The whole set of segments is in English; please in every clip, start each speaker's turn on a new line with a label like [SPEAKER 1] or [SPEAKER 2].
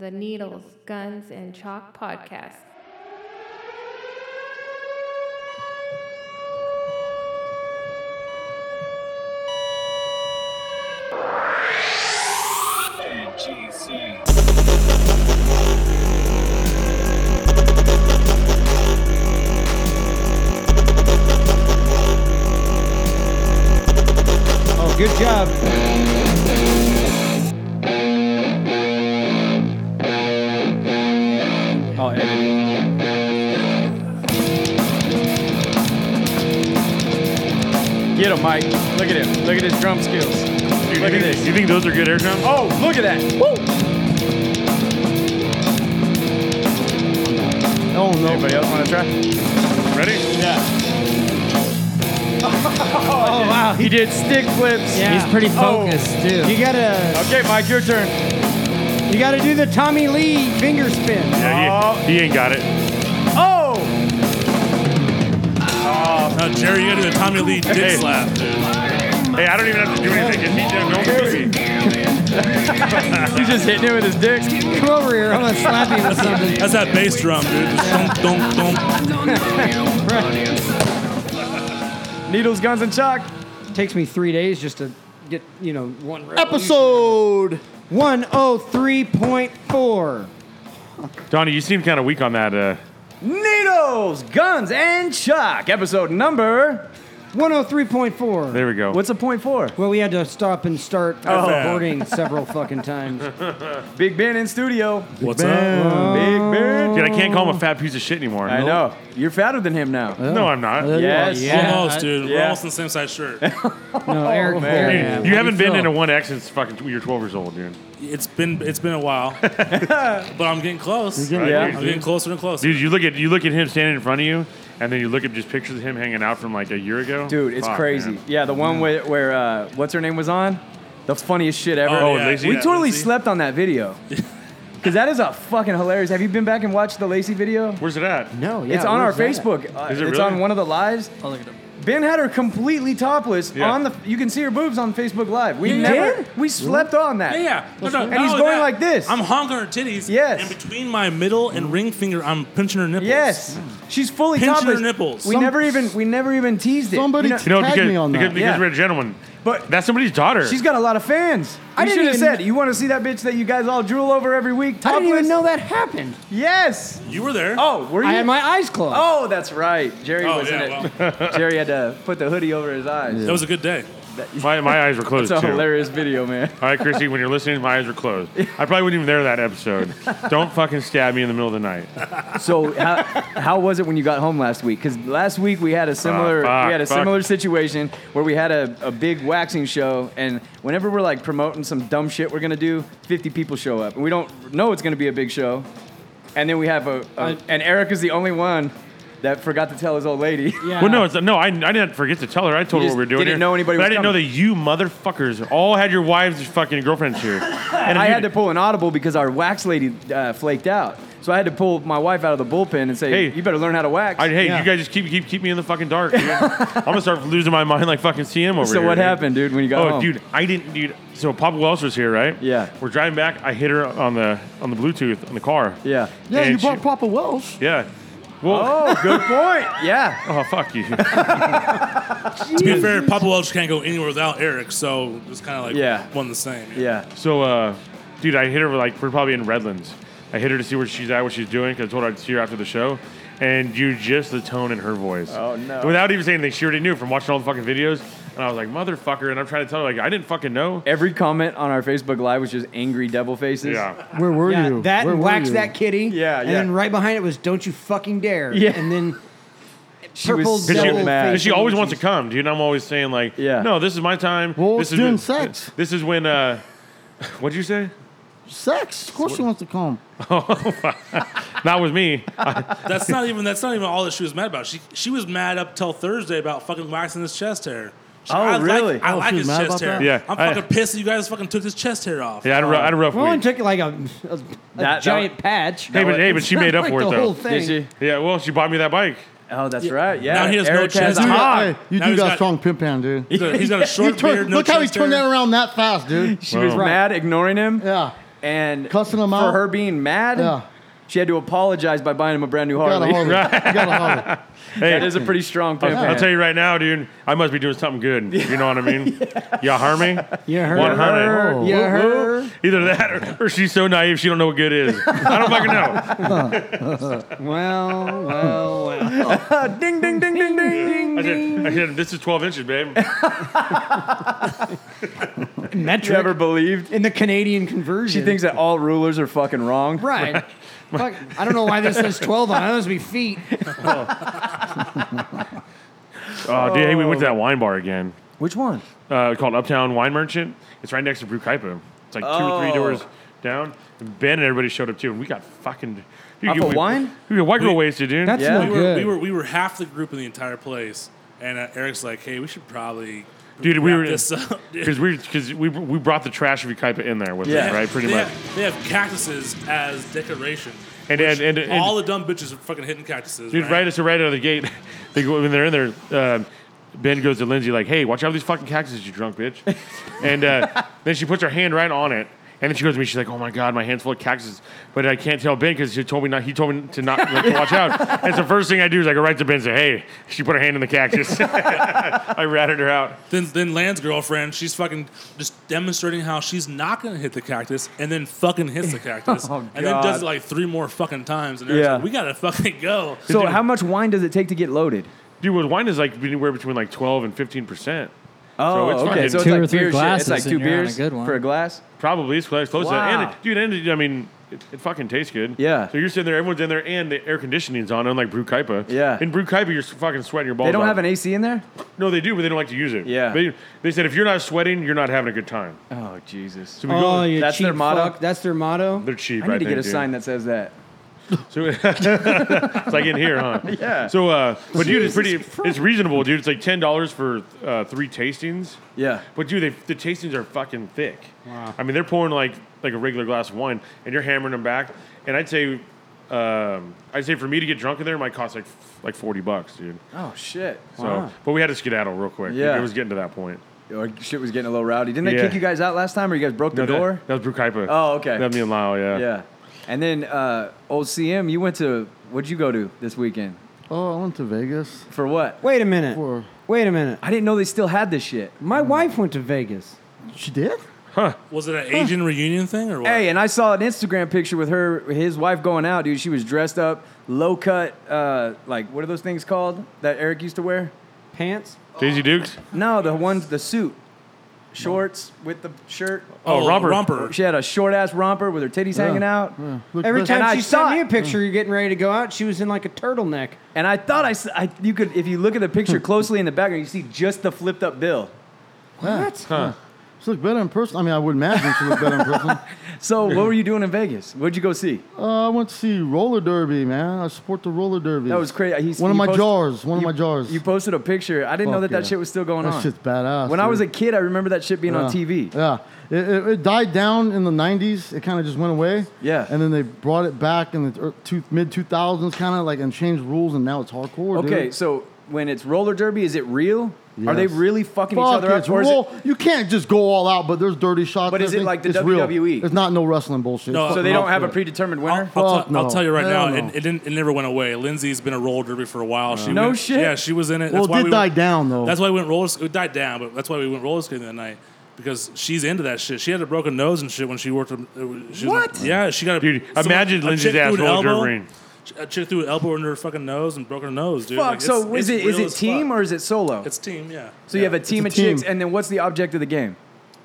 [SPEAKER 1] the Needles, Guns, and Chalk podcast.
[SPEAKER 2] Oh, good job. Oh, edit. Get him, Mike. Look at him. Look at his drum skills.
[SPEAKER 3] You
[SPEAKER 2] Look at
[SPEAKER 3] think-
[SPEAKER 2] this.
[SPEAKER 3] You think those are good air drums?
[SPEAKER 2] Oh, look at that. Woo! Oh, no. Anybody else want to try?
[SPEAKER 3] Ready?
[SPEAKER 4] Oh wow,
[SPEAKER 2] He did stick flips.
[SPEAKER 4] he's pretty focused
[SPEAKER 2] Oh.
[SPEAKER 4] too.
[SPEAKER 2] You gotta, Okay, Mike, your turn.
[SPEAKER 4] You got to do the Tommy Lee finger spin.
[SPEAKER 3] Yeah,
[SPEAKER 2] Oh.
[SPEAKER 3] he, he ain't got it.
[SPEAKER 2] Oh!
[SPEAKER 3] No, Jerry, you gotta do a Tommy Lee dick slap, dude. Hey, I don't even have to
[SPEAKER 2] Oh.
[SPEAKER 3] do anything. If he did, don't pussy.
[SPEAKER 2] He's just hitting it with his dick.
[SPEAKER 4] Come over here, I'm gonna slap you with something.
[SPEAKER 3] That's that bass drum, dude. Just dunk, dunk, dunk.
[SPEAKER 2] Needles, guns, and chalk.
[SPEAKER 4] Takes me three days just to get you know one
[SPEAKER 2] Episode.
[SPEAKER 4] One oh three point four.
[SPEAKER 3] Donnie, you seem kind of weak on that. Uh,
[SPEAKER 2] Needles, guns, and chalk. Episode number.
[SPEAKER 4] One oh three point four.
[SPEAKER 3] there we go.
[SPEAKER 2] What's a point for?
[SPEAKER 4] Well, we had to stop and start
[SPEAKER 2] Oh.
[SPEAKER 4] recording several fucking times.
[SPEAKER 2] Big Ben in studio.
[SPEAKER 3] What's up?
[SPEAKER 2] Big
[SPEAKER 4] Oh.
[SPEAKER 2] Ben.
[SPEAKER 3] Dude, I can't call him a fat piece of shit anymore.
[SPEAKER 2] I know. You're fatter than him now.
[SPEAKER 3] No, I'm not.
[SPEAKER 2] Yes.
[SPEAKER 5] Almost, dude. We're
[SPEAKER 2] Yeah.
[SPEAKER 5] almost in the same size shirt.
[SPEAKER 4] No, Eric.
[SPEAKER 2] Oh, man.
[SPEAKER 4] Eric,
[SPEAKER 3] Dude,
[SPEAKER 4] how do
[SPEAKER 3] you haven't been
[SPEAKER 4] feel?
[SPEAKER 3] in a one X since fucking you're 12 years old, dude.
[SPEAKER 5] It's been it's been a while, but I'm getting close.
[SPEAKER 3] Right?
[SPEAKER 2] Yeah.
[SPEAKER 3] Dude,
[SPEAKER 5] I'm getting closer and closer.
[SPEAKER 3] Dude, you look at you look at him standing in front of you, and then you look at just pictures of him hanging out from like a year ago.
[SPEAKER 2] Dude, it's
[SPEAKER 3] Fuck,
[SPEAKER 2] crazy.
[SPEAKER 3] man.
[SPEAKER 2] Yeah, the one where, where uh, what's her name was on? The funniest shit ever.
[SPEAKER 5] Oh, yeah.
[SPEAKER 3] Lazy-
[SPEAKER 2] we
[SPEAKER 3] yeah,
[SPEAKER 2] totally
[SPEAKER 5] Lazy.
[SPEAKER 2] slept on that video. Because that is a fucking hilarious. Have you been back and watched the Lacey video?
[SPEAKER 3] Where's it at?
[SPEAKER 4] No, yeah,
[SPEAKER 2] it's on our
[SPEAKER 4] where's that?
[SPEAKER 2] Facebook. Uh,
[SPEAKER 3] Is it
[SPEAKER 2] it's
[SPEAKER 3] really?
[SPEAKER 2] on one of the lives.
[SPEAKER 5] I'll look it up.
[SPEAKER 2] Ben had her completely topless
[SPEAKER 3] Yeah.
[SPEAKER 2] on the. You can see her boobs on Facebook Live. We
[SPEAKER 5] You
[SPEAKER 2] never.
[SPEAKER 5] did?
[SPEAKER 2] We slept on that.
[SPEAKER 5] Yeah, yeah. No, no,
[SPEAKER 2] And
[SPEAKER 5] not
[SPEAKER 2] he's
[SPEAKER 5] only
[SPEAKER 2] going
[SPEAKER 5] that,
[SPEAKER 2] like this.
[SPEAKER 5] I'm honking her titties.
[SPEAKER 2] Yes.
[SPEAKER 5] And between my middle and ring finger, I'm pinching her nipples.
[SPEAKER 2] Yes, she's fully
[SPEAKER 5] Pinching her
[SPEAKER 2] topless.
[SPEAKER 5] nipples.
[SPEAKER 2] We
[SPEAKER 6] Some-
[SPEAKER 2] never even. We never even teased it.
[SPEAKER 6] Somebody
[SPEAKER 2] You know-
[SPEAKER 6] t-
[SPEAKER 3] You know,
[SPEAKER 6] Tag
[SPEAKER 3] because,
[SPEAKER 6] me on
[SPEAKER 3] because,
[SPEAKER 6] that.
[SPEAKER 3] because
[SPEAKER 2] Yeah.
[SPEAKER 3] we're a gentleman.
[SPEAKER 2] But-
[SPEAKER 3] that's somebody's daughter.
[SPEAKER 2] she's got a lot of fans.
[SPEAKER 4] I
[SPEAKER 2] you
[SPEAKER 4] didn't
[SPEAKER 2] should have
[SPEAKER 4] even-
[SPEAKER 2] said you want to see that bitch that you guys all drool over every week.
[SPEAKER 4] I
[SPEAKER 2] Topless.
[SPEAKER 4] didn't even know that happened.
[SPEAKER 2] Yes.
[SPEAKER 5] You were there.
[SPEAKER 2] Oh, were you?
[SPEAKER 4] I had my eyes closed.
[SPEAKER 2] oh, that's right. Jerry
[SPEAKER 5] Oh,
[SPEAKER 2] was in
[SPEAKER 5] yeah,
[SPEAKER 2] it.
[SPEAKER 5] well,
[SPEAKER 2] Jerry had to put the hoodie over his eyes.
[SPEAKER 5] that was a good day.
[SPEAKER 3] my, my eyes were
[SPEAKER 2] It's
[SPEAKER 3] closed
[SPEAKER 2] a
[SPEAKER 3] too.
[SPEAKER 2] hilarious video, man.
[SPEAKER 3] All right, Chrissy, when you're listening, my eyes were closed. I probably wasn't even there that episode. Don't fucking stab me in the middle of the night.
[SPEAKER 2] So how, how was it when you got home last week? Because last week we had a similar
[SPEAKER 3] Ah, fuck,
[SPEAKER 2] we had a
[SPEAKER 3] fuck.
[SPEAKER 2] similar situation where we had a, a big waxing show, and whenever we're like promoting some dumb shit we're gonna do, fifty people show up, and we don't know it's gonna be a big show, and then we have a, a and Eric is the only one that forgot to tell his old lady.
[SPEAKER 4] Yeah.
[SPEAKER 3] Well, no, it's, no, I, I didn't forget to tell her. I told
[SPEAKER 2] You
[SPEAKER 3] her what we were
[SPEAKER 2] just
[SPEAKER 3] doing.
[SPEAKER 2] didn't
[SPEAKER 3] here,
[SPEAKER 2] know anybody
[SPEAKER 3] But
[SPEAKER 2] was
[SPEAKER 3] I didn't know
[SPEAKER 2] coming.
[SPEAKER 3] that you motherfuckers all had your wives and fucking girlfriends here. And
[SPEAKER 2] I had to pull an audible because our wax lady uh, flaked out, so I had to pull my wife out of the bullpen and say,
[SPEAKER 3] Hey.
[SPEAKER 2] "You better learn how to wax."
[SPEAKER 3] I, hey,
[SPEAKER 6] Yeah.
[SPEAKER 3] you guys just keep keep keep me in the fucking dark. Dude. I'm gonna start losing my mind like fucking CM over
[SPEAKER 2] so
[SPEAKER 3] here.
[SPEAKER 2] what
[SPEAKER 3] dude.
[SPEAKER 2] happened, dude? When you got
[SPEAKER 3] Oh,
[SPEAKER 2] home?
[SPEAKER 3] dude, I didn't, dude. So Papa Welsh was here, right?
[SPEAKER 2] Yeah.
[SPEAKER 3] We're driving back. I hit her on the on the Bluetooth on the car.
[SPEAKER 2] Yeah.
[SPEAKER 6] Yeah,
[SPEAKER 3] And
[SPEAKER 6] you brought
[SPEAKER 3] she-
[SPEAKER 6] Papa Welsh.
[SPEAKER 3] Yeah. Well,
[SPEAKER 2] Oh, good point. Yeah.
[SPEAKER 3] oh, fuck you.
[SPEAKER 5] To be fair, Papa Welch can't go anywhere without Eric, so it was kind of like
[SPEAKER 2] Yeah.
[SPEAKER 5] one the same.
[SPEAKER 2] Yeah.
[SPEAKER 3] So, uh, dude, I hit her like we're probably in Redlands. I hit her to see where she's at, what she's doing, because I told her I'd see her after the show. And you just the tone in her voice.
[SPEAKER 2] Oh, no.
[SPEAKER 3] Without even saying anything, she already knew from watching all the fucking videos. And I was like, motherfucker. And I'm trying to tell her like I didn't fucking know.
[SPEAKER 2] Every comment on our Facebook Live was just angry devil faces.
[SPEAKER 3] Yeah.
[SPEAKER 6] Where were
[SPEAKER 4] Yeah,
[SPEAKER 6] you?
[SPEAKER 4] that
[SPEAKER 6] Where
[SPEAKER 4] and
[SPEAKER 6] were
[SPEAKER 4] wax
[SPEAKER 6] you?
[SPEAKER 4] that kitty.
[SPEAKER 2] Yeah,
[SPEAKER 4] and
[SPEAKER 2] yeah.
[SPEAKER 4] then right behind it was "Don't you fucking dare."
[SPEAKER 2] Yeah.
[SPEAKER 4] and then
[SPEAKER 2] She was
[SPEAKER 4] Purple
[SPEAKER 2] so
[SPEAKER 3] Because she,
[SPEAKER 4] Double
[SPEAKER 2] mad.
[SPEAKER 3] 'cause she
[SPEAKER 4] face
[SPEAKER 3] always wants to
[SPEAKER 4] emojis.
[SPEAKER 3] come, dude. And I'm always saying like,
[SPEAKER 2] Yeah.
[SPEAKER 3] no, this is my time.
[SPEAKER 6] Well,
[SPEAKER 3] this
[SPEAKER 6] it's
[SPEAKER 3] when-
[SPEAKER 6] doing sex.
[SPEAKER 3] This is when. uh What'd you say?
[SPEAKER 6] Sex. Of course she wants to come.
[SPEAKER 3] Not with me.
[SPEAKER 5] That's not even that's not even all that she was mad about. She she was mad up till Thursday about fucking waxing his chest hair. She-
[SPEAKER 2] Oh,
[SPEAKER 5] I like-
[SPEAKER 2] really?
[SPEAKER 5] I
[SPEAKER 6] Oh,
[SPEAKER 5] like
[SPEAKER 6] she was
[SPEAKER 5] his
[SPEAKER 6] mad
[SPEAKER 5] chest
[SPEAKER 6] about
[SPEAKER 5] hair.
[SPEAKER 6] that?
[SPEAKER 3] Yeah,
[SPEAKER 5] I'm
[SPEAKER 3] I-
[SPEAKER 5] fucking pissed that you guys fucking took his chest hair off.
[SPEAKER 3] Yeah, I had a, rou- I had a rough
[SPEAKER 4] well, it
[SPEAKER 3] week.
[SPEAKER 4] took like a, a,
[SPEAKER 2] that-
[SPEAKER 4] giant patch.
[SPEAKER 3] Hey, but hey, but she
[SPEAKER 6] Not
[SPEAKER 3] made up
[SPEAKER 6] like
[SPEAKER 3] for it
[SPEAKER 6] the
[SPEAKER 3] though.
[SPEAKER 6] Whole thing.
[SPEAKER 2] Did she?
[SPEAKER 3] Yeah, well, she bought me that bike.
[SPEAKER 2] Oh, that's right. Yeah.
[SPEAKER 5] Now he has no
[SPEAKER 2] Eric has
[SPEAKER 5] chest.
[SPEAKER 2] a
[SPEAKER 6] You,
[SPEAKER 2] hot-
[SPEAKER 5] hot.
[SPEAKER 6] hey, you
[SPEAKER 5] Now
[SPEAKER 6] do
[SPEAKER 5] he's
[SPEAKER 6] got
[SPEAKER 5] got-
[SPEAKER 6] strong pimp hand, dude.
[SPEAKER 5] He's got, he's got a
[SPEAKER 6] You
[SPEAKER 5] short
[SPEAKER 6] turn-
[SPEAKER 5] beard. No
[SPEAKER 6] look how he
[SPEAKER 5] chest
[SPEAKER 6] turned
[SPEAKER 5] hair.
[SPEAKER 6] that around that fast, dude.
[SPEAKER 2] She was
[SPEAKER 3] Wow.
[SPEAKER 2] mad, ignoring him.
[SPEAKER 6] Yeah.
[SPEAKER 2] and
[SPEAKER 6] Cussing him
[SPEAKER 2] for
[SPEAKER 6] out?
[SPEAKER 2] her being mad,
[SPEAKER 6] Yeah.
[SPEAKER 2] she had to apologize by buying him a brand new
[SPEAKER 6] Got
[SPEAKER 2] Harley.
[SPEAKER 6] a hold of it. You got a hold of it.
[SPEAKER 2] that is a pretty strong pimp.
[SPEAKER 3] I'll tell you right now, dude. I must be doing something good. You know what I mean? Y'all hear me?
[SPEAKER 4] You heard
[SPEAKER 3] One hundred.
[SPEAKER 6] Oh.
[SPEAKER 2] Yeah, her.
[SPEAKER 3] Either that, or, or she's so naive she don't know what good is. I don't fucking know.
[SPEAKER 4] Well, well, well.
[SPEAKER 2] ding, ding, ding, ding, ding,
[SPEAKER 3] I
[SPEAKER 2] ding.
[SPEAKER 3] said, I said, this is twelve inches, babe.
[SPEAKER 4] Metric
[SPEAKER 2] Never believed.
[SPEAKER 4] in the Canadian conversion.
[SPEAKER 2] She thinks that all rulers are fucking wrong.
[SPEAKER 4] Right. Fuck, I don't know why this says 12 on it. That must be feet.
[SPEAKER 3] Oh, dude, hey, we went to that wine bar again.
[SPEAKER 2] Which one?
[SPEAKER 3] uh, called Uptown Wine Merchant. It's right next to Brew Kaipa. It's like two or three
[SPEAKER 2] Oh.
[SPEAKER 3] doors down. And Ben and everybody showed up too, and we got fucking. You
[SPEAKER 2] Off of wine?
[SPEAKER 3] We got white girl
[SPEAKER 5] We-
[SPEAKER 3] wasted, dude.
[SPEAKER 6] That's
[SPEAKER 2] Yeah.
[SPEAKER 6] not
[SPEAKER 5] We were,
[SPEAKER 6] good.
[SPEAKER 5] we were we were half the group in the entire place, and uh, Eric's like, "Hey, we should probably
[SPEAKER 3] dude, we
[SPEAKER 5] wrap
[SPEAKER 3] were
[SPEAKER 5] this up." dude."
[SPEAKER 3] because we because we we brought the trash of Kaipa in there with
[SPEAKER 2] Yeah.
[SPEAKER 3] us, right? Pretty
[SPEAKER 5] they
[SPEAKER 3] much.
[SPEAKER 5] Have, they have cactuses as decoration.
[SPEAKER 3] And- and- and- and-
[SPEAKER 5] all the dumb bitches are fucking hitting cactuses.
[SPEAKER 3] Dude,
[SPEAKER 5] right?
[SPEAKER 3] right, as so right out of the gate, they go when they're in there. Um, ben goes to Lindsay like, "Hey, watch out for these fucking cactuses, you drunk bitch!" and uh, then she puts her hand right on it, and then she goes to me. She's like, "Oh my god, my hand's full of cactuses," but I can't tell Ben because he told me not. He told me to not like, to watch out. And so first thing I do is I go right to Ben and say, "Hey, she put her hand in the cactus." I ratted her out.
[SPEAKER 5] Then then Land's girlfriend, she's fucking just demonstrating how she's not gonna hit the cactus, and then fucking hits the cactus,
[SPEAKER 2] Oh,
[SPEAKER 5] and then does
[SPEAKER 2] God.
[SPEAKER 5] it like three more fucking times. And Eric's
[SPEAKER 2] Yeah.
[SPEAKER 5] like, we gotta fucking go.
[SPEAKER 2] So, how much wine does it take to get loaded?
[SPEAKER 3] Dude, well, wine is like anywhere between like twelve and fifteen percent.
[SPEAKER 2] Oh,
[SPEAKER 3] it's
[SPEAKER 2] okay.
[SPEAKER 3] fucking
[SPEAKER 2] So it's
[SPEAKER 7] two
[SPEAKER 2] like
[SPEAKER 7] or three
[SPEAKER 2] beer
[SPEAKER 7] glasses
[SPEAKER 2] shit. It's like
[SPEAKER 7] and
[SPEAKER 2] two
[SPEAKER 7] you're on a
[SPEAKER 2] beers
[SPEAKER 7] good one.
[SPEAKER 2] for a glass.
[SPEAKER 3] Probably it's close, close to that.
[SPEAKER 2] Wow.
[SPEAKER 3] And it, dude, and it, I mean, it, it fucking tastes good.
[SPEAKER 2] Yeah.
[SPEAKER 3] So you're sitting there, everyone's in there, and the air conditioning's on, unlike Brew Kaipa.
[SPEAKER 2] Yeah.
[SPEAKER 3] In Brew Kaipa, you're fucking sweating your balls.
[SPEAKER 2] They don't
[SPEAKER 3] off.
[SPEAKER 2] have an AC in there.
[SPEAKER 3] No, they do, but they don't like to use it.
[SPEAKER 2] Yeah.
[SPEAKER 3] They, they said if you're not sweating, you're not having a good time.
[SPEAKER 2] Oh Jesus!
[SPEAKER 3] So we
[SPEAKER 4] Oh,
[SPEAKER 3] go.
[SPEAKER 4] you
[SPEAKER 2] That's
[SPEAKER 4] cheap
[SPEAKER 2] their motto?
[SPEAKER 4] fuck. That's their motto.
[SPEAKER 3] They're cheap.
[SPEAKER 2] I need
[SPEAKER 3] right
[SPEAKER 2] to get
[SPEAKER 3] there,
[SPEAKER 2] a
[SPEAKER 3] dude.
[SPEAKER 2] sign that says that.
[SPEAKER 3] So it's like in here, huh?
[SPEAKER 2] Yeah.
[SPEAKER 3] So, uh, but dude, it's pretty. It's reasonable, dude. It's like ten dollars for uh, three tastings.
[SPEAKER 2] Yeah.
[SPEAKER 3] But dude, they, the tastings are fucking thick. Wow. I mean, they're pouring like like a regular glass of wine, and you're hammering them back. And I'd say, um, I'd say for me to get drunk in there, it might cost like f- like forty bucks, dude.
[SPEAKER 2] Oh shit!
[SPEAKER 3] So, but we had to skedaddle real quick.
[SPEAKER 2] Yeah.
[SPEAKER 3] It was getting to that point.
[SPEAKER 2] Or shit was getting a little rowdy. Didn't they
[SPEAKER 3] Yeah.
[SPEAKER 2] kick you guys out last time, or you guys broke the
[SPEAKER 3] No, that-
[SPEAKER 2] door?
[SPEAKER 3] That, was Brew Kaipa.
[SPEAKER 2] Oh, okay.
[SPEAKER 3] That me and Lyle, yeah.
[SPEAKER 2] yeah. And then uh, old CM, you went to what'd you go to this weekend
[SPEAKER 6] Oh, I went to Vegas.
[SPEAKER 2] for what?
[SPEAKER 4] Wait a minute.
[SPEAKER 6] For-
[SPEAKER 4] Wait a minute.
[SPEAKER 2] I didn't know they still had this shit.
[SPEAKER 4] My wife went to Vegas.
[SPEAKER 6] She did?
[SPEAKER 5] Was it an Asian reunion thing or what?
[SPEAKER 2] Hey, and I saw an Instagram picture with her, his wife going out, dude. She was dressed up, low cut, uh, like what are those things called that Eric used to wear?
[SPEAKER 4] Pants?
[SPEAKER 3] Daisy Dukes.
[SPEAKER 2] No, the ones, the suit, shorts with the shirt.
[SPEAKER 5] oh,
[SPEAKER 3] romper.
[SPEAKER 5] romper.
[SPEAKER 2] She had a short ass romper with her titties hanging out,
[SPEAKER 6] Look,
[SPEAKER 4] Every
[SPEAKER 6] this-
[SPEAKER 4] time
[SPEAKER 2] I
[SPEAKER 4] she
[SPEAKER 2] saw
[SPEAKER 4] sent me
[SPEAKER 2] it.
[SPEAKER 4] a picture, you're getting ready to go out, she was in like a turtleneck.
[SPEAKER 2] and I thought I, s- I- you could if you look at the
[SPEAKER 6] Hmm.
[SPEAKER 2] picture closely in the background, you see just the flipped up bill.
[SPEAKER 6] What? She looked better in person. I mean, I would imagine she looked better in person.
[SPEAKER 2] So what were you doing in Vegas? What'd you go see?
[SPEAKER 6] Uh, I went to see roller derby, man. I support the roller derby.
[SPEAKER 2] That was crazy. He's,
[SPEAKER 6] One of
[SPEAKER 2] he
[SPEAKER 6] my
[SPEAKER 2] post-
[SPEAKER 6] jars. One
[SPEAKER 2] you-
[SPEAKER 6] of my jars.
[SPEAKER 2] You posted a picture. I didn't know
[SPEAKER 6] Fuck
[SPEAKER 2] that that
[SPEAKER 6] yeah.
[SPEAKER 2] shit was still going
[SPEAKER 6] that
[SPEAKER 2] on.
[SPEAKER 6] shit's badass.
[SPEAKER 2] when I was a
[SPEAKER 6] dude.
[SPEAKER 2] kid, I remember that shit being on
[SPEAKER 6] Yeah.
[SPEAKER 2] TV.
[SPEAKER 6] Yeah, it, it, it died down in the '90s. It kind of just went away.
[SPEAKER 2] Yeah.
[SPEAKER 6] and then they brought it back in the uh, mid 2000s, kind of like and changed rules, and now it's hardcore.
[SPEAKER 2] Okay,
[SPEAKER 6] dude.
[SPEAKER 2] so when it's roller derby, is it real? Are they
[SPEAKER 6] Yes.
[SPEAKER 2] really fucking each
[SPEAKER 6] Fuck,
[SPEAKER 2] other
[SPEAKER 6] it's
[SPEAKER 2] up? Or is
[SPEAKER 6] roll.
[SPEAKER 2] it,
[SPEAKER 6] you can't just go all out, but there's dirty shots.
[SPEAKER 2] But is it
[SPEAKER 6] everything.
[SPEAKER 2] like the
[SPEAKER 6] it's
[SPEAKER 2] WWE?
[SPEAKER 6] Real. It's not no wrestling bullshit.
[SPEAKER 5] No,
[SPEAKER 6] It's
[SPEAKER 2] so they
[SPEAKER 6] fucking
[SPEAKER 2] don't have a
[SPEAKER 6] outfit.
[SPEAKER 2] predetermined
[SPEAKER 5] I'll,
[SPEAKER 2] winner?
[SPEAKER 5] I'll,
[SPEAKER 6] Fuck
[SPEAKER 5] tell- I'll
[SPEAKER 6] no.
[SPEAKER 5] tell you right
[SPEAKER 6] Hell
[SPEAKER 5] now,
[SPEAKER 6] no.
[SPEAKER 5] it, it didn't. It never went away. Lindsay's been a roller derby for a while. She
[SPEAKER 2] No
[SPEAKER 5] went-
[SPEAKER 2] shit.
[SPEAKER 5] Yeah, she was in it.
[SPEAKER 6] Well,
[SPEAKER 5] That's
[SPEAKER 6] it
[SPEAKER 5] why
[SPEAKER 6] did
[SPEAKER 5] we
[SPEAKER 6] die
[SPEAKER 5] went-
[SPEAKER 6] down though.
[SPEAKER 5] That's why we went roller. sk- It died down, but that's why we went roller skating that night because she's into that shit. She had a broken nose and shit when she worked. at- uh, She was,
[SPEAKER 2] What?
[SPEAKER 5] Yeah, she got a
[SPEAKER 3] Dude,
[SPEAKER 5] someone-
[SPEAKER 3] imagine
[SPEAKER 5] a
[SPEAKER 3] Lindsay's
[SPEAKER 5] chick threw
[SPEAKER 3] ass
[SPEAKER 5] an
[SPEAKER 3] roller
[SPEAKER 5] elbow-
[SPEAKER 3] derby.
[SPEAKER 5] A chick threw an elbow in her fucking nose and broke her nose, dude.
[SPEAKER 2] Fuck.
[SPEAKER 5] Like, it's-
[SPEAKER 2] so is
[SPEAKER 5] it's
[SPEAKER 2] it is
[SPEAKER 5] real
[SPEAKER 2] it
[SPEAKER 5] as
[SPEAKER 2] team
[SPEAKER 5] fuck.
[SPEAKER 2] or is it solo?
[SPEAKER 5] It's team, yeah.
[SPEAKER 2] so you have a team
[SPEAKER 6] a
[SPEAKER 2] of chicks,
[SPEAKER 6] team.
[SPEAKER 2] and then what's the object of the game?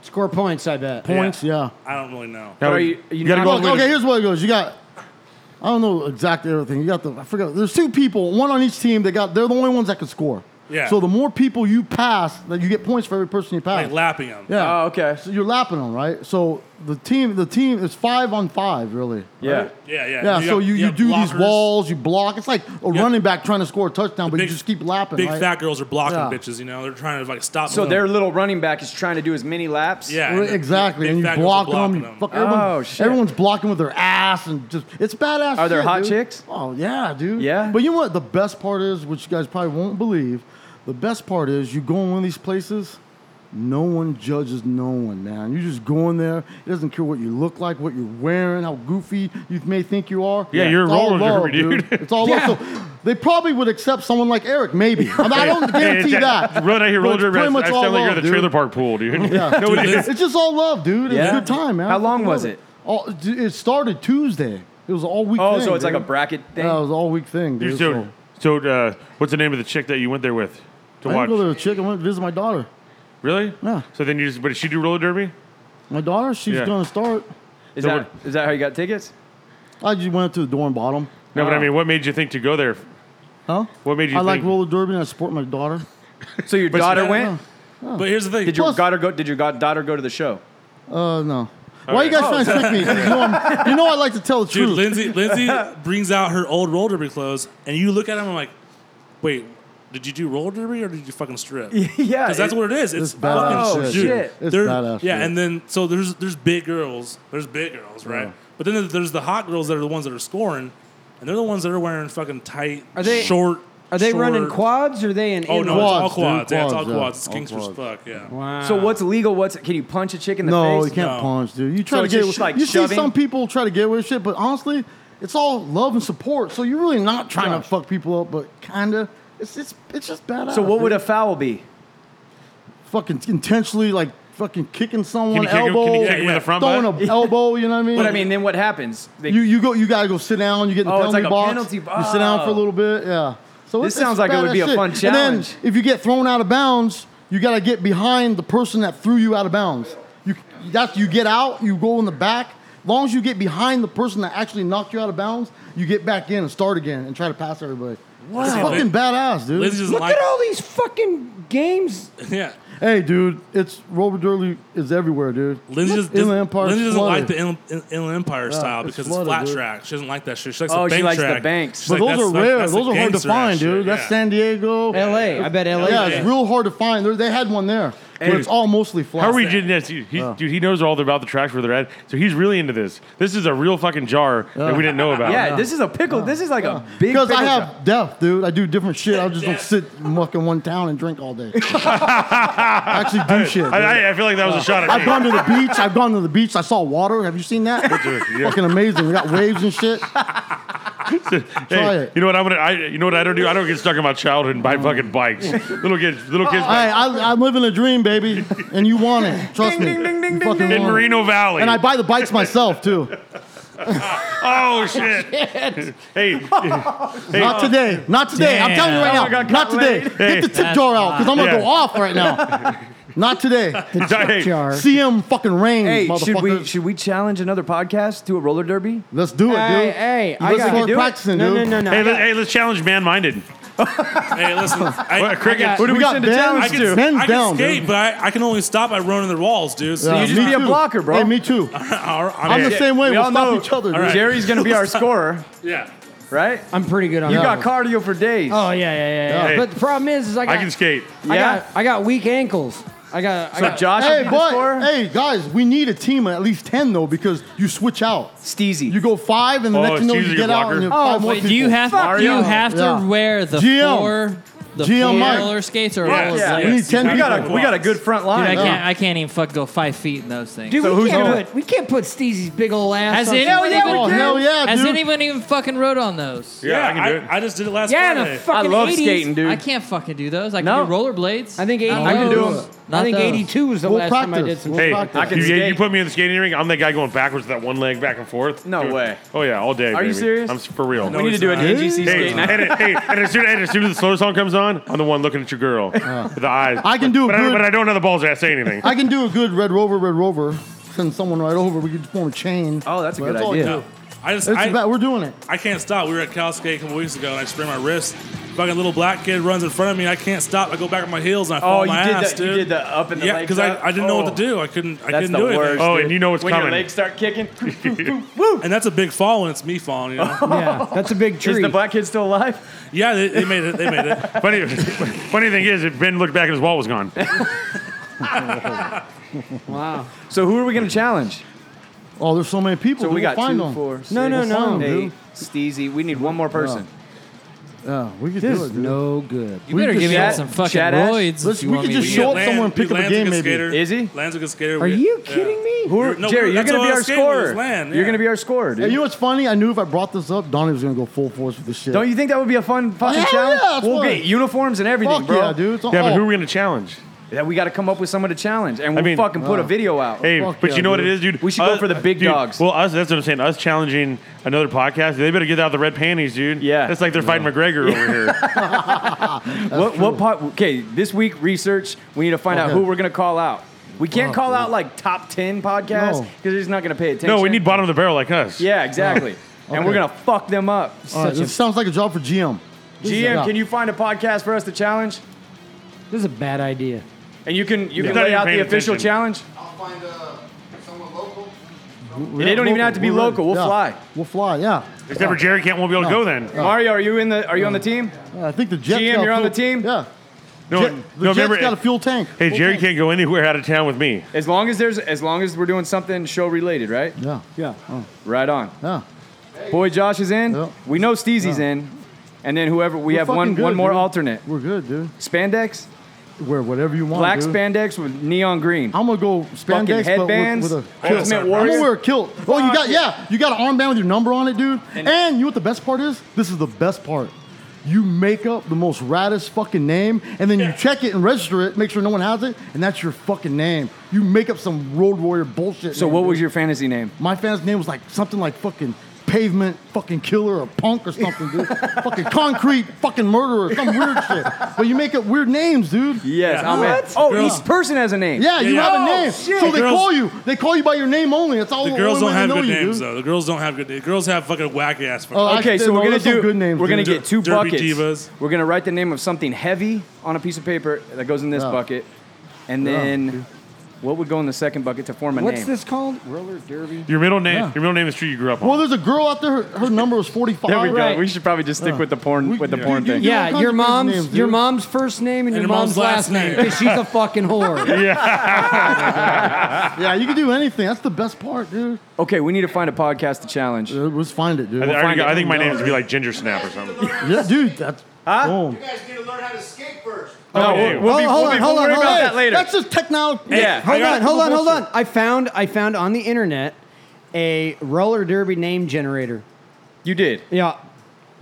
[SPEAKER 4] Score points, I bet.
[SPEAKER 6] points, yeah.
[SPEAKER 5] I don't really know.
[SPEAKER 3] Now,
[SPEAKER 2] Are you- you
[SPEAKER 3] gotta
[SPEAKER 2] not-
[SPEAKER 3] go.
[SPEAKER 2] Well,
[SPEAKER 3] all the
[SPEAKER 6] Look,
[SPEAKER 3] way to-
[SPEAKER 6] okay, here's what it goes. You got. I don't know exactly everything. You got the I forgot. There's two people, one on each team. They got they're the only ones that can score.
[SPEAKER 5] Yeah.
[SPEAKER 6] So the more people you pass, that you get points for every person you pass.
[SPEAKER 5] Like lapping them.
[SPEAKER 6] yeah.
[SPEAKER 2] Oh, okay.
[SPEAKER 6] so you're lapping them, right? So the team, the team is five on five, really.
[SPEAKER 2] Yeah.
[SPEAKER 5] Yeah, yeah.
[SPEAKER 6] Yeah. so
[SPEAKER 5] got-
[SPEAKER 6] you, you
[SPEAKER 5] got
[SPEAKER 6] do
[SPEAKER 5] blockers.
[SPEAKER 6] these walls, you block. It's like a running back trying to score a touchdown, but
[SPEAKER 5] big-
[SPEAKER 6] you just keep lapping.
[SPEAKER 5] Big
[SPEAKER 6] right?
[SPEAKER 5] fat girls are blocking
[SPEAKER 6] Yeah.
[SPEAKER 5] bitches. You know, they're trying to like stop.
[SPEAKER 2] So
[SPEAKER 5] them.
[SPEAKER 2] their little running back is trying to do as many laps.
[SPEAKER 5] yeah,
[SPEAKER 6] Well,
[SPEAKER 5] and the-
[SPEAKER 6] exactly,
[SPEAKER 5] big
[SPEAKER 6] and you
[SPEAKER 5] fat girls are
[SPEAKER 6] block them.
[SPEAKER 5] blocking
[SPEAKER 6] You fuck everyone,
[SPEAKER 2] Oh, shit.
[SPEAKER 6] Everyone's blocking with their ass, and just it's badass.
[SPEAKER 2] Are there
[SPEAKER 6] shit,
[SPEAKER 2] hot
[SPEAKER 6] dude.
[SPEAKER 2] chicks?
[SPEAKER 6] Oh yeah, dude.
[SPEAKER 2] Yeah?
[SPEAKER 6] But you know what? The best part is, which you guys probably won't believe. The best part is you go in one of these places. No one judges no one, man. You just go in there. It doesn't care what you look like, what you're wearing, how goofy you may think you are.
[SPEAKER 3] Yeah, you're
[SPEAKER 6] It's
[SPEAKER 3] a roller
[SPEAKER 6] all love,
[SPEAKER 3] derby, dude.
[SPEAKER 6] It's all love. So they probably would accept someone like Eric, maybe. I, mean, I don't guarantee
[SPEAKER 3] Hey,
[SPEAKER 6] that.
[SPEAKER 3] Run out here,
[SPEAKER 6] But
[SPEAKER 3] roll
[SPEAKER 6] it's
[SPEAKER 3] your
[SPEAKER 6] pretty
[SPEAKER 3] ass.
[SPEAKER 6] much
[SPEAKER 3] I
[SPEAKER 6] all
[SPEAKER 3] sound like you're at the
[SPEAKER 6] love, dude.
[SPEAKER 3] trailer park pool, dude.
[SPEAKER 6] Yeah.
[SPEAKER 3] Nobody
[SPEAKER 5] Dude,
[SPEAKER 3] is.
[SPEAKER 6] It's just all love, dude. It was
[SPEAKER 2] Yeah?
[SPEAKER 6] a good time, man.
[SPEAKER 2] How long
[SPEAKER 6] I love
[SPEAKER 2] was it?
[SPEAKER 6] All, it started Tuesday. It was all week.
[SPEAKER 2] Oh,
[SPEAKER 6] thing,
[SPEAKER 2] so it's like a
[SPEAKER 6] dude.
[SPEAKER 2] bracket thing.
[SPEAKER 6] Yeah, it was all week thing, dude.
[SPEAKER 3] Dude, so,
[SPEAKER 6] so-
[SPEAKER 3] so uh, what's the name of the chick that you went there with to
[SPEAKER 6] I didn't
[SPEAKER 3] watch?
[SPEAKER 6] go to the chick. I went to visit my daughter.
[SPEAKER 3] Really?
[SPEAKER 6] Yeah.
[SPEAKER 3] So then you just, but did she do roller derby?
[SPEAKER 6] My daughter, she's
[SPEAKER 3] Yeah.
[SPEAKER 6] gonna start.
[SPEAKER 2] Is
[SPEAKER 3] So
[SPEAKER 2] that is that how you got tickets?
[SPEAKER 6] I just went up to the door and bought 'em.
[SPEAKER 3] No, but I mean, what made you think to go there?
[SPEAKER 6] Um, Huh?
[SPEAKER 3] What made you
[SPEAKER 6] I
[SPEAKER 3] think?
[SPEAKER 6] like roller derby and I support my daughter.
[SPEAKER 2] So your daughter went.
[SPEAKER 5] But here's the thing.
[SPEAKER 2] Did your
[SPEAKER 6] Plus-
[SPEAKER 2] daughter go? Did your god- daughter go to the show?
[SPEAKER 6] Uh, no. Why you guys trying to trick me? You know, I'm- you know I like to tell the
[SPEAKER 5] Dude,
[SPEAKER 6] truth.
[SPEAKER 5] Lindsay Lindsay brings out her old roller derby clothes, and you look at them. I'm like, wait, did you do roller derby or did you fucking strip? Because
[SPEAKER 2] yeah,
[SPEAKER 5] that's what it is. It's fucking
[SPEAKER 6] badass
[SPEAKER 2] Oh,
[SPEAKER 6] shit.
[SPEAKER 5] dude.
[SPEAKER 2] shit.
[SPEAKER 6] It's
[SPEAKER 5] They're-
[SPEAKER 6] badass
[SPEAKER 5] yeah,
[SPEAKER 6] shit.
[SPEAKER 5] and then so there's there's big girls, there's big girls, right?
[SPEAKER 6] Yeah.
[SPEAKER 5] But then there's the hot girls that are the ones that are scoring, and they're the ones that are wearing fucking tight,
[SPEAKER 4] Are they-
[SPEAKER 5] short.
[SPEAKER 4] Are they
[SPEAKER 5] short-
[SPEAKER 4] running quads or are they in
[SPEAKER 5] Oh
[SPEAKER 4] in
[SPEAKER 5] no,
[SPEAKER 4] quads?
[SPEAKER 5] it's all
[SPEAKER 6] Quads, dude,
[SPEAKER 5] quads. yeah, it's all
[SPEAKER 6] quads, yeah.
[SPEAKER 5] quads. It's
[SPEAKER 6] All
[SPEAKER 5] kings for
[SPEAKER 6] quads.
[SPEAKER 5] fuck. Yeah.
[SPEAKER 4] Wow.
[SPEAKER 2] So what's legal? What's can you punch a chick in the
[SPEAKER 6] no,
[SPEAKER 2] face?
[SPEAKER 6] you can't
[SPEAKER 5] No.
[SPEAKER 6] punch, dude. You try
[SPEAKER 2] So
[SPEAKER 6] to
[SPEAKER 2] it's
[SPEAKER 6] get
[SPEAKER 2] just like
[SPEAKER 6] you see
[SPEAKER 2] shoving?
[SPEAKER 6] some people try to get away with shit, but honestly, it's all love and support. So you're really not trying to fuck people up, but kinda. It's it's it's just badass.
[SPEAKER 2] So what would
[SPEAKER 6] dude.
[SPEAKER 2] a foul be?
[SPEAKER 6] fucking intentionally like fucking kicking
[SPEAKER 3] can
[SPEAKER 6] someone
[SPEAKER 3] you kick him, can
[SPEAKER 6] elbow,
[SPEAKER 3] you kick him
[SPEAKER 5] yeah.
[SPEAKER 3] with the front
[SPEAKER 6] throwing
[SPEAKER 3] butt?
[SPEAKER 6] a elbow? You know what I mean?
[SPEAKER 2] But I mean, then what happens? They-
[SPEAKER 6] you you go you gotta go sit down. You get in the
[SPEAKER 2] Oh, it's
[SPEAKER 6] penalty
[SPEAKER 2] like a
[SPEAKER 6] box.
[SPEAKER 2] penalty bo-
[SPEAKER 6] You sit down for a
[SPEAKER 2] oh.
[SPEAKER 6] little bit. Yeah. So
[SPEAKER 2] This
[SPEAKER 6] it's-
[SPEAKER 2] sounds
[SPEAKER 6] it's
[SPEAKER 2] like it would
[SPEAKER 6] badass
[SPEAKER 2] be a
[SPEAKER 6] shit.
[SPEAKER 2] fun
[SPEAKER 6] And
[SPEAKER 2] challenge.
[SPEAKER 6] then if you get thrown out of bounds, you gotta get behind the person that threw you out of bounds. You that's you get out. You go in the back. As long as you get behind the person that actually knocked you out of bounds, you get back in and start again and try to pass everybody. Wow. It's fucking badass, dude.
[SPEAKER 5] Lindsay doesn't
[SPEAKER 4] Look
[SPEAKER 5] like.
[SPEAKER 4] at all these fucking games.
[SPEAKER 5] yeah.
[SPEAKER 6] Hey, dude, it's Robert Durley is everywhere, dude.
[SPEAKER 5] Lindsay doesn't,
[SPEAKER 6] Inland Empire's
[SPEAKER 5] Lindsay doesn't like
[SPEAKER 6] flooded.
[SPEAKER 5] the Inland, Inland Empire style
[SPEAKER 6] it's
[SPEAKER 5] because
[SPEAKER 6] flooded,
[SPEAKER 5] it's flat
[SPEAKER 6] dude.
[SPEAKER 5] track. She doesn't like that shit. She likes
[SPEAKER 2] Oh,
[SPEAKER 5] the
[SPEAKER 2] she
[SPEAKER 5] bank
[SPEAKER 2] likes the
[SPEAKER 5] track.
[SPEAKER 2] banks.
[SPEAKER 5] She's
[SPEAKER 6] But
[SPEAKER 5] like,
[SPEAKER 6] those are
[SPEAKER 5] that's like-
[SPEAKER 6] rare.
[SPEAKER 5] that's
[SPEAKER 6] those
[SPEAKER 5] the
[SPEAKER 6] are hard to
[SPEAKER 5] gangster ass
[SPEAKER 6] find,
[SPEAKER 5] shit,
[SPEAKER 6] dude.
[SPEAKER 5] yeah.
[SPEAKER 6] That's San Diego,
[SPEAKER 4] L.A. I bet L.A.
[SPEAKER 6] Yeah,
[SPEAKER 4] does.
[SPEAKER 6] it's real hard to find. There, they had one there, but it's all mostly flat.
[SPEAKER 3] How are we doing this? He, he-
[SPEAKER 6] Oh.
[SPEAKER 3] Dude, he knows all about the tracks where they're at, so he's really into this. This is a real fucking jar
[SPEAKER 6] Oh.
[SPEAKER 3] that we didn't know about.
[SPEAKER 2] yeah, this is a pickle. This is like a big.
[SPEAKER 6] Because Oh. I
[SPEAKER 2] pickle
[SPEAKER 6] have
[SPEAKER 2] jar.
[SPEAKER 6] death, dude. I do different shit. I just don't sit muck in one town and drink all day. I actually do shit.
[SPEAKER 3] I,
[SPEAKER 6] dude.
[SPEAKER 3] I, I feel like that was a shot at
[SPEAKER 6] Oh. I've
[SPEAKER 3] me.
[SPEAKER 6] gone to the beach. I've gone to the beach. I saw water. Have you seen that? Fucking amazing. We got waves and shit. Try
[SPEAKER 3] Hey,
[SPEAKER 6] it.
[SPEAKER 3] you know what I'm gonna? I, you know what I don't do? I don't get stuck in my childhood and buy fucking bikes. little kids, little kids.
[SPEAKER 6] Hey, Oh, I, I'm living a dream, baby, and you want it. Trust me.
[SPEAKER 2] Ding, ding, ding,
[SPEAKER 6] You
[SPEAKER 2] ding,
[SPEAKER 6] fucking
[SPEAKER 2] ding.
[SPEAKER 3] in
[SPEAKER 6] want it.
[SPEAKER 3] Moreno Valley.
[SPEAKER 6] And I buy the bikes myself too.
[SPEAKER 3] oh shit! hey, oh.
[SPEAKER 6] Not today. Not today. I'm telling you right now. not today. Get the tip jar out because I'm gonna
[SPEAKER 3] Yeah.
[SPEAKER 6] go off right now. not today.
[SPEAKER 3] hey,
[SPEAKER 4] Jar.
[SPEAKER 6] CM fucking rain,
[SPEAKER 2] Hey, should we
[SPEAKER 6] motherfucker.
[SPEAKER 2] should we challenge another podcast to a roller derby?
[SPEAKER 6] Let's do it, dude.
[SPEAKER 4] Hey, hey, I
[SPEAKER 6] Let's
[SPEAKER 4] got-
[SPEAKER 6] start
[SPEAKER 2] do it.
[SPEAKER 6] practicing,
[SPEAKER 4] No,
[SPEAKER 6] dude.
[SPEAKER 4] no, no, no.
[SPEAKER 3] hey,
[SPEAKER 4] I
[SPEAKER 3] let,
[SPEAKER 4] got-
[SPEAKER 3] hey, let's challenge man-minded.
[SPEAKER 5] Hey, listen, I,
[SPEAKER 3] Cricket.
[SPEAKER 2] Who do
[SPEAKER 6] We
[SPEAKER 2] we,
[SPEAKER 6] got
[SPEAKER 2] send a
[SPEAKER 6] Ben.
[SPEAKER 5] I
[SPEAKER 2] challenge
[SPEAKER 5] can,
[SPEAKER 2] to?
[SPEAKER 6] Hands
[SPEAKER 5] I can
[SPEAKER 6] down,
[SPEAKER 5] skate,
[SPEAKER 6] dude.
[SPEAKER 5] but I, I can only stop by running the walls, dude. So
[SPEAKER 6] Yeah,
[SPEAKER 5] you just,
[SPEAKER 2] just
[SPEAKER 6] me
[SPEAKER 2] be a
[SPEAKER 6] too.
[SPEAKER 2] blocker, bro.
[SPEAKER 6] Hey, me too.
[SPEAKER 5] I'm,
[SPEAKER 6] I'm the same way.
[SPEAKER 2] We
[SPEAKER 6] We'll
[SPEAKER 2] all
[SPEAKER 6] stop
[SPEAKER 2] know-
[SPEAKER 6] each other, dude.
[SPEAKER 5] all right.
[SPEAKER 2] Jerry's gonna be our scorer,
[SPEAKER 5] Yeah.
[SPEAKER 2] right?
[SPEAKER 4] I'm pretty good on
[SPEAKER 2] You
[SPEAKER 4] that.
[SPEAKER 2] got
[SPEAKER 4] one.
[SPEAKER 2] cardio for days.
[SPEAKER 4] Oh yeah, yeah, yeah. yeah.
[SPEAKER 3] Hey.
[SPEAKER 4] But the problem is, is I got
[SPEAKER 3] I can skate.
[SPEAKER 4] I
[SPEAKER 2] Yeah?
[SPEAKER 4] got I got weak ankles. I got I
[SPEAKER 2] so
[SPEAKER 4] got
[SPEAKER 2] Josh will
[SPEAKER 6] Hey,
[SPEAKER 2] be the
[SPEAKER 6] but
[SPEAKER 2] scorer.
[SPEAKER 6] hey, guys, we need a team of at least ten though because you switch out.
[SPEAKER 2] Steezy.
[SPEAKER 6] You go five, and the
[SPEAKER 3] Oh,
[SPEAKER 6] next thing you know,
[SPEAKER 3] Steve's
[SPEAKER 6] you
[SPEAKER 3] a good
[SPEAKER 6] get out.
[SPEAKER 3] blocker.
[SPEAKER 6] And you have
[SPEAKER 4] Oh,
[SPEAKER 6] five more
[SPEAKER 7] Wait, do you
[SPEAKER 6] people.
[SPEAKER 7] have to,
[SPEAKER 2] Mario.
[SPEAKER 7] you have to
[SPEAKER 6] Yeah.
[SPEAKER 7] wear the
[SPEAKER 6] GM.
[SPEAKER 7] four the
[SPEAKER 6] GM
[SPEAKER 7] four
[SPEAKER 6] Mike.
[SPEAKER 7] roller skates or
[SPEAKER 5] Yeah.
[SPEAKER 7] roller
[SPEAKER 5] Yeah.
[SPEAKER 7] skates?
[SPEAKER 6] We need ten
[SPEAKER 2] we
[SPEAKER 6] people.
[SPEAKER 2] got a we got a good front line.
[SPEAKER 7] Dude, I
[SPEAKER 2] huh?
[SPEAKER 7] can't I can't even fuck go five feet in those things.
[SPEAKER 4] Dude,
[SPEAKER 2] So
[SPEAKER 4] we
[SPEAKER 2] who's
[SPEAKER 4] can't
[SPEAKER 2] going?
[SPEAKER 4] put we can't put Steezy's big old ass.
[SPEAKER 7] Has
[SPEAKER 4] on
[SPEAKER 7] anyone
[SPEAKER 4] somebody.
[SPEAKER 7] even-
[SPEAKER 6] Oh,
[SPEAKER 7] Yeah.
[SPEAKER 6] hell yeah,
[SPEAKER 7] Has
[SPEAKER 6] dude.
[SPEAKER 7] anyone even fucking rode on those?
[SPEAKER 3] Yeah, I can do it.
[SPEAKER 5] I, just did it last
[SPEAKER 4] Yeah, in
[SPEAKER 5] Friday.
[SPEAKER 4] the fucking
[SPEAKER 2] I love
[SPEAKER 4] 80s.
[SPEAKER 2] skating, dude.
[SPEAKER 7] I can't fucking do those. I can
[SPEAKER 2] No.
[SPEAKER 7] do rollerblades.
[SPEAKER 4] I think
[SPEAKER 7] Not
[SPEAKER 4] 80,
[SPEAKER 7] those.
[SPEAKER 2] I can do
[SPEAKER 4] those.
[SPEAKER 2] 'em.
[SPEAKER 4] I think
[SPEAKER 7] Not those.
[SPEAKER 4] 82 was the
[SPEAKER 6] We'll
[SPEAKER 4] last time I did
[SPEAKER 6] practice.
[SPEAKER 4] some.
[SPEAKER 6] We'll
[SPEAKER 3] Hey,
[SPEAKER 6] practice.
[SPEAKER 2] I can
[SPEAKER 3] you, yeah, you
[SPEAKER 2] skate.
[SPEAKER 3] put me in the skating ring. I'm that guy going backwards with that one leg back and forth.
[SPEAKER 2] No
[SPEAKER 3] Dude.
[SPEAKER 2] way.
[SPEAKER 3] Oh yeah, all day.
[SPEAKER 2] Are you
[SPEAKER 3] baby.
[SPEAKER 2] serious?
[SPEAKER 3] I'm s- for real.
[SPEAKER 2] we need to do an NGC
[SPEAKER 3] Hey,
[SPEAKER 2] skate
[SPEAKER 3] and,
[SPEAKER 2] night.
[SPEAKER 3] it, hey, and as soon and as soon as the slow song comes on, I'm the one looking at your girl with the eyes.
[SPEAKER 6] Uh. I can do a
[SPEAKER 3] but, I don't,
[SPEAKER 6] good-
[SPEAKER 3] but I don't know the balls. I say anything.
[SPEAKER 6] I can do a good Red Rover, Red Rover. Send someone right over. We could form a chain.
[SPEAKER 2] Oh, that's a
[SPEAKER 6] But
[SPEAKER 2] good
[SPEAKER 6] all
[SPEAKER 2] idea.
[SPEAKER 6] you do.
[SPEAKER 5] No. I just
[SPEAKER 6] It's
[SPEAKER 5] I,
[SPEAKER 6] about, we're doing it.
[SPEAKER 5] I can't stop. We were at Cal Skate a couple weeks ago, and I sprained my wrist. Fucking little black kid runs in front of me. I can't stop. I go back on my heels and I fall
[SPEAKER 2] Oh,
[SPEAKER 5] on
[SPEAKER 2] you
[SPEAKER 5] my
[SPEAKER 2] did
[SPEAKER 5] ass,
[SPEAKER 2] the
[SPEAKER 5] dude.
[SPEAKER 2] you did the up and the
[SPEAKER 5] yeah,
[SPEAKER 2] legs
[SPEAKER 5] because I,
[SPEAKER 2] up?
[SPEAKER 5] I didn't know
[SPEAKER 2] Oh,
[SPEAKER 5] what to do. I couldn't. I
[SPEAKER 2] That's
[SPEAKER 5] couldn't
[SPEAKER 2] the
[SPEAKER 5] do
[SPEAKER 2] worst.
[SPEAKER 5] anything.
[SPEAKER 3] Oh,
[SPEAKER 2] dude.
[SPEAKER 3] and you know what's
[SPEAKER 2] when
[SPEAKER 3] coming.
[SPEAKER 2] your legs start kicking.
[SPEAKER 5] And that's a big fall when it's me falling. You know?
[SPEAKER 4] Yeah, that's a big
[SPEAKER 2] Is
[SPEAKER 4] tree.
[SPEAKER 2] the black kid still alive?
[SPEAKER 5] yeah, they, they made it. They made it.
[SPEAKER 3] funny, funny thing is, if Ben looked back and his wall was gone,
[SPEAKER 4] wow.
[SPEAKER 2] So who are we gonna challenge?
[SPEAKER 6] Oh, there's so many people.
[SPEAKER 2] So
[SPEAKER 6] dude,
[SPEAKER 2] we got
[SPEAKER 6] we'll find
[SPEAKER 2] two,
[SPEAKER 6] them.
[SPEAKER 2] four, six,
[SPEAKER 4] No, no,
[SPEAKER 6] We'll find
[SPEAKER 4] no.
[SPEAKER 6] them,
[SPEAKER 2] eight,
[SPEAKER 6] dude.
[SPEAKER 2] Steezy. We need one more person.
[SPEAKER 6] Yeah, uh, we could
[SPEAKER 4] This
[SPEAKER 6] do it,
[SPEAKER 4] is
[SPEAKER 6] dude.
[SPEAKER 4] no good.
[SPEAKER 7] You better
[SPEAKER 6] could
[SPEAKER 7] give me
[SPEAKER 2] chat-
[SPEAKER 7] out some fucking
[SPEAKER 2] chat ass.
[SPEAKER 7] roids. if
[SPEAKER 6] Listen,
[SPEAKER 7] you
[SPEAKER 6] we
[SPEAKER 7] want
[SPEAKER 6] could
[SPEAKER 7] me
[SPEAKER 6] just
[SPEAKER 7] to-
[SPEAKER 5] We
[SPEAKER 6] show
[SPEAKER 5] had
[SPEAKER 6] up somewhere and
[SPEAKER 5] we
[SPEAKER 6] pick up a
[SPEAKER 5] Lance like
[SPEAKER 6] game, maybe.
[SPEAKER 5] skater.
[SPEAKER 2] Is he?
[SPEAKER 5] Lance like a skater.
[SPEAKER 4] Are you kidding me?
[SPEAKER 2] Who are,
[SPEAKER 5] No,
[SPEAKER 2] Jerry, you're
[SPEAKER 5] that's
[SPEAKER 2] gonna
[SPEAKER 5] all
[SPEAKER 2] be
[SPEAKER 5] I
[SPEAKER 2] our
[SPEAKER 5] was saying was
[SPEAKER 2] scorer.
[SPEAKER 5] land,
[SPEAKER 2] You're
[SPEAKER 5] yeah.
[SPEAKER 2] gonna be our scorer, dude.
[SPEAKER 6] Hey, you know what's funny? I knew if I brought this up, Donnie was gonna go full force with this shit.
[SPEAKER 2] Don't you think that would be a fun fucking
[SPEAKER 6] hell
[SPEAKER 2] challenge?
[SPEAKER 6] yeah, it's
[SPEAKER 2] we'll
[SPEAKER 6] fun.
[SPEAKER 2] get uniforms and everything,
[SPEAKER 6] Fuck
[SPEAKER 2] bro.
[SPEAKER 6] yeah, dude. It's all-
[SPEAKER 3] Yeah, but who are
[SPEAKER 6] oh,
[SPEAKER 3] we gonna challenge?
[SPEAKER 2] Yeah, we got to come up with someone to challenge, and we'll
[SPEAKER 3] mean,
[SPEAKER 2] fucking put a video out.
[SPEAKER 3] Hey,
[SPEAKER 6] Fuck
[SPEAKER 3] but
[SPEAKER 6] yeah,
[SPEAKER 3] you know what
[SPEAKER 6] dude.
[SPEAKER 3] it is, dude.
[SPEAKER 2] We should go for the big
[SPEAKER 3] dude,
[SPEAKER 2] dogs.
[SPEAKER 3] Well, us—that's what I'm saying. Us challenging another podcast. They better get out the red panties, dude.
[SPEAKER 2] Yeah.
[SPEAKER 3] that's like they're fighting McGregor over here.
[SPEAKER 2] what, what pot? Okay, this week research. We need to find out
[SPEAKER 6] Okay.
[SPEAKER 2] who we're gonna call out. We can't
[SPEAKER 6] Fuck,
[SPEAKER 2] call
[SPEAKER 6] dude.
[SPEAKER 2] out like top ten podcasts
[SPEAKER 6] Oh, No.
[SPEAKER 2] because he's not gonna pay attention.
[SPEAKER 3] no, we need bottom of the barrel like us.
[SPEAKER 2] Yeah, exactly. And we're
[SPEAKER 6] Oh, Okay. Oh,
[SPEAKER 2] gonna fuck them up.
[SPEAKER 6] all right,
[SPEAKER 7] Such a-
[SPEAKER 6] this sounds like a job for GM. This is-
[SPEAKER 2] GM,
[SPEAKER 6] yeah.
[SPEAKER 2] can you find a podcast for us to challenge?
[SPEAKER 4] This is a bad idea.
[SPEAKER 2] And you can you can
[SPEAKER 3] not
[SPEAKER 2] lay
[SPEAKER 3] even
[SPEAKER 2] out the
[SPEAKER 3] paying
[SPEAKER 2] official
[SPEAKER 3] attention.
[SPEAKER 2] challenge.
[SPEAKER 8] I'll find uh, someone local.
[SPEAKER 2] They don't even have to be
[SPEAKER 6] We're ready.
[SPEAKER 2] local. We'll
[SPEAKER 6] Yeah.
[SPEAKER 2] fly.
[SPEAKER 6] We'll fly. Yeah.
[SPEAKER 3] Except for Jerry Kent won't be able to go then.
[SPEAKER 6] Oh.
[SPEAKER 2] Mario, are you in the are you on the team?
[SPEAKER 6] Yeah, Uh, I think the Jets.
[SPEAKER 2] GM,
[SPEAKER 6] got a
[SPEAKER 2] you're on
[SPEAKER 6] fuel-
[SPEAKER 2] the team?
[SPEAKER 6] Yeah.
[SPEAKER 3] No,
[SPEAKER 6] Jet-
[SPEAKER 3] no,
[SPEAKER 6] the Jets
[SPEAKER 3] remember,
[SPEAKER 6] got a fuel tank.
[SPEAKER 3] hey,
[SPEAKER 6] Full
[SPEAKER 3] Jerry
[SPEAKER 6] tank.
[SPEAKER 3] can't go anywhere out of town with me.
[SPEAKER 2] As long as there's as long as we're doing something show related, right?
[SPEAKER 6] Yeah. Yeah. Oh,
[SPEAKER 2] Right on.
[SPEAKER 6] yeah.
[SPEAKER 2] Boy Josh is in.
[SPEAKER 6] Yeah.
[SPEAKER 2] We know Steezy's in. And then whoever we
[SPEAKER 6] We're
[SPEAKER 2] have one
[SPEAKER 6] fucking good,
[SPEAKER 2] one more
[SPEAKER 6] dude.
[SPEAKER 2] alternate.
[SPEAKER 6] We're good, dude.
[SPEAKER 2] Spandex?
[SPEAKER 6] Wear whatever you want.
[SPEAKER 2] Black
[SPEAKER 6] dude.
[SPEAKER 2] spandex with neon green.
[SPEAKER 6] I'm gonna go
[SPEAKER 2] Fucking
[SPEAKER 6] spandex, but with,
[SPEAKER 2] headbands.
[SPEAKER 6] with a
[SPEAKER 2] Ultimate
[SPEAKER 6] kilt. I'm gonna
[SPEAKER 2] Warrior.
[SPEAKER 6] wear a kilt. Oh, you got yeah, you got an armband with your number on it, dude.
[SPEAKER 2] And-
[SPEAKER 6] And, you know what the best part is? This is the best part. You make up the most raddest fucking name, and then you check it and register it, make sure no one has it, and that's your fucking name. You make up some road warrior bullshit.
[SPEAKER 2] So
[SPEAKER 6] name,
[SPEAKER 2] what
[SPEAKER 6] dude.
[SPEAKER 2] was your fantasy name?
[SPEAKER 6] My fan's name was like something like fucking pavement fucking killer or punk or something, dude. fucking concrete fucking murderer, some weird shit. But you make up weird names, dude.
[SPEAKER 2] Yes, I'm in.
[SPEAKER 4] What?
[SPEAKER 2] Oh,
[SPEAKER 5] Girls-
[SPEAKER 2] each person has a name.
[SPEAKER 6] Yeah, you
[SPEAKER 5] Yeah.
[SPEAKER 6] have a
[SPEAKER 5] Oh,
[SPEAKER 6] name.
[SPEAKER 5] shit.
[SPEAKER 6] So they
[SPEAKER 5] Girls-
[SPEAKER 6] call you. They call you by your name only. That's all.
[SPEAKER 5] The girls don't
[SPEAKER 6] only way they
[SPEAKER 5] have
[SPEAKER 6] know
[SPEAKER 5] good
[SPEAKER 6] you,
[SPEAKER 5] names
[SPEAKER 6] dude.
[SPEAKER 5] though. The girls don't have good names. Girls have fucking whack ass.
[SPEAKER 6] Oh, I-
[SPEAKER 2] Okay, so
[SPEAKER 6] no,
[SPEAKER 2] we're gonna
[SPEAKER 6] those are
[SPEAKER 2] do.
[SPEAKER 6] good names,
[SPEAKER 2] we're gonna
[SPEAKER 5] dude.
[SPEAKER 2] get two
[SPEAKER 5] Derby
[SPEAKER 2] buckets.
[SPEAKER 5] Divas.
[SPEAKER 2] We're gonna write the name of something heavy on a piece of paper that goes in this
[SPEAKER 4] Oh.
[SPEAKER 6] Yeah.
[SPEAKER 2] bucket, and then what would go in the second bucket to form a
[SPEAKER 4] What's
[SPEAKER 2] name?
[SPEAKER 4] this called? Roller derby.
[SPEAKER 3] Your middle name, your middle name is street you grew up on.
[SPEAKER 6] Well, there's a girl out there. Her, her number was 45.
[SPEAKER 2] There we go.
[SPEAKER 4] Right. Oh.
[SPEAKER 2] We should probably just stick with the porn
[SPEAKER 6] We-
[SPEAKER 2] with the
[SPEAKER 6] yeah.
[SPEAKER 2] porn
[SPEAKER 6] You-
[SPEAKER 2] thing.
[SPEAKER 6] you-
[SPEAKER 4] Yeah,
[SPEAKER 6] all
[SPEAKER 4] your
[SPEAKER 6] kinds of crazy
[SPEAKER 4] mom's
[SPEAKER 6] names, dude.
[SPEAKER 4] your mom's first name and, your, mom's, last name. 'cause she's a fucking whore.
[SPEAKER 6] Yeah, you can do anything. That's the best part, dude.
[SPEAKER 2] Okay, we need to find a podcast to challenge.
[SPEAKER 4] Oh,
[SPEAKER 6] Uh, Let's find it, dude.
[SPEAKER 3] I, already
[SPEAKER 2] find
[SPEAKER 3] got-
[SPEAKER 2] it.
[SPEAKER 3] I think my name is gonna be like Ginger Snap or something.
[SPEAKER 6] yeah, dude. That's boom.
[SPEAKER 8] You guys need to learn how to skate first.
[SPEAKER 2] No,
[SPEAKER 3] Okay.
[SPEAKER 2] we'll, we'll be,
[SPEAKER 4] Oh, hold
[SPEAKER 2] we'll be-
[SPEAKER 4] on,
[SPEAKER 2] we'll
[SPEAKER 4] hold on,
[SPEAKER 2] worry
[SPEAKER 4] hold
[SPEAKER 2] about
[SPEAKER 4] on.
[SPEAKER 2] that later.
[SPEAKER 6] That's just technology.
[SPEAKER 2] Yeah.
[SPEAKER 4] hold
[SPEAKER 2] I
[SPEAKER 4] on, hold on, hold on. I found I found on the internet a roller derby name generator.
[SPEAKER 2] you did.
[SPEAKER 4] Yeah.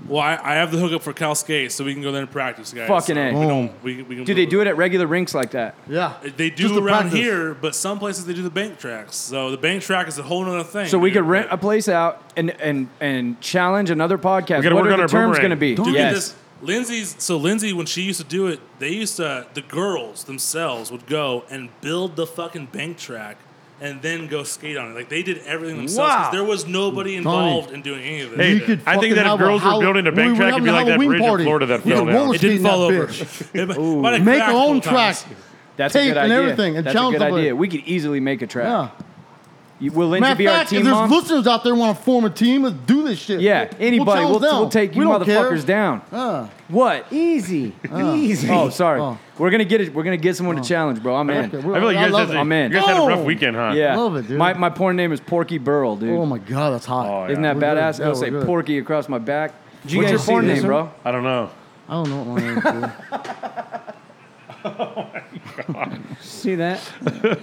[SPEAKER 5] Well, I, I have the hookup for Cal Skate, so we can go there and practice, guys.
[SPEAKER 2] Fucking
[SPEAKER 5] so
[SPEAKER 2] A.
[SPEAKER 5] We
[SPEAKER 4] Oh.
[SPEAKER 5] don't, we, we can
[SPEAKER 2] Do they do it at regular rinks like that?
[SPEAKER 6] Yeah.
[SPEAKER 5] They do
[SPEAKER 6] Just to
[SPEAKER 5] around
[SPEAKER 6] practice.
[SPEAKER 5] here, but some places they do the bank tracks. So the bank track is a whole other thing.
[SPEAKER 2] So we
[SPEAKER 5] dude.
[SPEAKER 2] could rent a place out and and and challenge another podcast.
[SPEAKER 3] We gotta
[SPEAKER 2] what
[SPEAKER 3] work
[SPEAKER 2] are
[SPEAKER 3] on
[SPEAKER 2] the
[SPEAKER 3] our
[SPEAKER 2] terms
[SPEAKER 3] boomerang.
[SPEAKER 2] going to be?
[SPEAKER 5] Dude, get
[SPEAKER 2] yes.
[SPEAKER 5] this. Lindsay's so Lindsay when she used to do it, they used to the girls themselves would go and build the fucking bank track and then go skate on it. Like they did everything themselves. 'cause
[SPEAKER 2] Wow.
[SPEAKER 5] There was nobody involved in doing any of this.
[SPEAKER 3] Hey,
[SPEAKER 6] You
[SPEAKER 5] shit.
[SPEAKER 6] could
[SPEAKER 3] I think
[SPEAKER 6] fucking
[SPEAKER 3] that if
[SPEAKER 6] have
[SPEAKER 3] girls were
[SPEAKER 6] Hall-
[SPEAKER 3] building a
[SPEAKER 6] we
[SPEAKER 3] bank
[SPEAKER 6] were
[SPEAKER 3] track, it'd
[SPEAKER 6] having
[SPEAKER 3] be
[SPEAKER 6] a
[SPEAKER 3] like that
[SPEAKER 6] Halloween
[SPEAKER 3] bridge in
[SPEAKER 6] party.
[SPEAKER 3] Florida that
[SPEAKER 6] We could
[SPEAKER 3] fell down.
[SPEAKER 6] roller
[SPEAKER 5] it didn't
[SPEAKER 6] skate in that
[SPEAKER 5] fall over.
[SPEAKER 6] bitch.
[SPEAKER 5] It might have
[SPEAKER 6] Make
[SPEAKER 5] cracked
[SPEAKER 6] our own
[SPEAKER 5] a couple times.
[SPEAKER 6] track.
[SPEAKER 2] That's a
[SPEAKER 6] tape
[SPEAKER 2] good
[SPEAKER 6] and
[SPEAKER 2] idea.
[SPEAKER 6] everything and
[SPEAKER 2] That's a
[SPEAKER 6] challenge
[SPEAKER 2] good
[SPEAKER 6] somebody.
[SPEAKER 2] idea. We could easily make a track.
[SPEAKER 6] Yeah.
[SPEAKER 2] You- will Lindsay
[SPEAKER 6] Matter
[SPEAKER 2] be
[SPEAKER 6] of
[SPEAKER 2] our
[SPEAKER 6] fact, if
[SPEAKER 2] team
[SPEAKER 6] there's
[SPEAKER 2] mom?
[SPEAKER 6] listeners out there want to form a team, let's do this shit.
[SPEAKER 2] yeah, anybody. We'll,
[SPEAKER 6] challenge them.
[SPEAKER 2] we'll take you
[SPEAKER 6] We don't care.
[SPEAKER 2] motherfuckers down.
[SPEAKER 6] Uh,
[SPEAKER 2] What?
[SPEAKER 4] Easy. Easy.
[SPEAKER 2] Oh, sorry.
[SPEAKER 6] Oh.
[SPEAKER 2] We're gonna get it. We're gonna get someone to challenge, bro. I'm
[SPEAKER 6] okay,
[SPEAKER 2] in.
[SPEAKER 6] we're-
[SPEAKER 3] I feel like you guys,
[SPEAKER 6] love
[SPEAKER 3] had,
[SPEAKER 6] it.
[SPEAKER 2] I'm in.
[SPEAKER 3] you guys had a rough
[SPEAKER 6] Boom.
[SPEAKER 3] weekend, huh?
[SPEAKER 2] Yeah,
[SPEAKER 6] love it, dude.
[SPEAKER 2] My my porn name is Porky Burl, dude.
[SPEAKER 6] Oh my god, that's hot.
[SPEAKER 3] Oh, yeah.
[SPEAKER 2] Isn't that
[SPEAKER 6] We're good.
[SPEAKER 2] badass?
[SPEAKER 6] Yeah,
[SPEAKER 2] It'll
[SPEAKER 6] we're
[SPEAKER 2] say
[SPEAKER 6] good.
[SPEAKER 2] Porky across my back.
[SPEAKER 4] you
[SPEAKER 2] What's your
[SPEAKER 4] guys see
[SPEAKER 2] porn
[SPEAKER 4] this
[SPEAKER 2] name,
[SPEAKER 4] one?
[SPEAKER 2] bro?
[SPEAKER 3] I don't know.
[SPEAKER 6] I don't know what mine is. dude.
[SPEAKER 4] See that?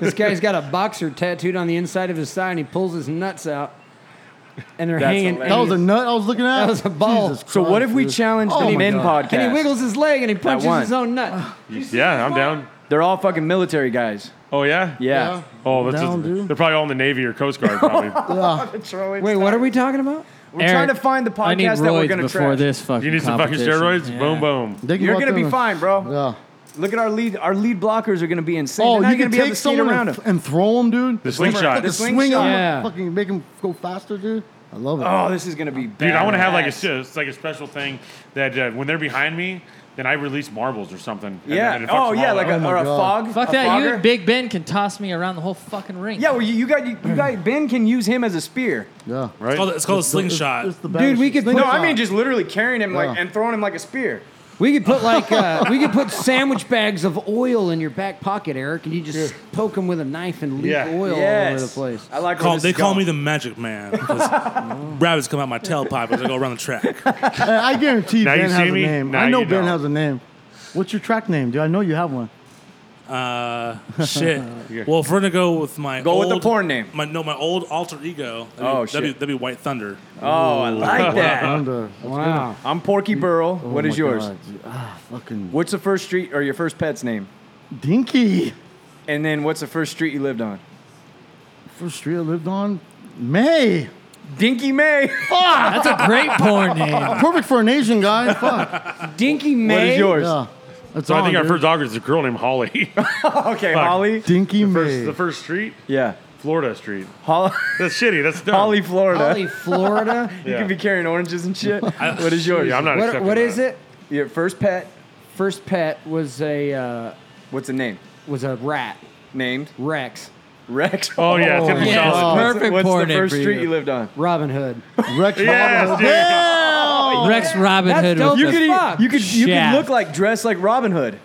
[SPEAKER 4] this guy's got a boxer tattooed on the inside of his thigh, and he pulls his nuts out, and they're
[SPEAKER 2] That's
[SPEAKER 4] hanging.
[SPEAKER 2] hilarious.
[SPEAKER 6] That was a nut I was looking at.
[SPEAKER 4] That was a ball.
[SPEAKER 6] Jesus
[SPEAKER 2] So what
[SPEAKER 6] Christ,
[SPEAKER 2] if we
[SPEAKER 6] dude.
[SPEAKER 2] challenge
[SPEAKER 6] Oh
[SPEAKER 2] the
[SPEAKER 6] my
[SPEAKER 2] men
[SPEAKER 6] God.
[SPEAKER 2] podcast?
[SPEAKER 4] and he wiggles his leg and he punches
[SPEAKER 2] one.
[SPEAKER 4] his own nut.
[SPEAKER 3] Yeah, I'm down.
[SPEAKER 2] They're all fucking military guys.
[SPEAKER 3] Oh yeah.
[SPEAKER 2] Yeah.
[SPEAKER 3] Oh, that's
[SPEAKER 6] Down,
[SPEAKER 3] just,
[SPEAKER 6] dude.
[SPEAKER 3] they're probably all in the Navy or Coast Guard. Probably.
[SPEAKER 4] Wait, what are we talking about?
[SPEAKER 2] We're trying to find the
[SPEAKER 7] I need
[SPEAKER 2] podcast that we're
[SPEAKER 7] roids
[SPEAKER 2] gonna
[SPEAKER 7] before
[SPEAKER 2] trash.
[SPEAKER 7] this fucking
[SPEAKER 3] you need some fucking
[SPEAKER 7] competition.
[SPEAKER 3] steroids.
[SPEAKER 7] Yeah.
[SPEAKER 3] Boom, boom.
[SPEAKER 6] They can
[SPEAKER 2] You're
[SPEAKER 6] go out
[SPEAKER 2] gonna
[SPEAKER 6] there
[SPEAKER 2] be
[SPEAKER 6] and-
[SPEAKER 2] fine, bro.
[SPEAKER 6] Yeah.
[SPEAKER 2] Look at our lead. Our lead blockers are gonna be insane.
[SPEAKER 6] Oh,
[SPEAKER 2] They're not
[SPEAKER 6] you can
[SPEAKER 2] gonna be able
[SPEAKER 6] take
[SPEAKER 2] to skate
[SPEAKER 6] someone
[SPEAKER 2] around
[SPEAKER 6] and,
[SPEAKER 2] them.
[SPEAKER 6] and throw them, dude.
[SPEAKER 3] The slingshot.
[SPEAKER 2] The
[SPEAKER 6] The
[SPEAKER 2] swing
[SPEAKER 6] swing, swing
[SPEAKER 2] shot.
[SPEAKER 6] on
[SPEAKER 7] Yeah.
[SPEAKER 6] them, fucking make them go faster, dude. I love it.
[SPEAKER 2] Oh, this is gonna be bad.
[SPEAKER 3] Dude, I want to have like a it's like a special thing that uh, when they're behind me, then I release marbles or something. and
[SPEAKER 2] Yeah.
[SPEAKER 3] then it fucks
[SPEAKER 2] oh,
[SPEAKER 3] them
[SPEAKER 2] yeah,
[SPEAKER 3] all
[SPEAKER 2] like
[SPEAKER 3] up.
[SPEAKER 2] a, or a
[SPEAKER 6] God.
[SPEAKER 2] fog.
[SPEAKER 7] Fuck
[SPEAKER 2] a
[SPEAKER 7] that. You
[SPEAKER 2] fogger.
[SPEAKER 7] and Big Ben can toss me around the whole fucking ring.
[SPEAKER 2] Yeah, well, you, you got you, you got Ben can use him as a spear.
[SPEAKER 6] yeah.
[SPEAKER 5] It's called, it's called a
[SPEAKER 6] It's-
[SPEAKER 5] slingshot.
[SPEAKER 6] it's the
[SPEAKER 4] Dude, we
[SPEAKER 6] baddest
[SPEAKER 4] could
[SPEAKER 6] thing.
[SPEAKER 4] put-
[SPEAKER 2] No, I mean just literally carrying him like
[SPEAKER 6] Yeah.
[SPEAKER 2] and throwing him like a spear.
[SPEAKER 4] We could put like uh, we could put sandwich bags of oil in your back pocket, Eric, and you just poke them with a knife and leak
[SPEAKER 3] Yeah.
[SPEAKER 4] oil all over
[SPEAKER 2] Yes.
[SPEAKER 4] the place.
[SPEAKER 2] I like where
[SPEAKER 5] Call,
[SPEAKER 2] this
[SPEAKER 5] they
[SPEAKER 2] is
[SPEAKER 5] call
[SPEAKER 2] going.
[SPEAKER 5] me the magic man because rabbits come out my tailpipe as I go around the track.
[SPEAKER 6] And I guarantee
[SPEAKER 3] Now you
[SPEAKER 6] Ben
[SPEAKER 3] see
[SPEAKER 6] has a
[SPEAKER 3] me?
[SPEAKER 6] name.
[SPEAKER 3] Now
[SPEAKER 6] I know
[SPEAKER 3] you
[SPEAKER 6] Ben
[SPEAKER 3] don't.
[SPEAKER 6] has a name. What's your track name, dude? I know you have one.
[SPEAKER 5] Uh, shit. Well, if we're gonna go with my
[SPEAKER 2] Go with
[SPEAKER 5] old,
[SPEAKER 2] the porn name.
[SPEAKER 5] My no, my old alter ego. That'd
[SPEAKER 2] Oh,
[SPEAKER 5] be, that'd
[SPEAKER 2] shit.
[SPEAKER 5] Be, that'd be White Thunder.
[SPEAKER 2] Oh, I like that.
[SPEAKER 6] Thunder.
[SPEAKER 4] Wow.
[SPEAKER 2] I'm Porky Burl. what
[SPEAKER 6] Oh
[SPEAKER 2] is
[SPEAKER 6] my
[SPEAKER 2] yours?
[SPEAKER 6] God, dude. Ah, fucking
[SPEAKER 2] What's the first street or your first pet's name?
[SPEAKER 6] Dinky.
[SPEAKER 2] And then what's the first street you lived on?
[SPEAKER 6] First street I lived on, May.
[SPEAKER 2] Dinky May.
[SPEAKER 7] That's a great porn name.
[SPEAKER 6] Perfect for an Asian guy. Fuck.
[SPEAKER 4] Dinky May.
[SPEAKER 2] What is yours?
[SPEAKER 6] Yeah. That's
[SPEAKER 3] So
[SPEAKER 6] all.
[SPEAKER 3] I think our
[SPEAKER 6] dude.
[SPEAKER 3] first dog is a girl named Holly.
[SPEAKER 2] Okay, Holly.
[SPEAKER 6] Dinky
[SPEAKER 3] first,
[SPEAKER 6] May.
[SPEAKER 3] the first street,
[SPEAKER 2] Yeah.
[SPEAKER 3] Florida Street.
[SPEAKER 2] Holly,
[SPEAKER 3] That's shitty. That's dumb.
[SPEAKER 2] Holly Florida.
[SPEAKER 4] Holly, Florida.
[SPEAKER 2] You
[SPEAKER 3] Yeah.
[SPEAKER 2] could be carrying oranges and shit. what is yours?
[SPEAKER 3] Yeah, Uh, I'm not
[SPEAKER 4] what
[SPEAKER 3] accepting
[SPEAKER 4] what
[SPEAKER 3] that.
[SPEAKER 4] is it?
[SPEAKER 2] Your first pet.
[SPEAKER 4] First pet was a uh,
[SPEAKER 2] What's the name?
[SPEAKER 4] was a rat,
[SPEAKER 2] Named
[SPEAKER 4] Rex,
[SPEAKER 2] Rex.
[SPEAKER 3] Oh, yeah, it's gonna be
[SPEAKER 7] Yes.
[SPEAKER 3] solid.
[SPEAKER 7] Oh.
[SPEAKER 2] What's-
[SPEAKER 7] Perfect
[SPEAKER 2] What's
[SPEAKER 7] porn
[SPEAKER 2] the
[SPEAKER 7] name
[SPEAKER 2] first
[SPEAKER 7] for you.
[SPEAKER 2] street you. lived on?
[SPEAKER 4] Robin Hood.
[SPEAKER 6] Rex
[SPEAKER 3] Yes, dude.
[SPEAKER 7] Rex Robin
[SPEAKER 4] That's
[SPEAKER 7] Hood.
[SPEAKER 4] dope
[SPEAKER 7] with
[SPEAKER 2] You
[SPEAKER 4] as
[SPEAKER 7] the-
[SPEAKER 2] could,
[SPEAKER 4] fuck.
[SPEAKER 2] you could you could
[SPEAKER 7] Shaft.
[SPEAKER 2] look like dress like Robin Hood.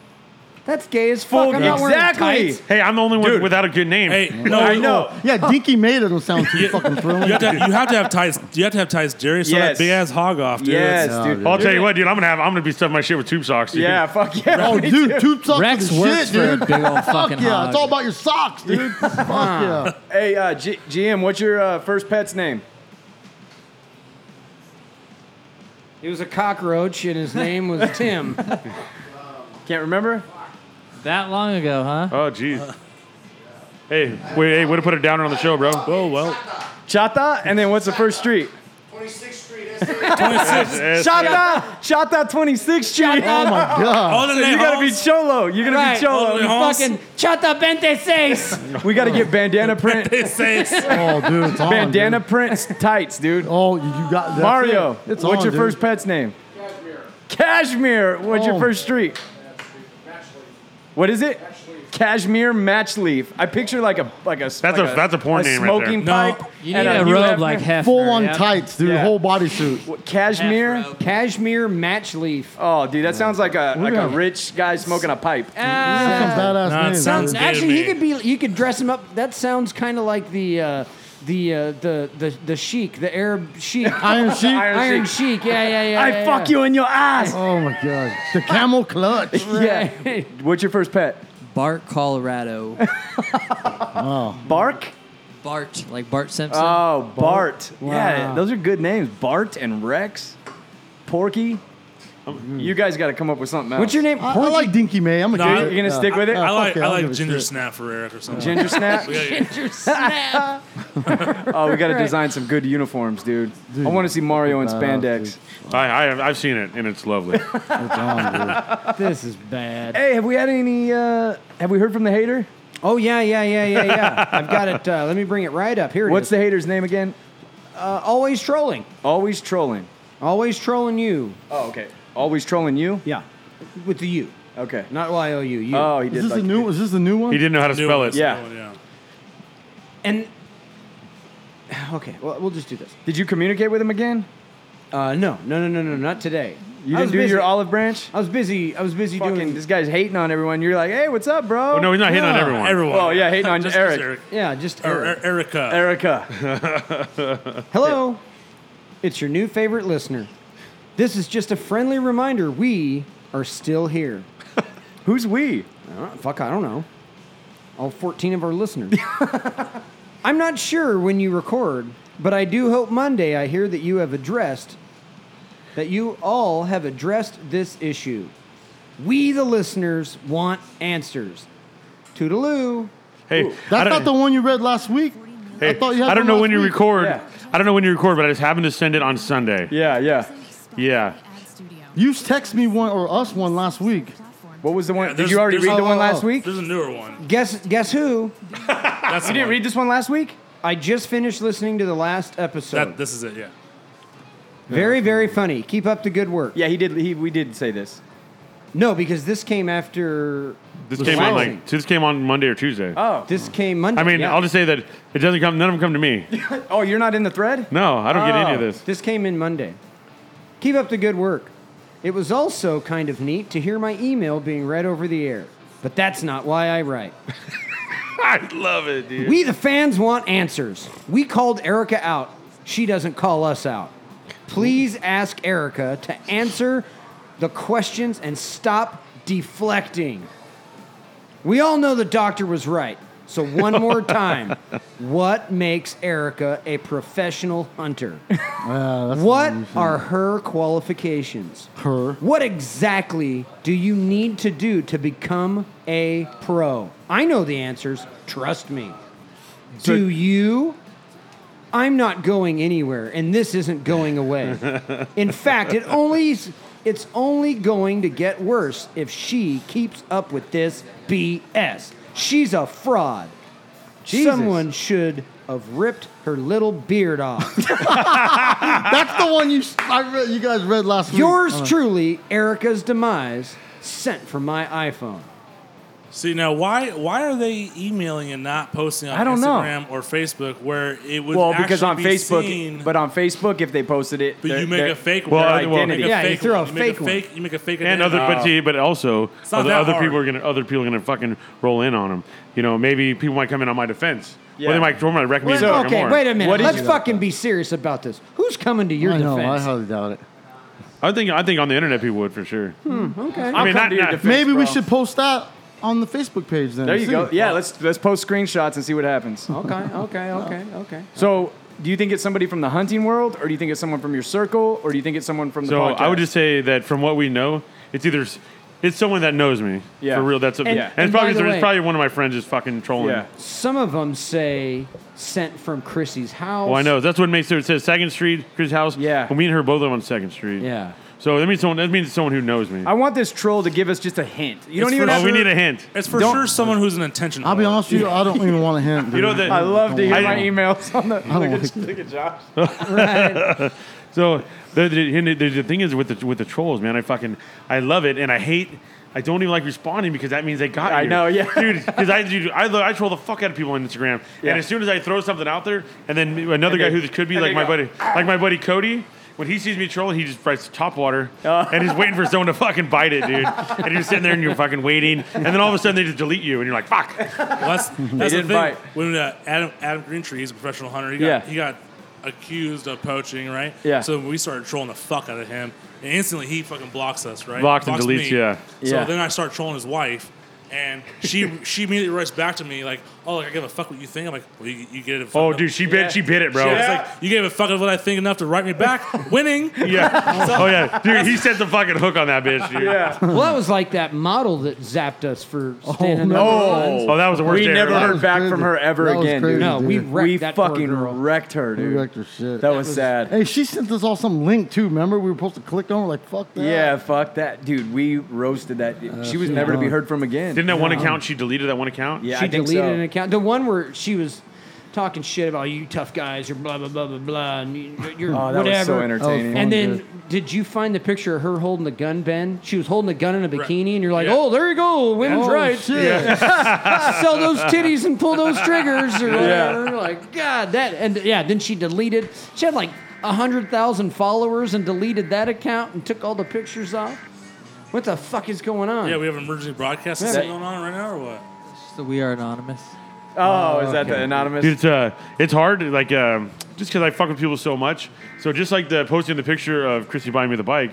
[SPEAKER 4] That's gay as fuck. I'm not wearing
[SPEAKER 2] exactly.
[SPEAKER 4] tights.
[SPEAKER 3] Hey, I'm the only one without a good name.
[SPEAKER 5] Hey, no,
[SPEAKER 2] I know.
[SPEAKER 6] Yeah, Dinky May doesn't sound too fucking
[SPEAKER 5] You have,
[SPEAKER 6] thrilling.
[SPEAKER 5] to, you have to have ties. You have to have ties, Jerry. So
[SPEAKER 2] Yes.
[SPEAKER 5] that big ass hog off, dude.
[SPEAKER 2] Yes,
[SPEAKER 5] That's-
[SPEAKER 2] dude.
[SPEAKER 3] Well, I'll tell you what, dude. I'm gonna have. I'm gonna be stuffing my shit with tube socks. Dude.
[SPEAKER 2] Yeah, fuck yeah.
[SPEAKER 6] Oh,
[SPEAKER 2] me
[SPEAKER 6] dude,
[SPEAKER 2] too.
[SPEAKER 6] two socks
[SPEAKER 7] Rex
[SPEAKER 6] is
[SPEAKER 7] works
[SPEAKER 6] shit, dude.
[SPEAKER 7] for a big old fucking
[SPEAKER 6] Fuck yeah,
[SPEAKER 7] hog.
[SPEAKER 6] it's all about your socks, dude. Fuck yeah.
[SPEAKER 2] Hey, uh, G- GM, what's your uh, first pet's name?
[SPEAKER 4] He was a cockroach, and his name was Tim.
[SPEAKER 2] Can't remember?
[SPEAKER 7] that long ago, huh?
[SPEAKER 3] Oh, jeez. Hey, wait, hey, way to put a downer on the show, bro.
[SPEAKER 5] Whoa, well,
[SPEAKER 2] Chata? And then what's the first street?
[SPEAKER 8] 26th Street, SA.
[SPEAKER 3] Yes,
[SPEAKER 2] Chata! Chata 26th Street! Oh my god.
[SPEAKER 5] all the
[SPEAKER 2] You gotta be Cholo. You're gonna
[SPEAKER 4] Right.
[SPEAKER 2] be Cholo.
[SPEAKER 5] All
[SPEAKER 2] You
[SPEAKER 5] the
[SPEAKER 2] fuck-
[SPEAKER 4] fucking chata bente seis.
[SPEAKER 2] We gotta get bandana print.
[SPEAKER 6] Oh, dude, it's on.
[SPEAKER 2] bandana
[SPEAKER 6] Dude.
[SPEAKER 2] print tights, dude.
[SPEAKER 6] Oh, you you got that's
[SPEAKER 2] Mario,
[SPEAKER 6] It. It's
[SPEAKER 2] what's
[SPEAKER 6] on,
[SPEAKER 2] your
[SPEAKER 6] dude.
[SPEAKER 2] first pet's name? Cashmere. Cashmere. What's your
[SPEAKER 6] Oh.
[SPEAKER 2] first street? What is it? Cashmere match leaf. I picture like a like a that's
[SPEAKER 3] a- that's a porn name right there.
[SPEAKER 2] smoking
[SPEAKER 5] No,
[SPEAKER 2] pipe.
[SPEAKER 7] You need
[SPEAKER 2] and
[SPEAKER 7] a
[SPEAKER 2] Hugh
[SPEAKER 7] robe
[SPEAKER 2] Hefner.
[SPEAKER 7] like Hefner.
[SPEAKER 6] full on
[SPEAKER 7] yeah.
[SPEAKER 6] tights, dude?
[SPEAKER 2] Yeah.
[SPEAKER 6] Whole bodysuit.
[SPEAKER 2] What, Cashmere.
[SPEAKER 7] Half robe.
[SPEAKER 4] Cashmere match leaf.
[SPEAKER 2] Oh, dude, that sounds like a like a
[SPEAKER 6] gonna-
[SPEAKER 2] rich guy smoking a pipe.
[SPEAKER 6] Some
[SPEAKER 4] Ah.
[SPEAKER 6] badass
[SPEAKER 5] Nah, it
[SPEAKER 6] name, dude.
[SPEAKER 5] sounds- Gay to
[SPEAKER 4] actually, he
[SPEAKER 5] me.
[SPEAKER 4] could be. You could dress him up. That sounds kind of like the. Uh, the, uh, the the the sheik, the Arab sheik,
[SPEAKER 6] Iron Sheik.
[SPEAKER 2] Iron
[SPEAKER 4] Iron
[SPEAKER 2] Sheik.
[SPEAKER 4] Sheik. Yeah, yeah, yeah.
[SPEAKER 2] I
[SPEAKER 4] yeah,
[SPEAKER 2] fuck
[SPEAKER 4] yeah.
[SPEAKER 2] you in your ass.
[SPEAKER 6] Oh my god, the camel clutch.
[SPEAKER 2] Yeah. What's your first pet?
[SPEAKER 7] Bart, Colorado.
[SPEAKER 2] Bark.
[SPEAKER 7] Bart, like Bart Simpson.
[SPEAKER 4] Uh,
[SPEAKER 2] Oh, Bart. Yeah,
[SPEAKER 4] Wow.
[SPEAKER 2] those are good names. Bart and Rex. Porky. You guys got to come up with something else.
[SPEAKER 4] What's your name?
[SPEAKER 2] Uh,
[SPEAKER 6] I, I like Dinky May. I'm a
[SPEAKER 5] Nah,
[SPEAKER 2] You're
[SPEAKER 6] dude.
[SPEAKER 2] going to stick with it?
[SPEAKER 5] I like
[SPEAKER 6] Okay,
[SPEAKER 5] I
[SPEAKER 6] I'll
[SPEAKER 5] like
[SPEAKER 6] give a
[SPEAKER 5] ginger
[SPEAKER 6] shit.
[SPEAKER 5] snap for Eric or something.
[SPEAKER 2] Ginger Snap?
[SPEAKER 4] Ginger Snap.
[SPEAKER 2] Oh, we got to design some good uniforms, dude. I want to see Mario in spandex.
[SPEAKER 3] I, I have, I've seen it, and it's lovely.
[SPEAKER 6] It's on, dude.
[SPEAKER 4] this is bad.
[SPEAKER 2] Hey, have we had any, uh, have we heard from the hater?
[SPEAKER 4] Oh yeah, yeah, yeah, yeah, yeah. I've got it. Uh, let me bring it right up. Here it
[SPEAKER 2] What's
[SPEAKER 4] is.
[SPEAKER 2] the hater's name again?
[SPEAKER 4] Uh, always trolling.
[SPEAKER 2] Always trolling.
[SPEAKER 4] Always trolling you.
[SPEAKER 2] Oh, okay. Always trolling you?
[SPEAKER 4] Yeah. With the U,
[SPEAKER 2] Okay.
[SPEAKER 4] not Y O U. You.
[SPEAKER 2] Oh, he did
[SPEAKER 6] Is this
[SPEAKER 2] like
[SPEAKER 6] the new? Is this the new one?
[SPEAKER 3] He didn't know how to
[SPEAKER 5] New
[SPEAKER 3] spell
[SPEAKER 5] one,
[SPEAKER 3] it.
[SPEAKER 5] new
[SPEAKER 2] Yeah.
[SPEAKER 5] one, yeah.
[SPEAKER 4] and okay, well, we'll just do this.
[SPEAKER 2] Did you communicate with him again?
[SPEAKER 4] Uh, no, no, no, no, no, not today.
[SPEAKER 2] You
[SPEAKER 4] I was
[SPEAKER 2] didn't do
[SPEAKER 4] busy.
[SPEAKER 2] your olive branch?
[SPEAKER 4] I was busy. I was busy
[SPEAKER 2] Fucking,
[SPEAKER 4] doing.
[SPEAKER 2] this guy's hating on everyone. You're like, hey, what's up, bro?
[SPEAKER 3] Oh, no, he's not hitting on everyone.
[SPEAKER 5] Everyone.
[SPEAKER 2] Oh, yeah, hating on
[SPEAKER 5] Just
[SPEAKER 2] Eric.
[SPEAKER 4] Yeah, just uh,
[SPEAKER 5] Or,
[SPEAKER 4] Eric.
[SPEAKER 5] Er- Erica.
[SPEAKER 2] Erica.
[SPEAKER 4] Hello. It's your new favorite listener. This is just a friendly reminder. We are still here.
[SPEAKER 2] Who's we?
[SPEAKER 4] Uh, fuck, I don't know. All 14 of our listeners. I'm not sure when you record, but I do hope Monday I hear that you have addressed, that you all have addressed this issue. We, the listeners, want answers. Toodaloo.
[SPEAKER 3] Hey, I
[SPEAKER 6] That's
[SPEAKER 3] don't-
[SPEAKER 6] not the one you read last week.
[SPEAKER 3] Hey, I,
[SPEAKER 6] I thought you had
[SPEAKER 3] don't
[SPEAKER 6] one
[SPEAKER 3] know
[SPEAKER 6] last
[SPEAKER 3] when you
[SPEAKER 6] week.
[SPEAKER 3] record.
[SPEAKER 2] Yeah.
[SPEAKER 3] I don't know when you record, but I just happened to send it on Sunday.
[SPEAKER 2] Yeah, yeah.
[SPEAKER 3] Yeah.
[SPEAKER 6] You text me one or us one last week.
[SPEAKER 2] What was the one?
[SPEAKER 5] Yeah,
[SPEAKER 2] did
[SPEAKER 5] there's-
[SPEAKER 2] you already
[SPEAKER 5] there's-
[SPEAKER 2] read the
[SPEAKER 5] oh,
[SPEAKER 2] one
[SPEAKER 4] oh,
[SPEAKER 2] last
[SPEAKER 4] oh.
[SPEAKER 2] week?
[SPEAKER 5] There's a newer one.
[SPEAKER 4] Guess, guess who?
[SPEAKER 5] That's
[SPEAKER 2] You didn't read this one last week?
[SPEAKER 4] I just finished listening to the last episode.
[SPEAKER 5] That, this is it. Yeah.
[SPEAKER 4] very, very funny. Keep up the good work.
[SPEAKER 2] Yeah, he did. He, we did say this.
[SPEAKER 4] No, because this came after.
[SPEAKER 3] This
[SPEAKER 4] Was
[SPEAKER 3] came on
[SPEAKER 4] Friday.
[SPEAKER 3] like this came on Monday or Tuesday.
[SPEAKER 2] Oh,
[SPEAKER 4] This came Monday.
[SPEAKER 3] I mean,
[SPEAKER 4] yeah.
[SPEAKER 3] I'll just say that it doesn't come. None of them come to me.
[SPEAKER 2] oh, you're not in the thread?
[SPEAKER 3] No, I don't get any
[SPEAKER 2] Oh.
[SPEAKER 3] of this.
[SPEAKER 4] This came in Monday. Keep up the good work. It was also kind of neat to hear my email being read over the air. But that's not why I write.
[SPEAKER 2] I love it, dude.
[SPEAKER 4] We, the fans, want answers. We called Erica out. She doesn't call us out. Please ask Erica to answer the questions and stop deflecting. We all know the doctor was right. So, one more time what makes Erica a professional hunter? What are her qualifications?
[SPEAKER 6] Her.
[SPEAKER 4] What exactly do you need to do to become a pro? I know the answers. Trust me. do you? I'm not going anywhere, and this isn't going away. In fact, it only it's only going to get worse if she keeps up with this BS. She's a fraud. Someone should have ripped her little beard off.
[SPEAKER 6] That's the one you I read, you guys read last week.
[SPEAKER 4] Yours
[SPEAKER 6] Uh,
[SPEAKER 4] truly, Erica's demise, sent from my iPhone.
[SPEAKER 5] See now, why why are they emailing and not posting on
[SPEAKER 2] I don't know.
[SPEAKER 5] Instagram or Facebook where it would
[SPEAKER 2] well, because
[SPEAKER 5] actually
[SPEAKER 2] on
[SPEAKER 5] be
[SPEAKER 2] Facebook,
[SPEAKER 5] seen,
[SPEAKER 2] but on Facebook, if they posted it,
[SPEAKER 5] but
[SPEAKER 2] they're-
[SPEAKER 5] you make
[SPEAKER 2] they're-
[SPEAKER 5] a fake
[SPEAKER 2] their
[SPEAKER 5] one.
[SPEAKER 3] Well, I- well,
[SPEAKER 2] identity.
[SPEAKER 5] You make
[SPEAKER 4] Yeah, you
[SPEAKER 5] fake
[SPEAKER 4] throw a
[SPEAKER 5] one. you make
[SPEAKER 4] fake one.
[SPEAKER 5] fake, You make a fake
[SPEAKER 3] and
[SPEAKER 5] identity.
[SPEAKER 3] other but see, but also
[SPEAKER 5] not
[SPEAKER 3] other,
[SPEAKER 5] that
[SPEAKER 3] other
[SPEAKER 5] hard.
[SPEAKER 3] people are gonna other people are gonna fucking roll in on them. You know, maybe people might come in on my defense.
[SPEAKER 2] Yeah.
[SPEAKER 3] Or they might, or might recommend
[SPEAKER 2] Well,
[SPEAKER 3] fucking
[SPEAKER 4] okay,
[SPEAKER 3] more.
[SPEAKER 4] wait a minute.
[SPEAKER 2] What is
[SPEAKER 4] Let's
[SPEAKER 2] it?
[SPEAKER 4] fucking be serious about this. Who's coming to your
[SPEAKER 6] I know. I
[SPEAKER 4] defense?
[SPEAKER 6] highly doubt it.
[SPEAKER 3] I think I think on the internet people would for sure.
[SPEAKER 4] okay.
[SPEAKER 3] I
[SPEAKER 2] come
[SPEAKER 3] mean, not,
[SPEAKER 2] to your
[SPEAKER 3] not-
[SPEAKER 2] defense.
[SPEAKER 6] Maybe we
[SPEAKER 2] bro.
[SPEAKER 6] should post that on the Facebook page then.
[SPEAKER 2] There you
[SPEAKER 6] too.
[SPEAKER 2] go. Yeah, let's let's post screenshots and see what happens.
[SPEAKER 3] Oh.
[SPEAKER 4] okay, okay, okay, okay.
[SPEAKER 2] So, do you think it's somebody from the hunting world, or do you think it's someone from your circle, or do you think it's someone from the
[SPEAKER 3] So
[SPEAKER 2] podcast?
[SPEAKER 3] I would just say that from what we know, it's either s- it's someone that knows me
[SPEAKER 2] Yeah.
[SPEAKER 3] for real. That's a,
[SPEAKER 2] And-
[SPEAKER 3] and,
[SPEAKER 4] and
[SPEAKER 3] it's probably
[SPEAKER 4] by the
[SPEAKER 3] it's
[SPEAKER 4] way-
[SPEAKER 3] probably one of my friends just fucking trolling.
[SPEAKER 2] yeah.
[SPEAKER 4] Some of them say sent from Chrissy's house.
[SPEAKER 3] Well, I know that's what makes it, it says Second Street, Chris House.
[SPEAKER 2] Yeah.
[SPEAKER 3] well, me and her both live on Second Street.
[SPEAKER 4] Yeah.
[SPEAKER 3] so that means someone that means someone who knows me.
[SPEAKER 2] I want this troll to give us just a hint. You don't
[SPEAKER 5] It's
[SPEAKER 2] even.
[SPEAKER 5] for
[SPEAKER 3] oh,
[SPEAKER 2] Have
[SPEAKER 3] we
[SPEAKER 2] to-
[SPEAKER 3] need a hint.
[SPEAKER 5] It's for
[SPEAKER 2] Don't-
[SPEAKER 5] sure someone who's an intention.
[SPEAKER 6] I'll be
[SPEAKER 5] whore.
[SPEAKER 6] honest with you. I don't even want to hint.
[SPEAKER 3] You know
[SPEAKER 6] dude.
[SPEAKER 3] that
[SPEAKER 2] I love to hear
[SPEAKER 3] I-
[SPEAKER 2] my emails on the.
[SPEAKER 6] don't
[SPEAKER 2] Look
[SPEAKER 6] like
[SPEAKER 2] at, look at Josh.
[SPEAKER 3] So the, the, and the, the thing is with the with the trolls, man. I fucking I love it, and I hate. I don't even like responding because that means they got
[SPEAKER 2] I
[SPEAKER 3] you.
[SPEAKER 2] know, yeah.
[SPEAKER 3] dude. Because I dude, I, lo- I troll the fuck out of people on Instagram,
[SPEAKER 2] Yeah.
[SPEAKER 3] and as soon as I throw something out there, and then another
[SPEAKER 2] And
[SPEAKER 3] guy
[SPEAKER 2] they-
[SPEAKER 3] who this could be
[SPEAKER 2] and
[SPEAKER 3] like
[SPEAKER 2] they
[SPEAKER 3] my
[SPEAKER 2] go, "Ah."
[SPEAKER 3] buddy, like my buddy Cody. When he sees me trolling, he just writes top water
[SPEAKER 2] Oh.
[SPEAKER 3] and he's waiting for someone to fucking bite it, dude. and you're sitting there and you're fucking waiting, and then all of a sudden they just delete you, and you're like, fuck.
[SPEAKER 5] Well, that's, that's the
[SPEAKER 2] didn't
[SPEAKER 5] thing.
[SPEAKER 2] bite.
[SPEAKER 5] When uh, Adam Adam Greentree, he's a professional hunter. He got,
[SPEAKER 2] Yeah.
[SPEAKER 5] he got accused of poaching, right?
[SPEAKER 2] Yeah.
[SPEAKER 5] So we started trolling the fuck out of him, and instantly he fucking blocks us, right?
[SPEAKER 3] Blocks and deletes, yeah.
[SPEAKER 5] So
[SPEAKER 2] Yeah.
[SPEAKER 5] then I start trolling his wife. And she she immediately writes back to me like, "Oh, like I give a fuck what you think." I'm like, "Well, you, you get it."
[SPEAKER 3] Oh, dude, she bit, she bit it, bro.
[SPEAKER 5] It's like you gave a fuck of what I think enough to write me back. Winning.
[SPEAKER 3] yeah. Oh yeah, dude, he set the fucking hook on that bitch, dude.
[SPEAKER 2] Yeah.
[SPEAKER 4] Well, that was like that model that zapped us for standing
[SPEAKER 6] no.
[SPEAKER 4] up.
[SPEAKER 3] Oh, that was the worst.
[SPEAKER 2] We
[SPEAKER 3] day of
[SPEAKER 2] never
[SPEAKER 3] our lives.
[SPEAKER 2] heard back from her ever
[SPEAKER 6] That was
[SPEAKER 2] again,
[SPEAKER 6] crazy,
[SPEAKER 2] dude.
[SPEAKER 4] No, we
[SPEAKER 6] dude.
[SPEAKER 4] wrecked
[SPEAKER 2] we
[SPEAKER 4] that poor
[SPEAKER 2] fucking
[SPEAKER 4] girl.
[SPEAKER 2] wrecked her, dude.
[SPEAKER 6] We wrecked her shit.
[SPEAKER 2] That was sad.
[SPEAKER 6] Hey, she sent us all some link too. Remember, we were supposed to click on. it, Like, fuck that.
[SPEAKER 2] Yeah, fuck that, dude. We roasted that. dude.
[SPEAKER 6] Uh,
[SPEAKER 2] she was never to be heard from again.
[SPEAKER 3] Didn't that one account she deleted that one account?
[SPEAKER 2] yeah,
[SPEAKER 4] she
[SPEAKER 2] I think
[SPEAKER 4] deleted
[SPEAKER 2] so.
[SPEAKER 4] an account. The one where she was talking shit about you tough guys, you're blah blah blah blah blah, and you- you're
[SPEAKER 2] Oh, that was
[SPEAKER 4] whatever.
[SPEAKER 2] so entertaining.
[SPEAKER 4] And
[SPEAKER 6] Oh,
[SPEAKER 4] then,
[SPEAKER 6] dude.
[SPEAKER 4] did you find the picture of her holding the gun, Ben? She was holding a gun in a
[SPEAKER 5] Right.
[SPEAKER 4] bikini, and you're like,
[SPEAKER 5] Yeah.
[SPEAKER 4] "Oh, there you go, women's
[SPEAKER 6] Oh,
[SPEAKER 4] rights.
[SPEAKER 6] shit.
[SPEAKER 4] Sell those titties and pull those triggers, or whatever." Like, God, that and yeah. Then she deleted. She had like hundred thousand followers and deleted that account and took all the pictures off. What the fuck is going on?
[SPEAKER 5] Yeah, we have an emergency broadcast
[SPEAKER 2] Yeah.
[SPEAKER 5] that's going on right now, or what?
[SPEAKER 7] So we are anonymous.
[SPEAKER 2] oh, is that the anonymous?
[SPEAKER 3] Dude, it's uh, it's hard. Like, um, just because I fuck with people so much. So just like the posting the picture of Christy buying me the bike,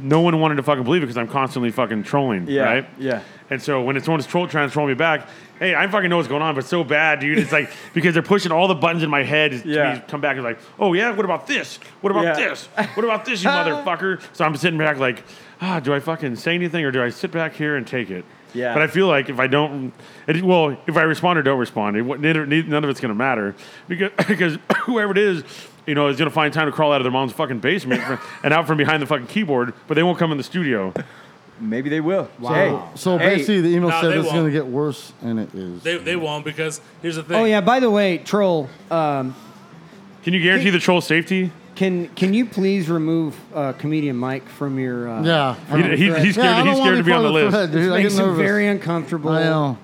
[SPEAKER 3] no one wanted to fucking believe it because I'm constantly fucking trolling.
[SPEAKER 2] yeah,
[SPEAKER 3] Right.
[SPEAKER 2] yeah.
[SPEAKER 3] And so when it's someone's troll trying to troll me back, hey, I fucking know what's going on, but so bad, dude. It's like because they're pushing all the buttons in my head. It's-
[SPEAKER 2] Yeah.
[SPEAKER 3] you Come back and like, oh yeah, what about this? What about
[SPEAKER 2] Yeah.
[SPEAKER 3] this? What about this, you motherfucker? So I'm sitting back like, ah, do I fucking say anything or do I sit back here and take it?
[SPEAKER 2] Yeah.
[SPEAKER 3] But I feel like if I don't, it, well, if I respond or don't respond, it, won't- neither, neither- none of it's gonna matter because because whoever it is. You know, is gonna find time to crawl out of their mom's fucking basement for- and out from behind the fucking keyboard, but they won't come in the studio.
[SPEAKER 2] Maybe they will. Wow.
[SPEAKER 6] So basically, the email
[SPEAKER 5] Nah,
[SPEAKER 6] said
[SPEAKER 5] they
[SPEAKER 6] it's
[SPEAKER 5] won't.
[SPEAKER 6] going to get worse, and it is.
[SPEAKER 5] They, they won't because here's the thing.
[SPEAKER 4] Oh yeah. By the way, troll. Um,
[SPEAKER 3] Can you guarantee the troll safety?
[SPEAKER 4] Can can you please remove uh, comedian Mike from your? Uh,
[SPEAKER 6] yeah.
[SPEAKER 3] He- he- he's scared,
[SPEAKER 6] I don't
[SPEAKER 3] he's
[SPEAKER 6] wanna
[SPEAKER 3] scared to be on the
[SPEAKER 6] part of
[SPEAKER 3] list.
[SPEAKER 6] thread, dude. I get
[SPEAKER 4] makes him
[SPEAKER 6] nervous.
[SPEAKER 4] very uncomfortable.
[SPEAKER 6] I know.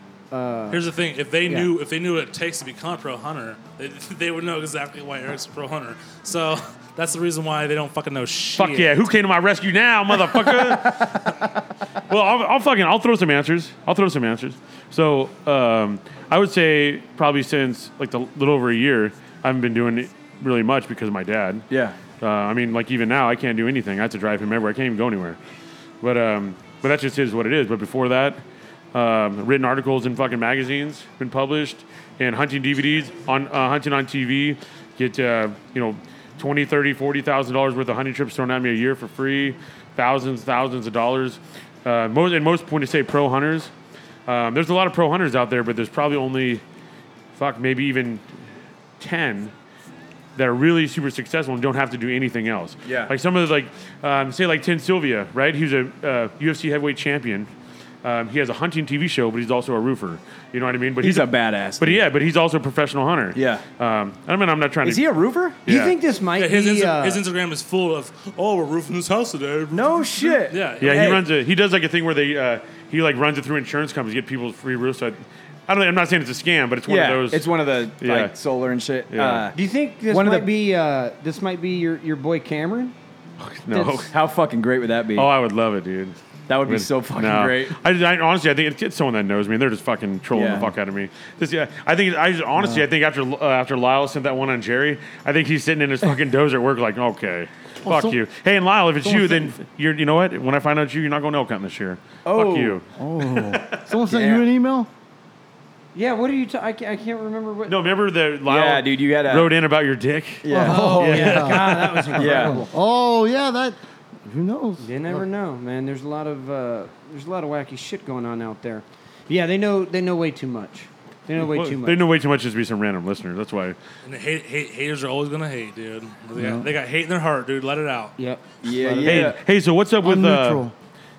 [SPEAKER 5] Here's the thing: if they knew if they knew what it takes to become a pro hunter, they, they would know exactly why Eric's a pro hunter. So That's the reason why they don't fucking know shit.
[SPEAKER 3] Fuck yeah. Who came to my rescue now, motherfucker? well, I'll, I'll fucking I'll throw some answers. I'll throw some answers. So um, I would say probably since like the little over a year, I haven't been doing it really much because of my dad.
[SPEAKER 2] Yeah.
[SPEAKER 3] Uh, I mean, like even now, I can't do anything. I have to drive him everywhere. I can't even go anywhere. But um, but that just is what it is. But before that, um, written articles in fucking magazines been published, and hunting DVDs on uh, hunting on TV. Get uh, you know twenty, thirty, forty thousand dollars worth of hunting trips thrown at me a year for free, thousands, thousands of dollars. Uh, most and most when you say pro hunters, um, there's a lot of pro hunters out there, but there's probably only fuck maybe even ten that are really super successful and don't have to do anything else.
[SPEAKER 2] Yeah.
[SPEAKER 3] Like some of the like, um, say like Tin Sylvia, right? He's a uh, UFC heavyweight champion. Um, he has a hunting TV show, but he's also a roofer. You know what I mean? But
[SPEAKER 2] He's a badass.
[SPEAKER 3] But
[SPEAKER 2] dude.
[SPEAKER 3] yeah, but he's also a professional hunter.
[SPEAKER 2] Yeah.
[SPEAKER 3] Um, I mean, I'm not trying
[SPEAKER 2] Is
[SPEAKER 3] to.
[SPEAKER 2] he a roofer?
[SPEAKER 4] You
[SPEAKER 3] Yeah.
[SPEAKER 4] think this might
[SPEAKER 5] Yeah, his,
[SPEAKER 4] be?
[SPEAKER 5] Insta-
[SPEAKER 4] uh,
[SPEAKER 5] his Instagram is full of, oh, we're roofing this house today.
[SPEAKER 2] No shit.
[SPEAKER 5] Yeah.
[SPEAKER 3] yeah,
[SPEAKER 2] Hey.
[SPEAKER 3] he runs a. He does like a thing where they uh, he like runs it through insurance companies to get people free roofs. So I, I don't. I'm not saying it's a scam, but it's one
[SPEAKER 2] yeah.
[SPEAKER 3] of those.
[SPEAKER 2] It's one of the
[SPEAKER 3] Yeah.
[SPEAKER 2] like solar and shit.
[SPEAKER 3] Yeah.
[SPEAKER 2] Uh,
[SPEAKER 4] do you think this
[SPEAKER 2] one of
[SPEAKER 4] might
[SPEAKER 2] the-
[SPEAKER 4] be? Uh, this might be your, your boy Cameron.
[SPEAKER 3] no.
[SPEAKER 4] that's-
[SPEAKER 2] how fucking great would that be?
[SPEAKER 3] Oh, I would love it, dude.
[SPEAKER 2] that would be
[SPEAKER 3] But-
[SPEAKER 2] so fucking
[SPEAKER 3] no.
[SPEAKER 2] great.
[SPEAKER 3] I, I honestly, I think it's, it's someone that knows me. They're just fucking trolling
[SPEAKER 2] Yeah.
[SPEAKER 3] the fuck out of me. This, yeah, I think. I just, honestly, I think after uh, after Lyle sent that one on Jerry, I think he's sitting in his fucking dozer at work, like, okay, fuck
[SPEAKER 6] so-
[SPEAKER 3] you. Hey, and Lyle, if it's you,
[SPEAKER 6] someone
[SPEAKER 3] then you're. You know what? When I find out you, you're not going elk hunting this year.
[SPEAKER 2] Oh.
[SPEAKER 3] Fuck you.
[SPEAKER 6] Someone sent
[SPEAKER 2] Yeah.
[SPEAKER 6] you an email?
[SPEAKER 4] Yeah. What are you? Ta- I, can't, I can't remember what.
[SPEAKER 3] No, remember the Lyle?
[SPEAKER 2] Yeah, dude, you had a-
[SPEAKER 3] wrote in about your dick.
[SPEAKER 2] Yeah.
[SPEAKER 6] Oh, yeah.
[SPEAKER 4] God, that was
[SPEAKER 2] yeah.
[SPEAKER 4] incredible.
[SPEAKER 6] Oh, yeah, that. Who knows?
[SPEAKER 4] You never know, man. There's a lot of uh, there's a lot of wacky shit going on out there. Yeah, they know they know way too much. They know way
[SPEAKER 3] Well,
[SPEAKER 4] too much.
[SPEAKER 3] They know way too much just to be some random listener. That's why.
[SPEAKER 5] And the hate, hate, haters are always going to hate, dude. They got, they got hate in their heart, dude. Let it out.
[SPEAKER 4] Yep.
[SPEAKER 2] Yeah.
[SPEAKER 4] Let 'em-
[SPEAKER 2] Yeah.
[SPEAKER 3] Hey, hey, so what's up with
[SPEAKER 6] I'm
[SPEAKER 3] uh,
[SPEAKER 6] neutral.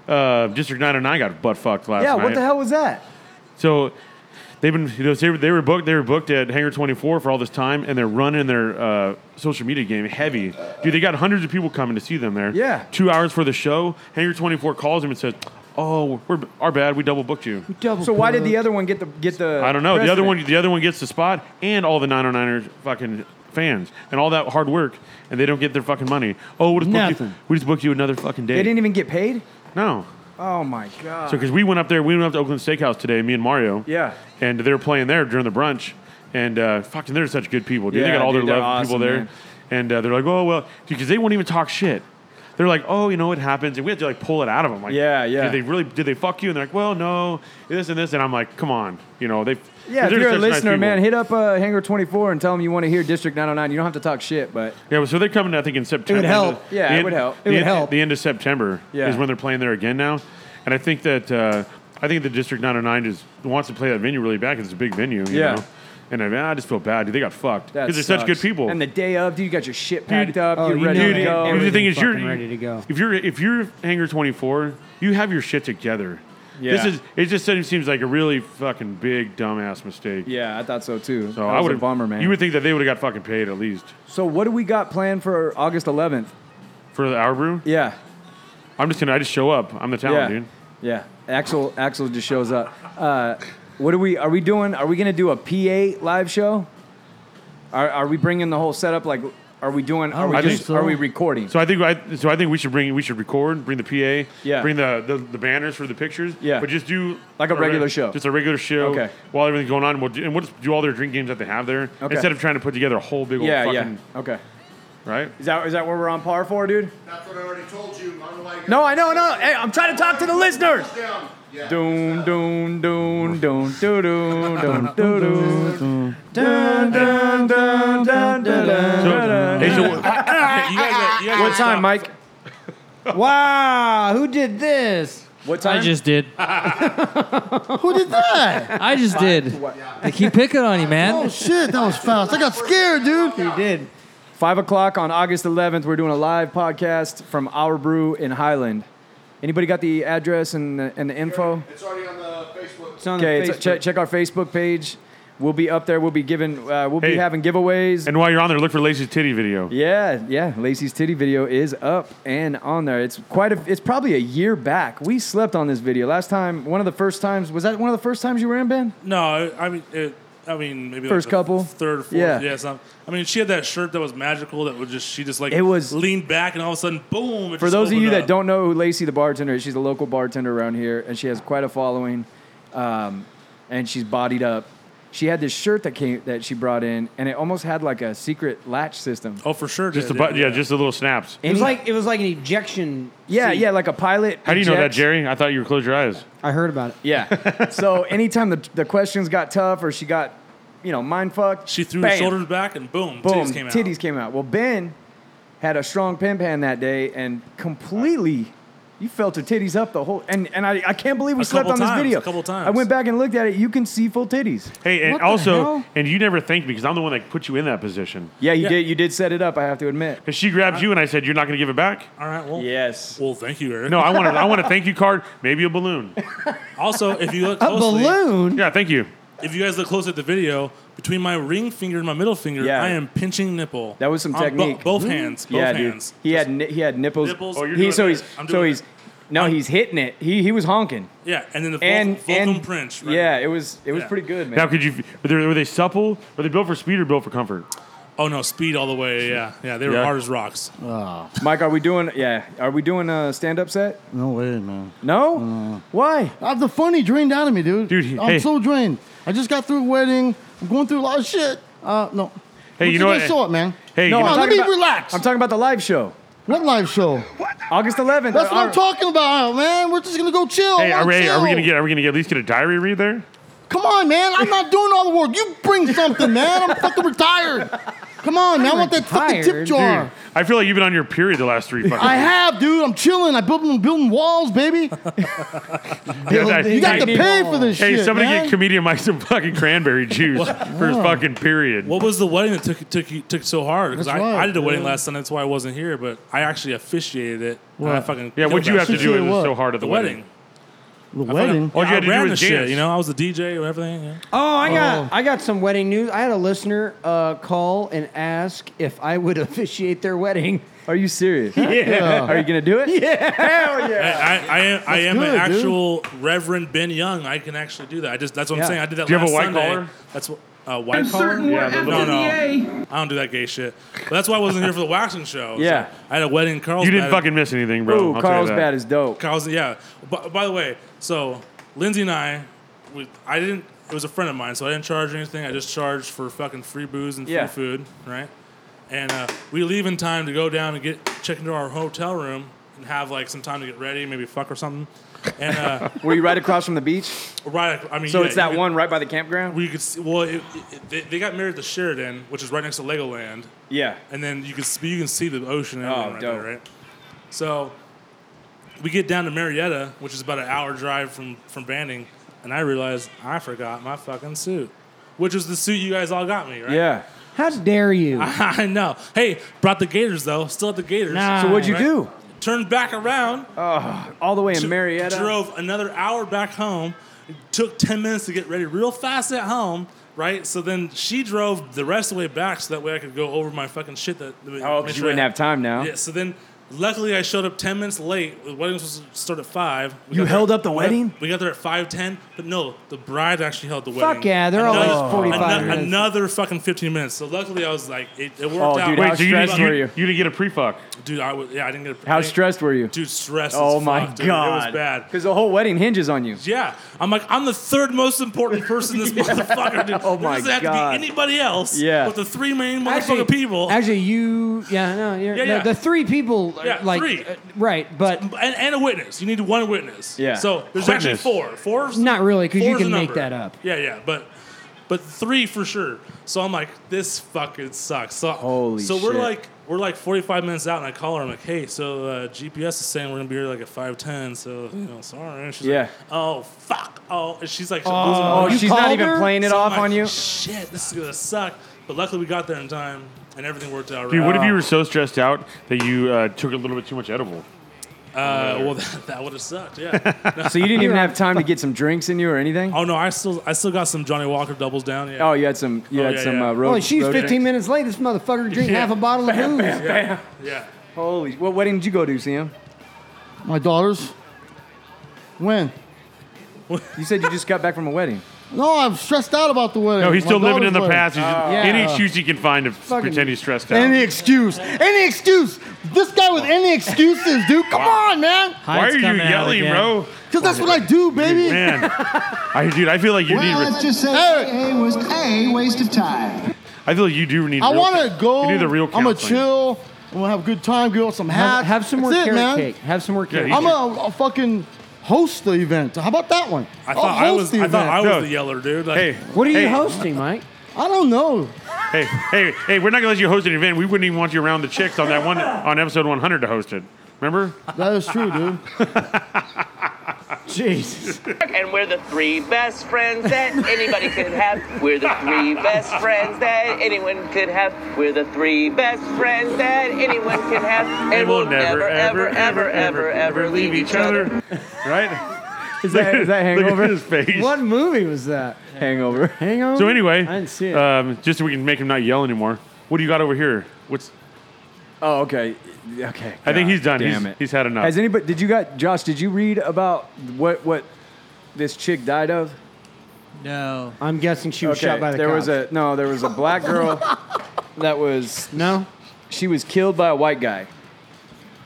[SPEAKER 3] uh, District 9 and I got butt fucked last
[SPEAKER 2] Yeah,
[SPEAKER 3] night?
[SPEAKER 2] what the hell was that?
[SPEAKER 3] So they've been you know they were, they were booked they were booked at Hangar 24 for all this time, and they're running their uh, social media game heavy. Dude, they got hundreds of people coming to see them there.
[SPEAKER 2] Yeah.
[SPEAKER 3] two hours for the show. Hangar 24 calls them and says, "Oh, we're our bad. We double booked you."
[SPEAKER 4] Double
[SPEAKER 2] So why did the
[SPEAKER 4] plug.
[SPEAKER 2] other one get the get the?
[SPEAKER 3] I don't know. The other
[SPEAKER 2] precedent?
[SPEAKER 3] one the other one gets the spot, and all the 909ers fucking fans and all that hard work, and they don't get their fucking money. Oh, we just booked you,
[SPEAKER 4] Nothing.
[SPEAKER 3] we just booked you another fucking day.
[SPEAKER 2] They didn't even get paid.
[SPEAKER 3] no.
[SPEAKER 2] Oh my god.
[SPEAKER 3] So because we went up there, we went up to Oakland Steakhouse today, me and Mario.
[SPEAKER 2] Yeah.
[SPEAKER 3] And they were playing there during the brunch, and uh, fucking, they're such good people, dude.
[SPEAKER 2] Yeah,
[SPEAKER 3] they got all
[SPEAKER 2] dude,
[SPEAKER 3] their
[SPEAKER 2] they're
[SPEAKER 3] love people
[SPEAKER 2] awesome,
[SPEAKER 3] there,
[SPEAKER 2] man.
[SPEAKER 3] and uh, they're like, oh well, because they won't even talk shit. They're like, oh, you know, it happens, and we have to like pull it out of them. Like,
[SPEAKER 2] Yeah, yeah.
[SPEAKER 3] Did they really? Did they fuck you? And they're like, well, no, this and this, and I'm like, come on, you know, they.
[SPEAKER 2] yeah, if
[SPEAKER 3] they're
[SPEAKER 2] you're a
[SPEAKER 3] such nice
[SPEAKER 2] listener,
[SPEAKER 3] people.
[SPEAKER 2] man, hit up uh, Hangar 24 and tell them you want to hear District 909. You don't have to talk shit, but
[SPEAKER 3] Yeah, well, so they're coming. I think in September.
[SPEAKER 4] help.
[SPEAKER 3] The
[SPEAKER 2] Yeah, it
[SPEAKER 3] end-
[SPEAKER 2] would help.
[SPEAKER 3] The
[SPEAKER 4] It would
[SPEAKER 3] end,
[SPEAKER 4] help.
[SPEAKER 3] The end of September
[SPEAKER 2] Yeah.
[SPEAKER 3] is when they're playing there again now, and I think that uh, I think the District 909 just wants to play that venue really back. It's a big venue. You
[SPEAKER 2] Yeah.
[SPEAKER 3] Know? And I, mean, I just feel bad, dude. They got fucked
[SPEAKER 2] that
[SPEAKER 3] because they're such good
[SPEAKER 2] sucks.
[SPEAKER 3] people.
[SPEAKER 2] And the day of, dude, you got your shit packed
[SPEAKER 3] Dude,
[SPEAKER 2] up.
[SPEAKER 4] oh,
[SPEAKER 2] you're
[SPEAKER 4] you
[SPEAKER 2] ready
[SPEAKER 4] know
[SPEAKER 2] to
[SPEAKER 4] it.
[SPEAKER 2] go.
[SPEAKER 3] and the thing is, you're
[SPEAKER 4] Everything's fucking ready to go.
[SPEAKER 3] If you're if you're Hangar 24, you have your shit together.
[SPEAKER 2] Yeah.
[SPEAKER 3] This is it. Just seems like a really fucking big dumbass mistake.
[SPEAKER 2] yeah, I thought so too.
[SPEAKER 3] So
[SPEAKER 2] that
[SPEAKER 3] I
[SPEAKER 2] was
[SPEAKER 3] would
[SPEAKER 2] a bummer, man.
[SPEAKER 3] You would think that they would have got fucking paid at least
[SPEAKER 2] so what do we got planned for August 11th?
[SPEAKER 3] for the hour brew.
[SPEAKER 2] Yeah,
[SPEAKER 3] I'm just gonna. I just show up. I'm the talent,
[SPEAKER 2] yeah,
[SPEAKER 3] dude.
[SPEAKER 2] yeah. Axel, Axel just shows up. Uh, what are we? Are we doing? Are we gonna do a PA live show? Are, are we bringing the whole setup? Like, are we doing? Are we
[SPEAKER 3] I
[SPEAKER 2] just?
[SPEAKER 3] think so.
[SPEAKER 2] Are we recording?
[SPEAKER 3] So I think I, so I think we should bring we should record, bring the PA,
[SPEAKER 2] Yeah.
[SPEAKER 3] bring the, the, the banners for the pictures,
[SPEAKER 2] Yeah.
[SPEAKER 3] But just do
[SPEAKER 2] Like a regular
[SPEAKER 3] reg-
[SPEAKER 2] show.
[SPEAKER 3] just a regular show.
[SPEAKER 2] Okay.
[SPEAKER 3] While everything's going on, we'll do, and we'll just do all their drink games that they have there
[SPEAKER 2] Okay.
[SPEAKER 3] instead of trying to put together a whole big old
[SPEAKER 2] yeah,
[SPEAKER 3] fucking
[SPEAKER 2] yeah. Okay.
[SPEAKER 3] right.
[SPEAKER 2] Is that is that what we're on par for, dude?
[SPEAKER 8] That's what I already told you. Unlike
[SPEAKER 2] No, I know, no. Hey, I'm trying to talk to the listeners.
[SPEAKER 8] Down. Yeah.
[SPEAKER 2] Doon, doon, doon, doon, doo, doon, doon, doo, doon. Dun, dun, dun, dun, dun,
[SPEAKER 3] So,
[SPEAKER 2] dun, dun.
[SPEAKER 3] hey, so,
[SPEAKER 5] Hey, you guys are- you guys
[SPEAKER 2] What
[SPEAKER 5] are-
[SPEAKER 2] time, Mike?
[SPEAKER 4] Wow, who did this?
[SPEAKER 2] What time?
[SPEAKER 7] I just did.
[SPEAKER 6] Who did that?
[SPEAKER 7] I just did. They keep picking on you,
[SPEAKER 6] oh,
[SPEAKER 7] man.
[SPEAKER 6] shit, that was fast. I got scared, dude.
[SPEAKER 4] He did.
[SPEAKER 2] Five o'clock on August 11th. We're doing a live podcast from Our Brew in Highland. Anybody got the address and the, and the info?
[SPEAKER 8] It's already on the Facebook.
[SPEAKER 4] It's on the
[SPEAKER 2] Okay,
[SPEAKER 4] Facebook.
[SPEAKER 2] check, check our Facebook page. We'll be up there. We'll be giving. Uh, we'll
[SPEAKER 3] Hey.
[SPEAKER 2] be having giveaways.
[SPEAKER 3] and while you're on there, look for Lacey's titty video.
[SPEAKER 2] Yeah, yeah. Lacey's titty video is up and on there. It's quite a. It's probably a year back. We slept on this video last time. One of the first times was that one of the first times you were in Ben?
[SPEAKER 5] No, I mean, it, I mean, maybe
[SPEAKER 2] First
[SPEAKER 5] like the
[SPEAKER 2] couple?
[SPEAKER 5] third, fourth,
[SPEAKER 2] Yeah.
[SPEAKER 5] yeah. some, I mean, she had that shirt that was magical. That would just she just like
[SPEAKER 2] It was-
[SPEAKER 5] leaned back and all of a sudden, boom! It
[SPEAKER 2] For
[SPEAKER 5] just
[SPEAKER 2] those of
[SPEAKER 5] opened
[SPEAKER 2] you that
[SPEAKER 5] up.
[SPEAKER 2] don't know who Lacey the bartender is, she's a local bartender around here, and she has quite a following, um, and she's bodied up. She had this shirt that came that she brought in, and it almost had like a secret latch system.
[SPEAKER 5] oh for sure,
[SPEAKER 3] Just the
[SPEAKER 5] did,
[SPEAKER 3] button, yeah, just the little snaps.
[SPEAKER 4] It was like it was like an ejection.
[SPEAKER 2] yeah,
[SPEAKER 4] seat.
[SPEAKER 2] yeah, like a pilot.
[SPEAKER 3] How do you know that,
[SPEAKER 2] ejects-
[SPEAKER 3] Jerry? I thought you were close your eyes.
[SPEAKER 4] I heard about it.
[SPEAKER 2] Yeah. so anytime the the questions got tough or she got, you know, mind fucked,
[SPEAKER 5] She threw her
[SPEAKER 2] bam,
[SPEAKER 5] shoulders back and boom,
[SPEAKER 2] Boom,
[SPEAKER 5] titties came out.
[SPEAKER 2] Well, Ben had a strong pin pan that day and completely. You felt her titties up the whole, and, and I, I can't believe we
[SPEAKER 5] A
[SPEAKER 2] slept
[SPEAKER 5] couple
[SPEAKER 2] on this
[SPEAKER 5] times,
[SPEAKER 2] video.
[SPEAKER 5] a couple times.
[SPEAKER 2] I went back and looked at it. You can see full titties.
[SPEAKER 3] Hey, and
[SPEAKER 4] What the
[SPEAKER 3] also,
[SPEAKER 4] hell?
[SPEAKER 3] and you never thanked me because I'm the one that put you in that position.
[SPEAKER 2] Yeah, you
[SPEAKER 5] Yeah.
[SPEAKER 2] did. You did set it up. I have to admit.
[SPEAKER 3] Because she grabbed you and I said, "You're not going to give it back."
[SPEAKER 5] All right, well,
[SPEAKER 2] Yes.
[SPEAKER 5] well, thank you, Eric.
[SPEAKER 3] No, I want to. I want a thank you card, maybe a balloon.
[SPEAKER 5] Also, if you look
[SPEAKER 4] A
[SPEAKER 5] closely,
[SPEAKER 4] balloon.
[SPEAKER 3] Yeah, thank you.
[SPEAKER 5] if you guys look close at the video, between my ring finger and my middle finger,
[SPEAKER 2] Yeah.
[SPEAKER 5] I am pinching nipple.
[SPEAKER 2] That was some
[SPEAKER 5] On bo-
[SPEAKER 2] technique.
[SPEAKER 5] both hands, both
[SPEAKER 2] yeah,
[SPEAKER 5] hands.
[SPEAKER 2] dude. He had ni- he had nipples.
[SPEAKER 5] Nipples.
[SPEAKER 3] Oh, you're
[SPEAKER 2] he,
[SPEAKER 3] doing
[SPEAKER 2] so
[SPEAKER 3] it.
[SPEAKER 2] he's
[SPEAKER 5] I'm
[SPEAKER 2] so
[SPEAKER 5] doing
[SPEAKER 2] he's
[SPEAKER 5] it.
[SPEAKER 2] no, he's hitting it. He he was honking
[SPEAKER 5] Yeah, and then the
[SPEAKER 2] and
[SPEAKER 5] and, Vulcan
[SPEAKER 2] and
[SPEAKER 5] Prince. Right?
[SPEAKER 2] yeah, it was it was
[SPEAKER 5] Yeah.
[SPEAKER 2] pretty good, man.
[SPEAKER 3] Now, could you? Were they, were they supple? Were they built for speed or built for comfort?
[SPEAKER 5] Oh no, speed all the way. Yeah, yeah, they were
[SPEAKER 3] Yeah.
[SPEAKER 5] hard as rocks.
[SPEAKER 2] Mike, are we doing yeah? Are we doing a stand up set?
[SPEAKER 6] No way, man.
[SPEAKER 2] No. Why?
[SPEAKER 6] I have the funny drained out of me, dude.
[SPEAKER 3] Dude, he-
[SPEAKER 6] I'm
[SPEAKER 3] hey.
[SPEAKER 6] so drained. I just got through a wedding. I'm going through a lot of shit. Uh, no.
[SPEAKER 3] Hey,
[SPEAKER 6] But
[SPEAKER 3] you know
[SPEAKER 6] guys
[SPEAKER 3] what?
[SPEAKER 6] Saw it, man.
[SPEAKER 2] No,
[SPEAKER 3] Hey, you know,
[SPEAKER 2] I'm
[SPEAKER 6] Now, let
[SPEAKER 2] talking
[SPEAKER 6] me
[SPEAKER 2] about-
[SPEAKER 6] relax.
[SPEAKER 2] I'm talking about the live show,
[SPEAKER 6] what live show?
[SPEAKER 2] August 11th.
[SPEAKER 6] That's what
[SPEAKER 2] Uh,
[SPEAKER 6] I'm talking about, man. We're just gonna go chill.
[SPEAKER 3] hey,
[SPEAKER 6] I
[SPEAKER 3] are
[SPEAKER 6] wanna
[SPEAKER 3] we, are we
[SPEAKER 6] Oh, chill.
[SPEAKER 3] gonna get? Are we gonna get at least get a diary read there?
[SPEAKER 6] Come on, man. I'm not doing all the work. You bring something, man. I'm fucking retired. Come on, man. I want that fucking tip
[SPEAKER 4] retired,
[SPEAKER 6] jar.
[SPEAKER 3] Dude, I feel like you've been on your period the last three fucking.
[SPEAKER 6] I have, dude. I'm chilling. I built them, building walls, baby.
[SPEAKER 3] days. I-
[SPEAKER 6] You got to
[SPEAKER 3] hey,
[SPEAKER 6] pay for this
[SPEAKER 3] Hey,
[SPEAKER 6] shit.
[SPEAKER 3] somebody
[SPEAKER 6] man.
[SPEAKER 3] get comedian Mike some fucking cranberry juice for his fucking period.
[SPEAKER 5] What was the wedding that took took you- took so hard? Because I,
[SPEAKER 6] That's right,
[SPEAKER 5] I did a wedding
[SPEAKER 6] dude.
[SPEAKER 5] last Sunday, that's why I wasn't here. But I actually officiated it. and I
[SPEAKER 6] What?
[SPEAKER 5] fucking
[SPEAKER 3] yeah, what'd
[SPEAKER 5] killed
[SPEAKER 3] you
[SPEAKER 5] that
[SPEAKER 3] have to
[SPEAKER 5] shit.
[SPEAKER 3] do?
[SPEAKER 6] Say
[SPEAKER 3] It was
[SPEAKER 6] what?
[SPEAKER 3] so hard at
[SPEAKER 5] The
[SPEAKER 3] the
[SPEAKER 5] wedding.
[SPEAKER 3] wedding.
[SPEAKER 6] the
[SPEAKER 5] I fucking-
[SPEAKER 6] wedding.
[SPEAKER 3] All you
[SPEAKER 5] I
[SPEAKER 3] had to do
[SPEAKER 5] ran
[SPEAKER 3] was
[SPEAKER 5] the
[SPEAKER 3] dance.
[SPEAKER 5] shit. You know, I was the DJ and everything. Yeah.
[SPEAKER 4] Oh, I got I got some wedding news. I had a listener uh, call and ask if I would officiate their wedding.
[SPEAKER 2] Are you serious? Are you gonna do it? Yeah. Hell yeah.
[SPEAKER 5] I, I, I am, I am
[SPEAKER 6] good,
[SPEAKER 5] an
[SPEAKER 6] dude.
[SPEAKER 5] actual Reverend Ben Young. I can actually do that. I just that's what
[SPEAKER 2] Yeah.
[SPEAKER 5] I'm saying. I did that.
[SPEAKER 3] Do you have
[SPEAKER 5] last
[SPEAKER 3] a white
[SPEAKER 5] Sunday.
[SPEAKER 3] collar?
[SPEAKER 5] That's what- uh, white collar.
[SPEAKER 3] Yeah, the
[SPEAKER 5] No,
[SPEAKER 3] little-
[SPEAKER 5] no, I don't do that gay shit. But that's why I wasn't here for the waxing show.
[SPEAKER 2] Yeah.
[SPEAKER 5] So I had a wedding in Carlsbad.
[SPEAKER 3] You didn't fucking miss anything, bro.
[SPEAKER 2] Ooh,
[SPEAKER 3] I'll tell you that.
[SPEAKER 2] Carlsbad is dope.
[SPEAKER 5] Carlsbad. Yeah. By, by the way, so Lindsay and I, we, I didn't. It was a friend of mine, so I didn't charge anything. I just charged for fucking free booze and free
[SPEAKER 2] Yeah.
[SPEAKER 5] food, right? And uh, we leave in time to go down and get check into our hotel room and have like some time to get ready, maybe fuck or something. And uh,
[SPEAKER 2] Were you right across from the beach?
[SPEAKER 5] Right. I mean,
[SPEAKER 2] So
[SPEAKER 5] yeah,
[SPEAKER 2] it's that
[SPEAKER 5] you could-
[SPEAKER 2] one right by the campground.
[SPEAKER 5] We could see. Well, it, it, they, they got married at the Sheridan, which is right next to Legoland,
[SPEAKER 2] yeah.
[SPEAKER 5] and then you can s- you can see the ocean and
[SPEAKER 2] Oh,
[SPEAKER 5] everything right
[SPEAKER 2] dope.
[SPEAKER 5] there, right? So we get down to Marietta, which is about an hour drive from from Banding, and I realized I forgot my fucking suit, which was the suit you guys all got me, right?
[SPEAKER 2] Yeah.
[SPEAKER 4] How dare you?
[SPEAKER 5] I know. Hey, brought the Gators though. Still at the Gators.
[SPEAKER 4] Nah.
[SPEAKER 2] So what'd you
[SPEAKER 5] Right.
[SPEAKER 2] do?
[SPEAKER 5] Turned back around,
[SPEAKER 2] All the way in
[SPEAKER 5] Dro-
[SPEAKER 2] Uh, Marietta.
[SPEAKER 5] Drove another hour back home. It took 10 minutes to get ready real fast at home, right? So then she drove the rest of the way back so that way I could go over my fucking shit that.
[SPEAKER 2] oh, because you wouldn't have time now.
[SPEAKER 5] Yeah, so then luckily I showed up 10 minutes late. The wedding was supposed to start at 5. We
[SPEAKER 2] You
[SPEAKER 5] got
[SPEAKER 2] held
[SPEAKER 5] there-
[SPEAKER 2] up the
[SPEAKER 5] we got-
[SPEAKER 2] wedding?
[SPEAKER 5] We got there at 5.10, but no, the bride actually held the wedding.
[SPEAKER 4] Fuck yeah, they're always 45
[SPEAKER 5] ano-
[SPEAKER 4] minutes.
[SPEAKER 5] Another fucking 15 minutes. So luckily I was like, it, it worked
[SPEAKER 2] Oh,
[SPEAKER 5] out.
[SPEAKER 2] dude, how
[SPEAKER 3] Wait, so you
[SPEAKER 2] stressed
[SPEAKER 3] didn't,
[SPEAKER 2] were
[SPEAKER 3] you,
[SPEAKER 2] you?
[SPEAKER 3] you didn't get a pre fuck?
[SPEAKER 5] Dude, I was, yeah, I didn't get a
[SPEAKER 2] How
[SPEAKER 5] I-
[SPEAKER 2] stressed were you?
[SPEAKER 5] Dude, stressed.
[SPEAKER 2] oh
[SPEAKER 5] as
[SPEAKER 2] my
[SPEAKER 5] fuck, dude.
[SPEAKER 2] god.
[SPEAKER 5] It was bad.
[SPEAKER 2] Because the whole wedding hinges on you.
[SPEAKER 5] Yeah, I'm like I'm the third most important person in this motherfucker. Dude.
[SPEAKER 2] Oh
[SPEAKER 5] There
[SPEAKER 2] my
[SPEAKER 5] doesn't have
[SPEAKER 2] God.
[SPEAKER 5] to be anybody else.
[SPEAKER 2] Yeah.
[SPEAKER 5] but the three main motherfucking
[SPEAKER 4] Actually-
[SPEAKER 5] people.
[SPEAKER 4] Actually, you yeah no you're,
[SPEAKER 5] Yeah,
[SPEAKER 4] the-
[SPEAKER 5] yeah.
[SPEAKER 4] the three people are
[SPEAKER 5] Yeah,
[SPEAKER 4] like
[SPEAKER 5] three.
[SPEAKER 4] uh, right, but
[SPEAKER 5] and, and a witness. You need one witness.
[SPEAKER 2] Yeah.
[SPEAKER 5] So there's actually
[SPEAKER 3] Witness.
[SPEAKER 5] four. Four's
[SPEAKER 4] Not really, 'cause you
[SPEAKER 5] four's
[SPEAKER 4] can
[SPEAKER 5] the
[SPEAKER 4] make
[SPEAKER 5] number.
[SPEAKER 4] that up.
[SPEAKER 5] Yeah, yeah, but but three for sure. So I'm like, this fucking sucks. So
[SPEAKER 2] Holy
[SPEAKER 5] So we're
[SPEAKER 2] shit.
[SPEAKER 5] like we're like 45 minutes out, and I call her. I'm like, hey, so uh, GPS is saying we're gonna be here like at 5:10. So you know, sorry. And she's
[SPEAKER 2] Yeah.
[SPEAKER 5] like, oh fuck. Oh, and she's like,
[SPEAKER 2] Oh,
[SPEAKER 5] losing her
[SPEAKER 2] she's not
[SPEAKER 4] called
[SPEAKER 2] even
[SPEAKER 4] her?
[SPEAKER 2] playing it
[SPEAKER 5] So I'm
[SPEAKER 2] off
[SPEAKER 5] like,
[SPEAKER 2] on you.
[SPEAKER 5] Shit, this is gonna suck. But luckily we got there in time and everything worked out.
[SPEAKER 3] Dude,
[SPEAKER 5] right.
[SPEAKER 3] what if you were so stressed out that you uh, took a little bit too much edible?
[SPEAKER 5] Uh, well, that, that would have sucked. Yeah.
[SPEAKER 2] So you didn't even have time to get some drinks in you or anything?
[SPEAKER 5] oh no, I still I still got some Johnny Walker doubles down. Yeah.
[SPEAKER 2] Oh, you had some. You
[SPEAKER 5] Oh,
[SPEAKER 2] had
[SPEAKER 5] yeah,
[SPEAKER 2] some
[SPEAKER 5] yeah.
[SPEAKER 2] uh, road.
[SPEAKER 4] well, she's
[SPEAKER 2] road
[SPEAKER 4] 15
[SPEAKER 2] drinks.
[SPEAKER 4] minutes late. This motherfucker drink
[SPEAKER 5] Yeah.
[SPEAKER 4] half a bottle of booze.
[SPEAKER 5] Yeah.
[SPEAKER 2] Holy! What wedding did you go to, Sam?
[SPEAKER 6] My daughters. When?
[SPEAKER 2] You said you just got back from a wedding.
[SPEAKER 6] No, I'm stressed out about the wedding.
[SPEAKER 3] No, he's
[SPEAKER 6] My
[SPEAKER 3] still living in the
[SPEAKER 6] daughter's wedding.
[SPEAKER 3] past. He's, Any
[SPEAKER 4] Yeah.
[SPEAKER 3] excuse he can find to f-
[SPEAKER 4] Fucking-
[SPEAKER 3] pretend he's stressed out.
[SPEAKER 6] Any excuse. Any excuse. This guy with any excuses, dude. Come on, man.
[SPEAKER 3] Why are you
[SPEAKER 7] coming out
[SPEAKER 3] yelling,
[SPEAKER 7] again.
[SPEAKER 3] bro?
[SPEAKER 6] Because that's what I do, baby.
[SPEAKER 3] Man, I, dude, I feel like you need. re-
[SPEAKER 9] just say
[SPEAKER 6] Eric.
[SPEAKER 9] a was a waste of time.
[SPEAKER 3] I feel like you do need.
[SPEAKER 6] I
[SPEAKER 3] real
[SPEAKER 6] want to
[SPEAKER 3] coun-
[SPEAKER 6] go.
[SPEAKER 3] You need the real.
[SPEAKER 6] I'm going to
[SPEAKER 3] counseling.
[SPEAKER 6] chill. I'm going to have a good time. Give out some
[SPEAKER 4] Have,
[SPEAKER 6] hats.
[SPEAKER 4] have some more
[SPEAKER 6] That's it,
[SPEAKER 4] carrot
[SPEAKER 6] man.
[SPEAKER 4] cake. Have some more carrot
[SPEAKER 3] you
[SPEAKER 4] cake.
[SPEAKER 6] I'm a, a fucking host the event. How about that one?
[SPEAKER 5] I
[SPEAKER 6] I'll
[SPEAKER 5] thought I
[SPEAKER 6] host
[SPEAKER 5] was.
[SPEAKER 6] the
[SPEAKER 5] I thought I
[SPEAKER 6] event.
[SPEAKER 5] was
[SPEAKER 3] No.
[SPEAKER 5] the yeller, dude. Like,
[SPEAKER 3] Hey,
[SPEAKER 4] What are you
[SPEAKER 3] hey,
[SPEAKER 4] hosting, Mike?
[SPEAKER 6] I don't know.
[SPEAKER 3] Hey, hey, hey! We're not gonna let you host an event. We wouldn't even want you around the chicks on that one on episode 100 to host it. Remember?
[SPEAKER 6] That is true, dude.
[SPEAKER 4] Jesus.
[SPEAKER 10] and we're the three best friends that anybody could have. We're the three best friends that anyone could have. We're the three best friends that anyone could have. And, we'll never, ever, ever, ever, ever leave each other.
[SPEAKER 3] Right?
[SPEAKER 2] Is that, is that
[SPEAKER 3] Look at
[SPEAKER 2] hangover?
[SPEAKER 3] his face.
[SPEAKER 4] What movie was that?
[SPEAKER 2] hangover.
[SPEAKER 4] Hangover?
[SPEAKER 3] So anyway,
[SPEAKER 4] I didn't see it.
[SPEAKER 3] Um, just so we can make him not yell anymore. What do you got over here? What's?
[SPEAKER 2] Oh, okay. Okay.
[SPEAKER 3] I think
[SPEAKER 2] God
[SPEAKER 3] he's done.
[SPEAKER 2] Damn
[SPEAKER 3] he's,
[SPEAKER 2] it.
[SPEAKER 3] he's had enough.
[SPEAKER 2] Has anybody? Did you got Josh? Did you read about what what this chick died of?
[SPEAKER 7] No.
[SPEAKER 4] I'm guessing she was shot by the
[SPEAKER 2] there
[SPEAKER 4] cops.
[SPEAKER 2] was a no. There was a black girl that was
[SPEAKER 4] no.
[SPEAKER 2] she was killed by a white guy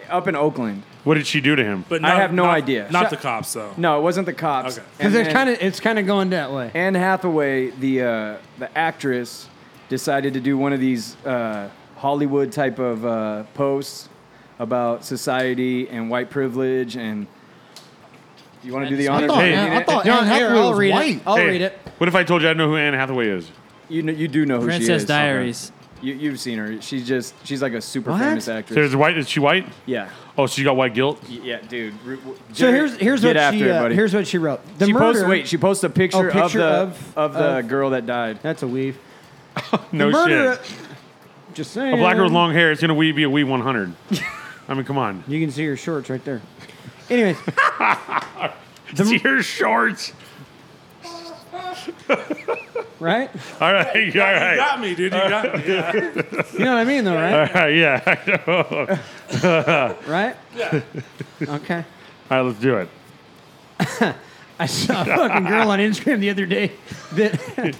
[SPEAKER 2] up in Oakland.
[SPEAKER 3] what did she do to him?
[SPEAKER 5] but
[SPEAKER 2] I
[SPEAKER 5] not,
[SPEAKER 2] have no
[SPEAKER 5] not-
[SPEAKER 2] idea.
[SPEAKER 5] Not
[SPEAKER 2] Shut-
[SPEAKER 5] the cops, though.
[SPEAKER 2] No, it wasn't the cops.
[SPEAKER 5] Okay.
[SPEAKER 4] 'Cause
[SPEAKER 2] And
[SPEAKER 4] it's
[SPEAKER 2] then
[SPEAKER 4] kind of it's kind of going that way.
[SPEAKER 2] Anne Hathaway, the uh, the actress, decided to do one of these uh, Hollywood type of uh, posts about society and white privilege and. Do you want to do the
[SPEAKER 6] I
[SPEAKER 2] honors?
[SPEAKER 6] thought,
[SPEAKER 3] Hey.
[SPEAKER 6] Oh, I thought
[SPEAKER 4] No,
[SPEAKER 6] Anne
[SPEAKER 4] here,
[SPEAKER 6] Hathaway
[SPEAKER 4] I'll
[SPEAKER 6] was
[SPEAKER 4] read
[SPEAKER 6] white.
[SPEAKER 4] it. I'll
[SPEAKER 3] Hey,
[SPEAKER 4] read it.
[SPEAKER 3] What if I told you I know who Anne Hathaway is?
[SPEAKER 2] You know, you do know who she is.
[SPEAKER 7] Princess Diaries.
[SPEAKER 2] You, you've seen her. She's just she's like a super
[SPEAKER 4] What?
[SPEAKER 2] famous
[SPEAKER 3] So
[SPEAKER 2] actress.
[SPEAKER 3] There's white. Is she white?
[SPEAKER 2] yeah,
[SPEAKER 3] Oh, she got white guilt.
[SPEAKER 2] Y- yeah, dude. Ru- w-
[SPEAKER 4] So
[SPEAKER 2] Jerry,
[SPEAKER 4] here's here's
[SPEAKER 2] get
[SPEAKER 4] what
[SPEAKER 2] after
[SPEAKER 4] she
[SPEAKER 2] it,
[SPEAKER 4] uh,
[SPEAKER 2] buddy.
[SPEAKER 4] here's what she wrote. The
[SPEAKER 2] she
[SPEAKER 4] murder.
[SPEAKER 2] posts. Wait, she posts a picture,
[SPEAKER 4] picture
[SPEAKER 2] of
[SPEAKER 4] of-
[SPEAKER 2] the of, the
[SPEAKER 4] of-
[SPEAKER 2] girl that died.
[SPEAKER 4] That's a weave.
[SPEAKER 3] No
[SPEAKER 4] the murder.
[SPEAKER 3] Oh, shit.
[SPEAKER 4] Just saying.
[SPEAKER 3] A black girl with long hair. It's gonna wee be a wee 100. I mean, come on.
[SPEAKER 4] You can see her shorts right there. Anyways,
[SPEAKER 3] See her shorts.
[SPEAKER 4] right?
[SPEAKER 3] All right. All
[SPEAKER 5] You
[SPEAKER 3] right.
[SPEAKER 5] got me, dude. You got me. Yeah.
[SPEAKER 4] You know what I mean, though, right?
[SPEAKER 3] All right. Yeah. I know. All
[SPEAKER 4] Right? Okay.
[SPEAKER 3] right. Let's do it.
[SPEAKER 4] I saw a fucking girl on Instagram the other day that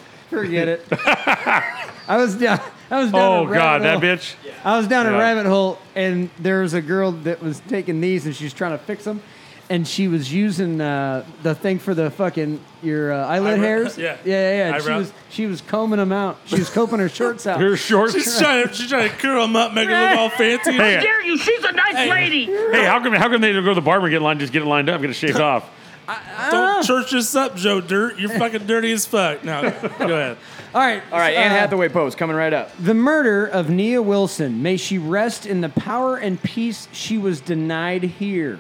[SPEAKER 4] forget it. I was down. I was down.
[SPEAKER 3] Oh
[SPEAKER 4] a rabbit
[SPEAKER 3] God, that
[SPEAKER 4] hole.
[SPEAKER 3] bitch.
[SPEAKER 4] I was down
[SPEAKER 3] Yeah.
[SPEAKER 4] a rabbit hole, and there was a girl that was taking these, and she's trying to fix them, and she was using uh, the thing for the fucking your uh, eyelid
[SPEAKER 5] Eyebrow-
[SPEAKER 4] hairs.
[SPEAKER 5] yeah.
[SPEAKER 4] yeah, yeah. and She
[SPEAKER 5] Eyebrow.
[SPEAKER 4] was she was combing them out. She was combing her shorts out.
[SPEAKER 3] Her shorts.
[SPEAKER 5] She's trying, to, she's trying to curl them up, make her look all fancy.
[SPEAKER 3] Hey,
[SPEAKER 10] Dare you? She's a nice lady.
[SPEAKER 3] hey, how come how come they don't go to the barber and get lined, just get it lined up, get it shaved off?
[SPEAKER 4] Ah.
[SPEAKER 5] Don't church this up, Joe Dirt. You're fucking dirty as fuck. No, go ahead.
[SPEAKER 4] All right,
[SPEAKER 2] All right, Anne
[SPEAKER 4] uh,
[SPEAKER 2] Hathaway post coming right up.
[SPEAKER 4] The murder of Nia Wilson, may she rest in the power and peace she was denied here,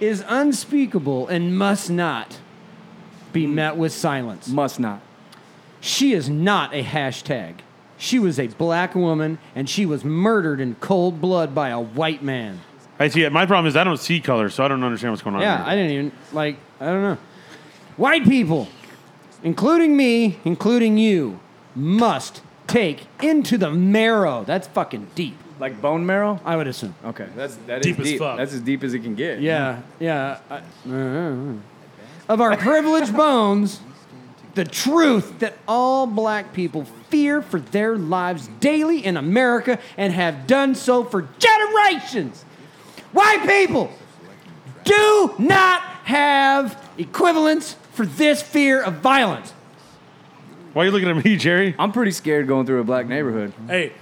[SPEAKER 4] is unspeakable and must not be met with silence.
[SPEAKER 2] Must not.
[SPEAKER 4] She is not a hashtag. She was a black woman and she was murdered in cold blood by a white man.
[SPEAKER 3] I see it. My problem is I don't see color, so I don't understand what's going on.
[SPEAKER 4] Yeah,
[SPEAKER 3] here.
[SPEAKER 4] I didn't even, like, I don't know. White people, including me, including you, must take into the marrow. That's fucking deep,
[SPEAKER 2] Like bone marrow.
[SPEAKER 4] I would assume.
[SPEAKER 2] Okay, that's that is
[SPEAKER 5] Deep as
[SPEAKER 2] deep.
[SPEAKER 5] fuck.
[SPEAKER 2] That's as deep as it can get.
[SPEAKER 4] Yeah, yeah. I- uh, of our privileged bones, the truth that all black people fear for their lives daily in America and have done so for generations. White people do not have equivalents for this fear of violence.
[SPEAKER 3] Why are you looking at me, Jerry?
[SPEAKER 2] I'm pretty scared going through a black neighborhood.
[SPEAKER 5] Hey,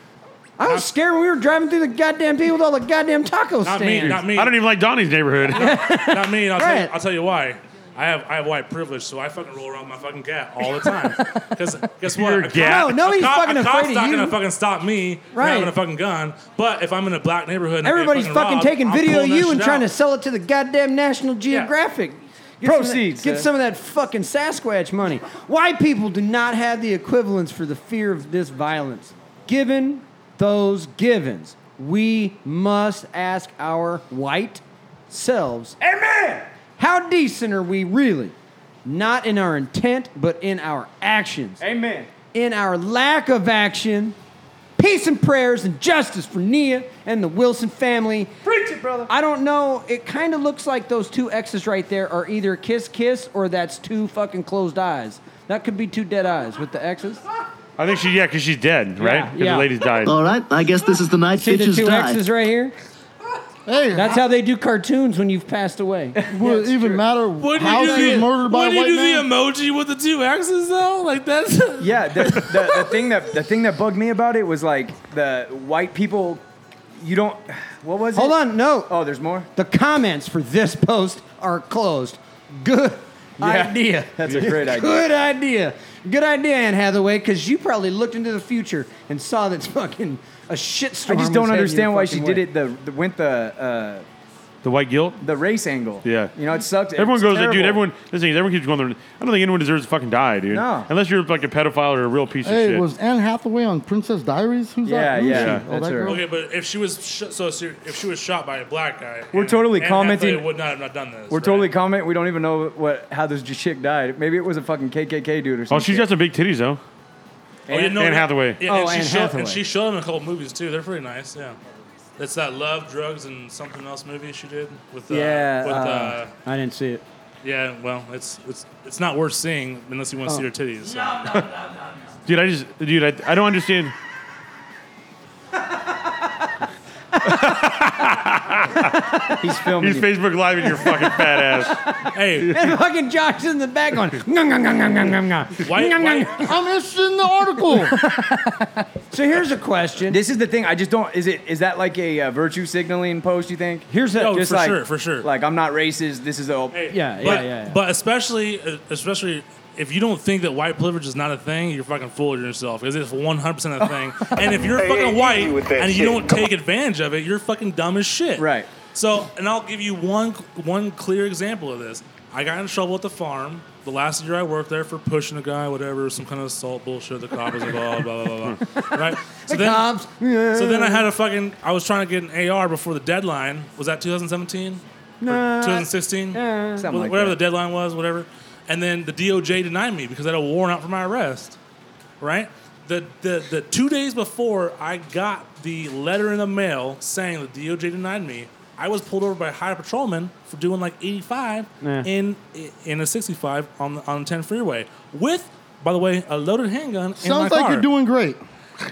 [SPEAKER 4] I was scared when we were driving through the goddamn people with all the goddamn taco
[SPEAKER 5] not
[SPEAKER 4] stands.
[SPEAKER 5] me, not me,
[SPEAKER 3] I don't even like Donnie's neighborhood.
[SPEAKER 5] not me. and I'll, tell you,
[SPEAKER 4] Right.
[SPEAKER 5] I'll tell you why. I have I have white privilege, so I fucking roll around with my fucking gat all the time. Because guess what?
[SPEAKER 3] Your
[SPEAKER 5] A cop-
[SPEAKER 3] gat?
[SPEAKER 4] No, nobody's
[SPEAKER 5] a cop,
[SPEAKER 4] fucking
[SPEAKER 5] a cop's
[SPEAKER 4] afraid of
[SPEAKER 5] not
[SPEAKER 4] you.
[SPEAKER 5] gonna fucking stop me from
[SPEAKER 4] Right.
[SPEAKER 5] having a fucking gun. But if I'm in a black neighborhood, and I get
[SPEAKER 4] Everybody's
[SPEAKER 5] fucking,
[SPEAKER 4] fucking
[SPEAKER 5] robbed,
[SPEAKER 4] taking
[SPEAKER 5] I'm
[SPEAKER 4] video of
[SPEAKER 5] pulling that
[SPEAKER 4] you and
[SPEAKER 5] shit
[SPEAKER 4] trying to
[SPEAKER 5] out.
[SPEAKER 4] sell it to the goddamn National Geographic. Get some of that-
[SPEAKER 2] Proceeds,
[SPEAKER 4] Get
[SPEAKER 2] uh.
[SPEAKER 4] some of that fucking Sasquatch money. White people do not have the equivalents for the fear of this violence. Given those givens, we must ask our white selves, Amen! How decent are we really? Not in our intent, but in our actions
[SPEAKER 2] Amen.
[SPEAKER 4] in our lack of action, peace and prayers and justice for Nia and the Wilson family.
[SPEAKER 2] Preach it, brother.
[SPEAKER 4] I don't know. It kind of looks like those two X's right there are either kiss kiss or that's two fucking closed eyes. That could be two dead eyes with the X's.
[SPEAKER 3] I think she, yeah, because she's dead, right? 'Cause
[SPEAKER 4] yeah.
[SPEAKER 3] the lady's died.
[SPEAKER 9] All right, I guess this is the night
[SPEAKER 4] See the
[SPEAKER 9] bitches
[SPEAKER 4] two
[SPEAKER 9] die.
[SPEAKER 4] X's right here?
[SPEAKER 6] Hey,
[SPEAKER 4] That's how they do cartoons when you've passed away.
[SPEAKER 6] would it even matter
[SPEAKER 5] Would
[SPEAKER 6] how
[SPEAKER 5] you do,
[SPEAKER 6] she was
[SPEAKER 5] the,
[SPEAKER 6] murdered by a
[SPEAKER 5] wouldn't
[SPEAKER 6] white
[SPEAKER 5] you do
[SPEAKER 6] man?
[SPEAKER 5] the emoji with the two X's though? Like that's
[SPEAKER 2] Yeah, the, the, the thing that the thing that bugged me about it was like the white people. You don't. What was
[SPEAKER 4] Hold
[SPEAKER 2] it?
[SPEAKER 4] on, no.
[SPEAKER 2] Oh, there's more.
[SPEAKER 4] The comments for this post are closed. Good idea.
[SPEAKER 2] That's a great idea.
[SPEAKER 4] Good idea. Good idea, Anne Hathaway, because you probably looked into the future and saw that's fucking a shitstorm.
[SPEAKER 2] I just don't
[SPEAKER 4] was heading
[SPEAKER 2] understand
[SPEAKER 4] your
[SPEAKER 2] why she
[SPEAKER 4] fucking
[SPEAKER 2] did
[SPEAKER 4] way.
[SPEAKER 2] it. The, the went the uh,
[SPEAKER 3] The white guilt?
[SPEAKER 2] the race angle.
[SPEAKER 3] Yeah.
[SPEAKER 2] You know, it sucked.
[SPEAKER 3] Everyone
[SPEAKER 2] It's
[SPEAKER 3] goes, like,
[SPEAKER 2] terrible.
[SPEAKER 3] dude, everyone, this thing, is, everyone keeps going, their, I don't think anyone deserves to fucking die, dude.
[SPEAKER 2] No.
[SPEAKER 3] Unless you're like a pedophile or a real piece of
[SPEAKER 6] Hey,
[SPEAKER 3] shit.
[SPEAKER 6] was Anne Hathaway on Princess Diaries? Who's
[SPEAKER 2] Yeah,
[SPEAKER 6] that? Who's
[SPEAKER 2] yeah,
[SPEAKER 6] she? Oh,
[SPEAKER 2] that's
[SPEAKER 6] that
[SPEAKER 2] her.
[SPEAKER 6] girl?
[SPEAKER 5] okay. But if she was sh- so ser- if she was shot by a black guy,
[SPEAKER 2] We're
[SPEAKER 5] Anne-
[SPEAKER 2] totally
[SPEAKER 5] Anne
[SPEAKER 2] commenting-
[SPEAKER 5] Hathaway would not have not done this.
[SPEAKER 2] We're
[SPEAKER 5] right?
[SPEAKER 2] totally comment. We don't even know what how this j- chick died. Maybe it was a fucking KKK dude or something.
[SPEAKER 3] oh, she's got some big titties, though.
[SPEAKER 5] Oh, you know,
[SPEAKER 3] Anne Hathaway.
[SPEAKER 5] Yeah, and
[SPEAKER 4] Oh,
[SPEAKER 5] she
[SPEAKER 4] Anne
[SPEAKER 5] showed,
[SPEAKER 4] Hathaway.
[SPEAKER 5] And she showed him in a couple movies too. They're pretty nice. Yeah, that's that love, drugs, and something else movie she did with. Uh,
[SPEAKER 2] Yeah,
[SPEAKER 5] With,
[SPEAKER 2] uh,
[SPEAKER 5] uh,
[SPEAKER 4] I didn't see it.
[SPEAKER 5] yeah. Well, it's it's it's not worth seeing unless you want to see her titties. so.
[SPEAKER 3] Dude, I just, dude, I, I don't understand.
[SPEAKER 2] He's filming.
[SPEAKER 3] He's
[SPEAKER 2] you.
[SPEAKER 3] Facebook Live in your fucking fat ass.
[SPEAKER 5] Hey,
[SPEAKER 4] And fucking Josh in the back going, "Ngung, ngung, ngung, ngung, ngung, ngung."
[SPEAKER 5] white, white,
[SPEAKER 6] I'm interested in the article.
[SPEAKER 4] So here's a question.
[SPEAKER 2] This is the thing. I just don't. Is it? Is that like a uh, virtue signaling post? You think?
[SPEAKER 4] Here's a
[SPEAKER 5] Oh,
[SPEAKER 2] just
[SPEAKER 5] for
[SPEAKER 2] like,
[SPEAKER 5] sure, for sure.
[SPEAKER 2] Like I'm not racist. This is a.
[SPEAKER 5] hey,
[SPEAKER 4] Yeah, yeah,
[SPEAKER 5] but,
[SPEAKER 4] yeah, yeah.
[SPEAKER 5] But especially, uh, especially if you don't think that white privilege is not a thing, you're fucking fooling yourself because it's 100 percent a thing. and if you're fucking white and you don't take advantage of it, you're fucking dumb as shit.
[SPEAKER 2] Right.
[SPEAKER 5] So, and I'll give you one one clear example of this. I got in trouble at the farm the last year I worked there for pushing a guy, whatever, some kind of assault bullshit. The cop was involved, blah blah blah blah. Right. So then,
[SPEAKER 4] Cops. Yeah.
[SPEAKER 5] So then I had a fucking. I was trying to get an AR before the deadline. Was that 2017?
[SPEAKER 4] Nah.
[SPEAKER 5] 2016?
[SPEAKER 2] Something
[SPEAKER 5] Wh-
[SPEAKER 2] like
[SPEAKER 5] whatever
[SPEAKER 2] that.
[SPEAKER 5] the deadline was, whatever. And then the DOJ denied me because I had a warrant out for my arrest. Right? The, the, the two days before I got the letter in the mail saying the DOJ denied me, I was pulled over by a highway patrolman for doing like 85 in in a 65 on the, on the 10 freeway with, by the way, a loaded handgun. in my
[SPEAKER 6] Sounds like
[SPEAKER 5] car.
[SPEAKER 6] you're doing great.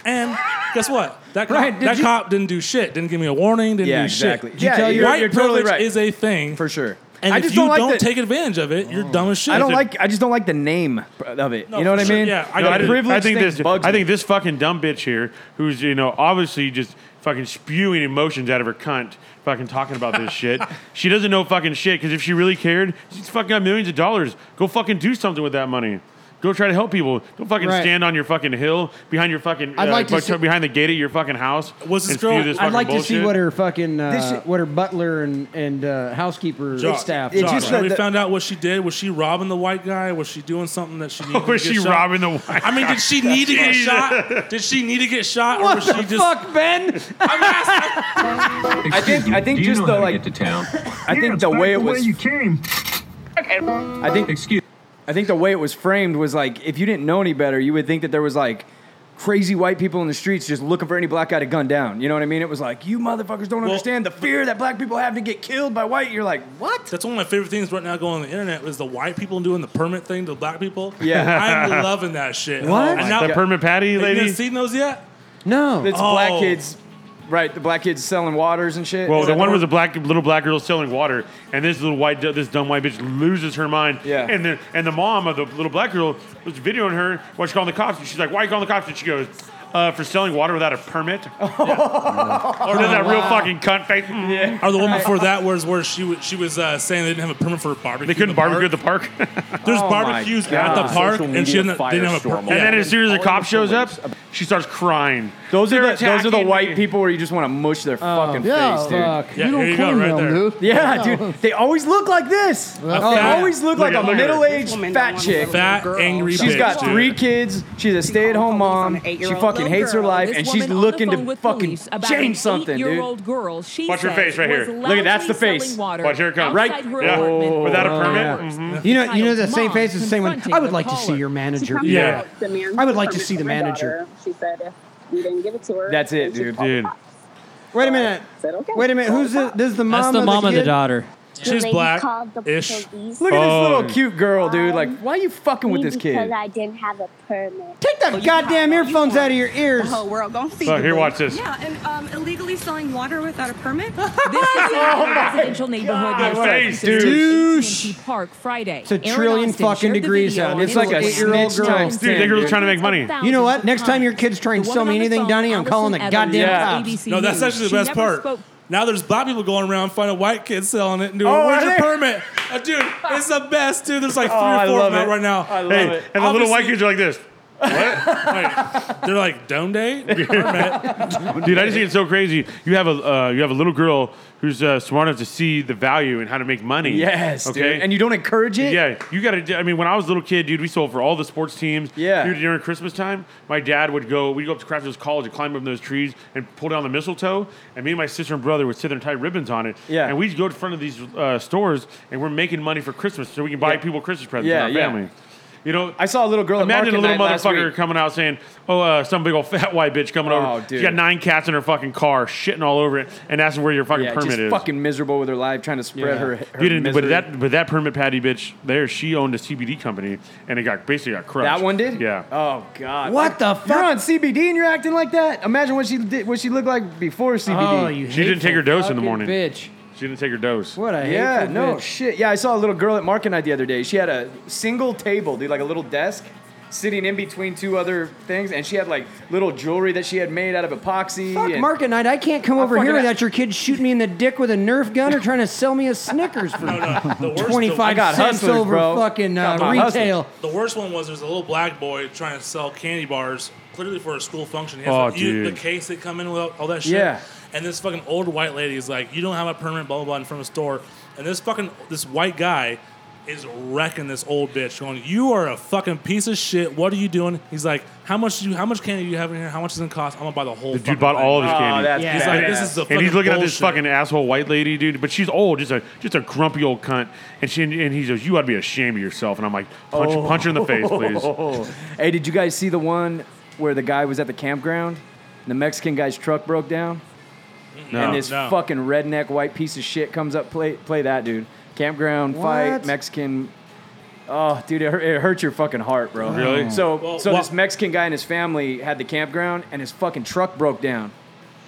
[SPEAKER 5] And guess what? That cop,
[SPEAKER 4] Right, did
[SPEAKER 5] that
[SPEAKER 4] you-
[SPEAKER 5] cop didn't do shit. Didn't give me a warning. Didn't
[SPEAKER 2] Yeah,
[SPEAKER 5] do
[SPEAKER 2] exactly.
[SPEAKER 5] shit.
[SPEAKER 2] Yeah,
[SPEAKER 4] tell
[SPEAKER 2] you're,
[SPEAKER 4] your-
[SPEAKER 5] White
[SPEAKER 2] you're totally
[SPEAKER 5] privilege
[SPEAKER 2] right.
[SPEAKER 5] is a thing
[SPEAKER 2] for sure.
[SPEAKER 5] And
[SPEAKER 2] I
[SPEAKER 5] if
[SPEAKER 2] just
[SPEAKER 5] you
[SPEAKER 2] don't like the-
[SPEAKER 5] take advantage of it, you're dumb as shit.
[SPEAKER 2] I don't like. I just don't like the name of it.
[SPEAKER 5] No,
[SPEAKER 2] you know
[SPEAKER 5] for
[SPEAKER 2] what I
[SPEAKER 5] sure,
[SPEAKER 2] mean?
[SPEAKER 5] yeah, I
[SPEAKER 2] The
[SPEAKER 5] got it.
[SPEAKER 3] I
[SPEAKER 2] privilege
[SPEAKER 3] think
[SPEAKER 2] thing
[SPEAKER 3] this,
[SPEAKER 2] bugs
[SPEAKER 3] I think
[SPEAKER 2] me.
[SPEAKER 3] this fucking dumb bitch here, who's you know obviously just fucking spewing emotions out of her cunt, fucking talking about this shit. She doesn't know fucking shit because if she really cared, she's fucking got millions of dollars. Go fucking do something with that money. Go try to help people. Don't fucking
[SPEAKER 4] Right.
[SPEAKER 3] stand on your fucking hill behind your fucking
[SPEAKER 6] I'd
[SPEAKER 3] uh,
[SPEAKER 6] like to
[SPEAKER 3] bu-
[SPEAKER 6] see-
[SPEAKER 3] behind the gate at your fucking house.
[SPEAKER 5] Was this
[SPEAKER 3] and spew
[SPEAKER 5] girl-
[SPEAKER 3] this
[SPEAKER 4] I'd
[SPEAKER 3] fucking
[SPEAKER 4] like to see
[SPEAKER 3] bullshit.
[SPEAKER 4] what her fucking uh,
[SPEAKER 2] This-
[SPEAKER 4] what her butler and and uh, housekeeper
[SPEAKER 5] Josh,
[SPEAKER 4] staff.
[SPEAKER 2] It
[SPEAKER 5] Josh,
[SPEAKER 2] just-
[SPEAKER 5] when
[SPEAKER 2] like
[SPEAKER 5] we
[SPEAKER 2] the-
[SPEAKER 5] found out what she did. Was she robbing the white guy? Was she doing something that she needed
[SPEAKER 3] Was
[SPEAKER 5] to get
[SPEAKER 3] she
[SPEAKER 5] shot?
[SPEAKER 3] robbing the white
[SPEAKER 5] I mean, did she need to get
[SPEAKER 3] Jesus.
[SPEAKER 5] shot? Did she need to get shot? or
[SPEAKER 4] what
[SPEAKER 5] was
[SPEAKER 4] the
[SPEAKER 5] she just
[SPEAKER 4] fuck, Ben?
[SPEAKER 5] I'm asking-
[SPEAKER 2] I think. I think just the like.
[SPEAKER 8] town?
[SPEAKER 2] I think the way it was.
[SPEAKER 9] came.
[SPEAKER 2] I think. Excuse. I think the way it was framed was like if you didn't know any better, you would think that there was like crazy white people in the streets just looking for any black guy to gun down. You know what I mean? It was like you motherfuckers don't understand the fear that black people have to get killed by white. You're like, what?
[SPEAKER 5] That's one of my favorite things right now going on the internet is the white people doing the permit thing to black people.
[SPEAKER 2] Yeah.
[SPEAKER 5] I'm loving that shit.
[SPEAKER 4] What? Oh
[SPEAKER 5] And now,
[SPEAKER 3] that permit patty
[SPEAKER 5] have you
[SPEAKER 3] lady?
[SPEAKER 5] guys seen those yet?
[SPEAKER 4] No,
[SPEAKER 2] It's black
[SPEAKER 5] Oh.
[SPEAKER 2] kids, right? The black kids selling waters and shit.
[SPEAKER 3] Well,
[SPEAKER 2] Is
[SPEAKER 3] the
[SPEAKER 2] that
[SPEAKER 3] one was a black little black girl selling water, and this little white this dumb white bitch loses her mind.
[SPEAKER 2] Yeah.
[SPEAKER 3] And the and the mom of the little black girl was videoing her while she's calling the cops, and she's like, "Why are you calling the cops?" And she goes, uh, "For selling water without a permit." or does that real fucking cunt face? mm.
[SPEAKER 5] Or the one before that was where she was, she was uh, saying they didn't have a permit for a barbecue.
[SPEAKER 3] They couldn't
[SPEAKER 5] in the park.
[SPEAKER 3] barbecue at the park.
[SPEAKER 5] There's
[SPEAKER 2] Oh my
[SPEAKER 5] barbecues at
[SPEAKER 2] God.
[SPEAKER 5] the park,
[SPEAKER 8] Social
[SPEAKER 5] and she
[SPEAKER 8] media
[SPEAKER 5] didn't, they didn't have a
[SPEAKER 8] firestorm
[SPEAKER 5] per-
[SPEAKER 8] on
[SPEAKER 5] yeah.
[SPEAKER 3] and then as soon as the
[SPEAKER 2] All
[SPEAKER 3] cop
[SPEAKER 2] the
[SPEAKER 3] shows up,
[SPEAKER 2] police.
[SPEAKER 3] she starts crying.
[SPEAKER 2] Those are
[SPEAKER 3] They're
[SPEAKER 2] the those are the
[SPEAKER 3] attacking
[SPEAKER 2] white
[SPEAKER 3] me.
[SPEAKER 2] people where you just want to mush their fucking
[SPEAKER 6] Yeah,
[SPEAKER 2] face, dude.
[SPEAKER 4] fuck.
[SPEAKER 5] Yeah,
[SPEAKER 6] you
[SPEAKER 5] here
[SPEAKER 6] don't
[SPEAKER 5] you go,
[SPEAKER 6] clean
[SPEAKER 5] right
[SPEAKER 6] them,
[SPEAKER 5] there.
[SPEAKER 6] dude.
[SPEAKER 2] Yeah, dude. They always look like this. They
[SPEAKER 5] fat-
[SPEAKER 2] always look
[SPEAKER 3] Look
[SPEAKER 2] like
[SPEAKER 3] at-
[SPEAKER 2] a
[SPEAKER 3] look at her.
[SPEAKER 2] middle-aged
[SPEAKER 11] Woman
[SPEAKER 2] fat
[SPEAKER 11] don't wanna
[SPEAKER 2] chick.
[SPEAKER 11] look like
[SPEAKER 5] Fat,
[SPEAKER 11] a girl.
[SPEAKER 5] angry
[SPEAKER 2] She's
[SPEAKER 5] bitch.
[SPEAKER 2] got
[SPEAKER 5] dude.
[SPEAKER 2] three kids. She's a stay-at-home mom. She fucking hates her life, and she's looking to fucking change something, dude.
[SPEAKER 11] Girl, she
[SPEAKER 3] Watch her face right here.
[SPEAKER 2] Look at- that's the face.
[SPEAKER 3] Watch here it comes.
[SPEAKER 2] Right.
[SPEAKER 3] Yeah.
[SPEAKER 2] apartment.
[SPEAKER 3] Without a
[SPEAKER 2] Oh,
[SPEAKER 3] permit.
[SPEAKER 11] yeah.
[SPEAKER 3] Mhm.
[SPEAKER 4] you know, you know the same
[SPEAKER 11] Mom
[SPEAKER 4] face is the same one.
[SPEAKER 11] confronting
[SPEAKER 4] I would
[SPEAKER 11] the
[SPEAKER 4] like to see
[SPEAKER 11] caller.
[SPEAKER 4] your manager.
[SPEAKER 5] Yeah.
[SPEAKER 4] I would like to see the manager.
[SPEAKER 11] She said if we didn't give it to her.
[SPEAKER 2] That's it,
[SPEAKER 11] then she'd
[SPEAKER 2] dude.
[SPEAKER 11] call the
[SPEAKER 3] Dude.
[SPEAKER 11] cops.
[SPEAKER 4] Wait a minute.
[SPEAKER 11] I said, okay.
[SPEAKER 4] Wait a minute.
[SPEAKER 11] Call
[SPEAKER 4] Who's
[SPEAKER 11] the
[SPEAKER 4] the,
[SPEAKER 11] cops.
[SPEAKER 4] this? Is the mom?
[SPEAKER 7] That's the
[SPEAKER 4] of
[SPEAKER 7] mom
[SPEAKER 4] the
[SPEAKER 7] of
[SPEAKER 4] kid?
[SPEAKER 7] the daughter.
[SPEAKER 5] She's
[SPEAKER 11] lady
[SPEAKER 5] black.
[SPEAKER 11] called the
[SPEAKER 5] ish.
[SPEAKER 11] police.
[SPEAKER 2] Look at this
[SPEAKER 5] Oh.
[SPEAKER 2] little cute girl, dude. Like, why are you fucking with
[SPEAKER 11] Me
[SPEAKER 2] this
[SPEAKER 11] Because
[SPEAKER 2] kid?
[SPEAKER 11] I didn't have a permit. Oh,
[SPEAKER 4] Take that goddamn earphones out of your ears.
[SPEAKER 12] The whole world gonna see.
[SPEAKER 3] Oh,
[SPEAKER 12] you,
[SPEAKER 3] here,
[SPEAKER 12] boo.
[SPEAKER 3] watch this.
[SPEAKER 12] Yeah, and um, illegally selling water without a permit. this is in
[SPEAKER 13] Oh
[SPEAKER 12] a
[SPEAKER 13] my
[SPEAKER 12] residential neighborhood.
[SPEAKER 13] God.
[SPEAKER 12] near
[SPEAKER 13] Face,
[SPEAKER 12] Syracuse
[SPEAKER 13] dude.
[SPEAKER 12] in PNC Park Friday.
[SPEAKER 4] It's a
[SPEAKER 12] Aaron
[SPEAKER 4] trillion
[SPEAKER 12] Austin
[SPEAKER 4] fucking
[SPEAKER 12] shared the
[SPEAKER 4] degrees
[SPEAKER 12] video
[SPEAKER 4] out.
[SPEAKER 12] on
[SPEAKER 4] It's
[SPEAKER 12] his
[SPEAKER 4] like a
[SPEAKER 12] Instagram.
[SPEAKER 4] eight-year-old girl.
[SPEAKER 3] Dude, that girl's trying to make money.
[SPEAKER 4] You know what? Next time your kid's trying to sell me anything, Donnie, I'm calling the goddamn cops.
[SPEAKER 5] No, that's actually the best part. Now there's black people going around finding white kids selling it and doing, where's your permit? Uh, dude, it's the best, dude. There's like three
[SPEAKER 3] Oh, I
[SPEAKER 5] or four of
[SPEAKER 3] love
[SPEAKER 5] them
[SPEAKER 3] it.
[SPEAKER 5] out right now.
[SPEAKER 3] I love Hey, it. and the little white kids are like this.
[SPEAKER 5] What? they're like, don't date?
[SPEAKER 3] Dude, I just think it's so crazy. You have a uh, you have a little girl who's uh, smart enough to see the value and how to make money.
[SPEAKER 2] Yes, dude. And you don't encourage it.
[SPEAKER 3] Yeah, you got to. I mean, when I was a little kid, dude, we sold for all the sports teams.
[SPEAKER 2] Yeah.
[SPEAKER 3] Dude, during Christmas time, my dad would go. We'd go up to Crafters College and climb up those trees and pull down the mistletoe. And me and my sister and brother would sit there and tie ribbons on it.
[SPEAKER 2] Yeah.
[SPEAKER 3] And we'd go to front of these uh, stores and we're making money for Christmas so we can buy people Christmas presents
[SPEAKER 2] Yeah,
[SPEAKER 3] for our
[SPEAKER 2] yeah.
[SPEAKER 3] family. You know,
[SPEAKER 2] I saw a little girl.
[SPEAKER 3] Imagine a
[SPEAKER 2] at
[SPEAKER 3] little
[SPEAKER 2] market night last
[SPEAKER 3] motherfucker
[SPEAKER 2] week.
[SPEAKER 3] coming out saying, "Oh, uh, some big old fat white bitch coming
[SPEAKER 2] Oh,
[SPEAKER 3] over.
[SPEAKER 2] dude.
[SPEAKER 3] She got nine cats in her fucking car, shitting all over it, and asking where your fucking
[SPEAKER 2] Yeah,
[SPEAKER 3] permit
[SPEAKER 2] just
[SPEAKER 3] is."
[SPEAKER 2] fucking miserable with her life, trying to spread her. her
[SPEAKER 3] You didn't- but
[SPEAKER 2] misery.
[SPEAKER 3] that but that permit patty bitch there, she owned a CBD company, and it got basically got crushed.
[SPEAKER 2] That one did?
[SPEAKER 3] Yeah.
[SPEAKER 2] Oh God!
[SPEAKER 3] What
[SPEAKER 2] the fuck? You're on CBD and you're acting like that. Imagine what she did, what she looked like before CBD.
[SPEAKER 11] Oh,
[SPEAKER 3] she didn't take her dose in the morning.
[SPEAKER 2] Bitch.
[SPEAKER 3] She didn't take her dose.
[SPEAKER 4] What a
[SPEAKER 2] yeah,
[SPEAKER 4] hateful
[SPEAKER 2] no
[SPEAKER 4] bitch.
[SPEAKER 2] shit. Yeah, I saw a little girl at market night the other day. She had a single table, dude, like a little desk, sitting in between two other things, and she had like little jewelry that she had made out of epoxy.
[SPEAKER 4] Fuck
[SPEAKER 2] and-
[SPEAKER 4] Market Night, I can't come over
[SPEAKER 2] fucking-
[SPEAKER 4] here without your kid shooting me in the dick with a Nerf gun or trying to sell me a Snickers for
[SPEAKER 2] I
[SPEAKER 4] 25
[SPEAKER 2] got
[SPEAKER 4] cents
[SPEAKER 2] hustlers,
[SPEAKER 4] over
[SPEAKER 2] bro.
[SPEAKER 4] fucking
[SPEAKER 5] Got
[SPEAKER 4] uh,
[SPEAKER 5] my hustlers.
[SPEAKER 4] retail.
[SPEAKER 5] The worst one was there's a little black boy trying to sell candy bars, clearly for a school function. He has
[SPEAKER 3] Oh,
[SPEAKER 5] like, you-
[SPEAKER 3] dude.
[SPEAKER 5] the case that come in with all- all that shit.
[SPEAKER 3] Yeah.
[SPEAKER 5] And this fucking old white lady is like, "You don't have a permit, blah blah blah," in front of a store. And this fucking this white guy is wrecking this old bitch, going, "You are a fucking piece of shit. What are you doing?" He's like, "How much do you? How much candy do you have in here? How much does it cost? I'm gonna buy the whole."
[SPEAKER 3] The
[SPEAKER 5] fucking
[SPEAKER 3] dude bought
[SPEAKER 5] thing."
[SPEAKER 3] all of
[SPEAKER 2] Oh,
[SPEAKER 3] his candy.
[SPEAKER 5] He's like, "This is the
[SPEAKER 3] and he's
[SPEAKER 5] fucking
[SPEAKER 3] looking at this
[SPEAKER 5] bullshit."
[SPEAKER 3] fucking asshole white lady, dude. But she's old, just a just a grumpy old cunt. And she and he goes, "You ought to be ashamed of yourself." And I'm like, "Punch,
[SPEAKER 2] Oh.
[SPEAKER 3] punch her in the face, please."
[SPEAKER 2] hey, did you guys see the one where the guy was at the campground? And the Mexican guy's truck broke down,
[SPEAKER 3] No.
[SPEAKER 2] and this
[SPEAKER 3] No.
[SPEAKER 2] fucking redneck white piece of shit comes up. Play, play that, dude. Campground fight,
[SPEAKER 5] What?
[SPEAKER 2] Mexican. Oh, dude, it hurt, it hurts your fucking heart, bro.
[SPEAKER 3] Really?
[SPEAKER 2] So,
[SPEAKER 5] Well,
[SPEAKER 2] so
[SPEAKER 5] wha-
[SPEAKER 2] this Mexican guy and his family had the campground, and his fucking truck broke down.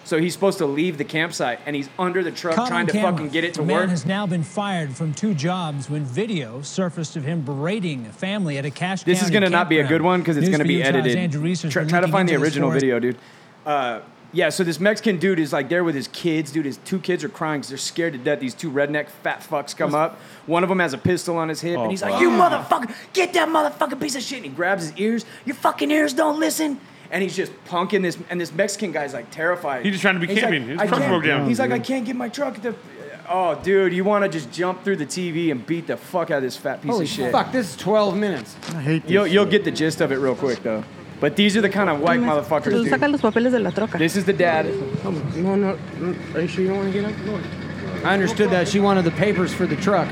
[SPEAKER 2] So he's supposed to leave the campsite, and he's under the truck
[SPEAKER 14] Caught on
[SPEAKER 2] trying to
[SPEAKER 14] camera.
[SPEAKER 2] fucking get it to
[SPEAKER 14] a
[SPEAKER 2] work.
[SPEAKER 14] man has now been fired from two jobs when video surfaced of him berating a family at a cash.
[SPEAKER 2] This is
[SPEAKER 14] County
[SPEAKER 2] going to not be a
[SPEAKER 14] campground.
[SPEAKER 2] good one because it's
[SPEAKER 14] News
[SPEAKER 2] going to be
[SPEAKER 14] for Utah's
[SPEAKER 2] edited.
[SPEAKER 14] Andrew Reese has
[SPEAKER 2] try,
[SPEAKER 14] been
[SPEAKER 2] try to
[SPEAKER 14] looking
[SPEAKER 2] find the
[SPEAKER 14] into this
[SPEAKER 2] original
[SPEAKER 14] story.
[SPEAKER 2] video, dude. Uh, yeah, so this Mexican dude is like there with his kids. Dude, his two kids are crying because they're scared to death. These two redneck fat fucks come up. One of them has a pistol on his hip,
[SPEAKER 15] Oh,
[SPEAKER 2] and he's
[SPEAKER 15] fuck.
[SPEAKER 2] like, "You motherfucker, get that motherfucking piece of shit!" And he grabs his ears. Your fucking ears don't listen. And he's just punking this. And this Mexican guy's like terrified.
[SPEAKER 3] He's just trying to be
[SPEAKER 2] He's
[SPEAKER 3] camping. His
[SPEAKER 2] "I
[SPEAKER 3] truck
[SPEAKER 2] can't-"
[SPEAKER 3] broke down.
[SPEAKER 2] He's like,
[SPEAKER 3] Yeah.
[SPEAKER 2] "I can't get my truck." To... Oh, dude, you want to just jump through the TV and beat the fuck out of this fat piece
[SPEAKER 4] Holy
[SPEAKER 2] of shit?
[SPEAKER 4] fuck, this is 12 minutes.
[SPEAKER 2] I hate you'll, you'll get the gist of it real quick though. But these are the kind of white motherfuckers.
[SPEAKER 12] Saca
[SPEAKER 2] Dude.
[SPEAKER 12] los papeles de la troca.
[SPEAKER 2] This is the dad.
[SPEAKER 4] No, no. mm, Are you sure you don't want to get up? I understood that. She wanted the papers for the truck.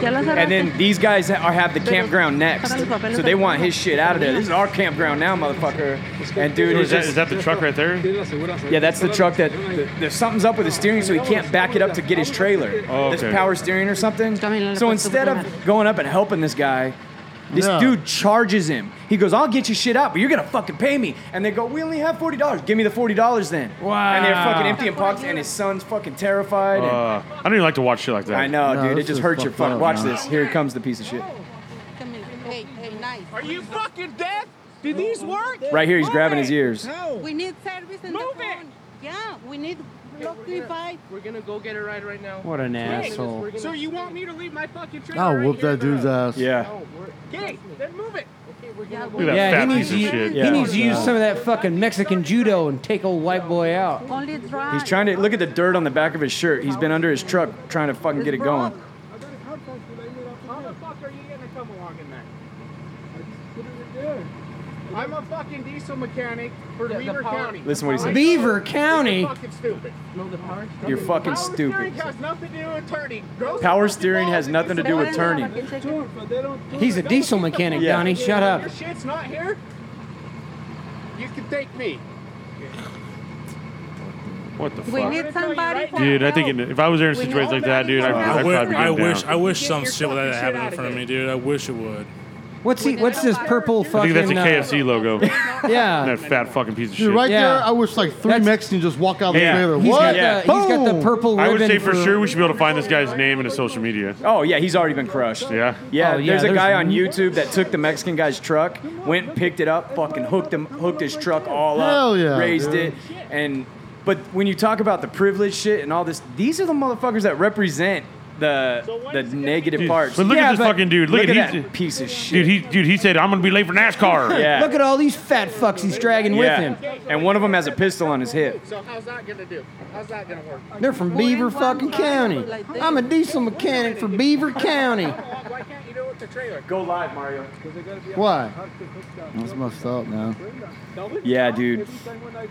[SPEAKER 2] And then these guys ha- are, have the campground next, so they want his shit out of there. This is our campground now, motherfucker. And dude,
[SPEAKER 3] Is
[SPEAKER 2] it's
[SPEAKER 3] that-
[SPEAKER 2] just-
[SPEAKER 3] is that the truck right there?
[SPEAKER 2] Yeah, that's the truck that there's something's up with the steering, so he can't back it up to get his trailer.
[SPEAKER 3] Oh,
[SPEAKER 2] There's
[SPEAKER 3] okay.
[SPEAKER 2] power steering or something. So instead of going up and helping this guy, this
[SPEAKER 3] No.
[SPEAKER 2] dude charges him. He goes, "I'll get your shit out, but you're gonna fucking pay me." And they go, "We only have forty dollars. Give me the forty dollars then." Wow. And they're fucking empty in pockets, and his son's fucking terrified. and-
[SPEAKER 3] Uh, I don't even like to watch shit like that.
[SPEAKER 2] I know, dude. It just hurts your fucking. Watch this. Here comes the piece of shit.
[SPEAKER 16] Hey, hey, nice. Are you fucking dead? Do these work?
[SPEAKER 2] Right here, he's grabbing his ears.
[SPEAKER 16] We need service in the phone. Yeah, we need block three five. We're gonna go get a ride right now.
[SPEAKER 4] What an asshole.
[SPEAKER 16] So you want me to leave my fucking trailer?
[SPEAKER 6] I'll
[SPEAKER 16] right
[SPEAKER 6] whoop
[SPEAKER 16] here?
[SPEAKER 6] that dude's ass.
[SPEAKER 2] Yeah.
[SPEAKER 16] Okay, then move it. Okay, we're gonna
[SPEAKER 3] Look at that
[SPEAKER 4] Yeah, he
[SPEAKER 3] fat
[SPEAKER 4] needs,
[SPEAKER 3] piece
[SPEAKER 4] to,
[SPEAKER 3] of
[SPEAKER 4] u-
[SPEAKER 3] shit.
[SPEAKER 4] he
[SPEAKER 2] Yeah.
[SPEAKER 4] needs to use
[SPEAKER 2] Yeah.
[SPEAKER 4] some of that fucking Mexican judo and take old white boy out.
[SPEAKER 16] Only drive.
[SPEAKER 2] He's trying to look at the dirt on the back of his shirt. He's been under his truck trying to fucking get it going.
[SPEAKER 16] How the fuck are you gonna come along in that? I'm a fucking diesel mechanic for Beaver County.
[SPEAKER 2] Listen what he said.
[SPEAKER 4] Beaver County?
[SPEAKER 16] You're fucking stupid.
[SPEAKER 2] You're fucking
[SPEAKER 16] Power
[SPEAKER 2] stupid.
[SPEAKER 16] steering has nothing to do with turning. Go
[SPEAKER 2] Power steering has nothing to do with turning.
[SPEAKER 4] He's a diesel mechanic,
[SPEAKER 2] Yeah.
[SPEAKER 4] Donnie. Shut up.
[SPEAKER 16] Your shit's not here. You can take me.
[SPEAKER 3] What the
[SPEAKER 16] We
[SPEAKER 3] fuck?
[SPEAKER 16] need somebody. for
[SPEAKER 3] Dude, I think
[SPEAKER 16] help.
[SPEAKER 3] it, if I was there in
[SPEAKER 16] We need
[SPEAKER 3] situations like that, dude, I'd,
[SPEAKER 5] I,
[SPEAKER 3] I'd
[SPEAKER 5] wish,
[SPEAKER 3] probably be
[SPEAKER 5] I
[SPEAKER 3] down.
[SPEAKER 5] wish, I wish some shit like that happened in front of me, dude. I wish it would.
[SPEAKER 4] What's he, What's this purple
[SPEAKER 3] I think
[SPEAKER 4] fucking?
[SPEAKER 3] that's a
[SPEAKER 4] uh,
[SPEAKER 3] KFC logo.
[SPEAKER 4] Yeah.
[SPEAKER 3] that fat fucking piece of shit.
[SPEAKER 6] Dude, right there, I wish like three Mexicans just walk out of
[SPEAKER 3] Yeah.
[SPEAKER 6] the trailer.
[SPEAKER 3] He's
[SPEAKER 6] what?
[SPEAKER 3] got the- he's got the
[SPEAKER 6] Boom.
[SPEAKER 4] purple
[SPEAKER 3] I would say for sure we should be able to find this guy's name in his social media.
[SPEAKER 2] Oh yeah, he's already been crushed.
[SPEAKER 3] Yeah.
[SPEAKER 2] Yeah,
[SPEAKER 3] Oh, yeah,
[SPEAKER 2] there's a
[SPEAKER 3] there's-
[SPEAKER 2] guy on YouTube that took the Mexican guy's truck, went and picked it up, fucking hooked him, hooked his truck all up,
[SPEAKER 6] Hell yeah,
[SPEAKER 2] raised
[SPEAKER 6] dude.
[SPEAKER 2] it, and but when you talk about the privilege shit and all this, these are the motherfuckers that represent the the negative parts.
[SPEAKER 3] But look
[SPEAKER 2] Yeah,
[SPEAKER 3] at this
[SPEAKER 2] but
[SPEAKER 3] fucking dude. Look,
[SPEAKER 2] look
[SPEAKER 3] at,
[SPEAKER 2] that piece of shit.
[SPEAKER 3] Dude, he dude he said I'm gonna be late for NASCAR.
[SPEAKER 2] Yeah.
[SPEAKER 4] Look at all these fat fucks he's dragging
[SPEAKER 2] Yeah.
[SPEAKER 4] with him.
[SPEAKER 2] And one of them has a pistol on his hip.
[SPEAKER 16] So how's that gonna do? How's that gonna work?
[SPEAKER 4] They're from Beaver fucking County. I'm a diesel mechanic for Beaver County.
[SPEAKER 16] Why can't you do it with the trailer?
[SPEAKER 2] Go live, Mario.
[SPEAKER 6] Why? That's messed up, man.
[SPEAKER 2] Yeah, dude.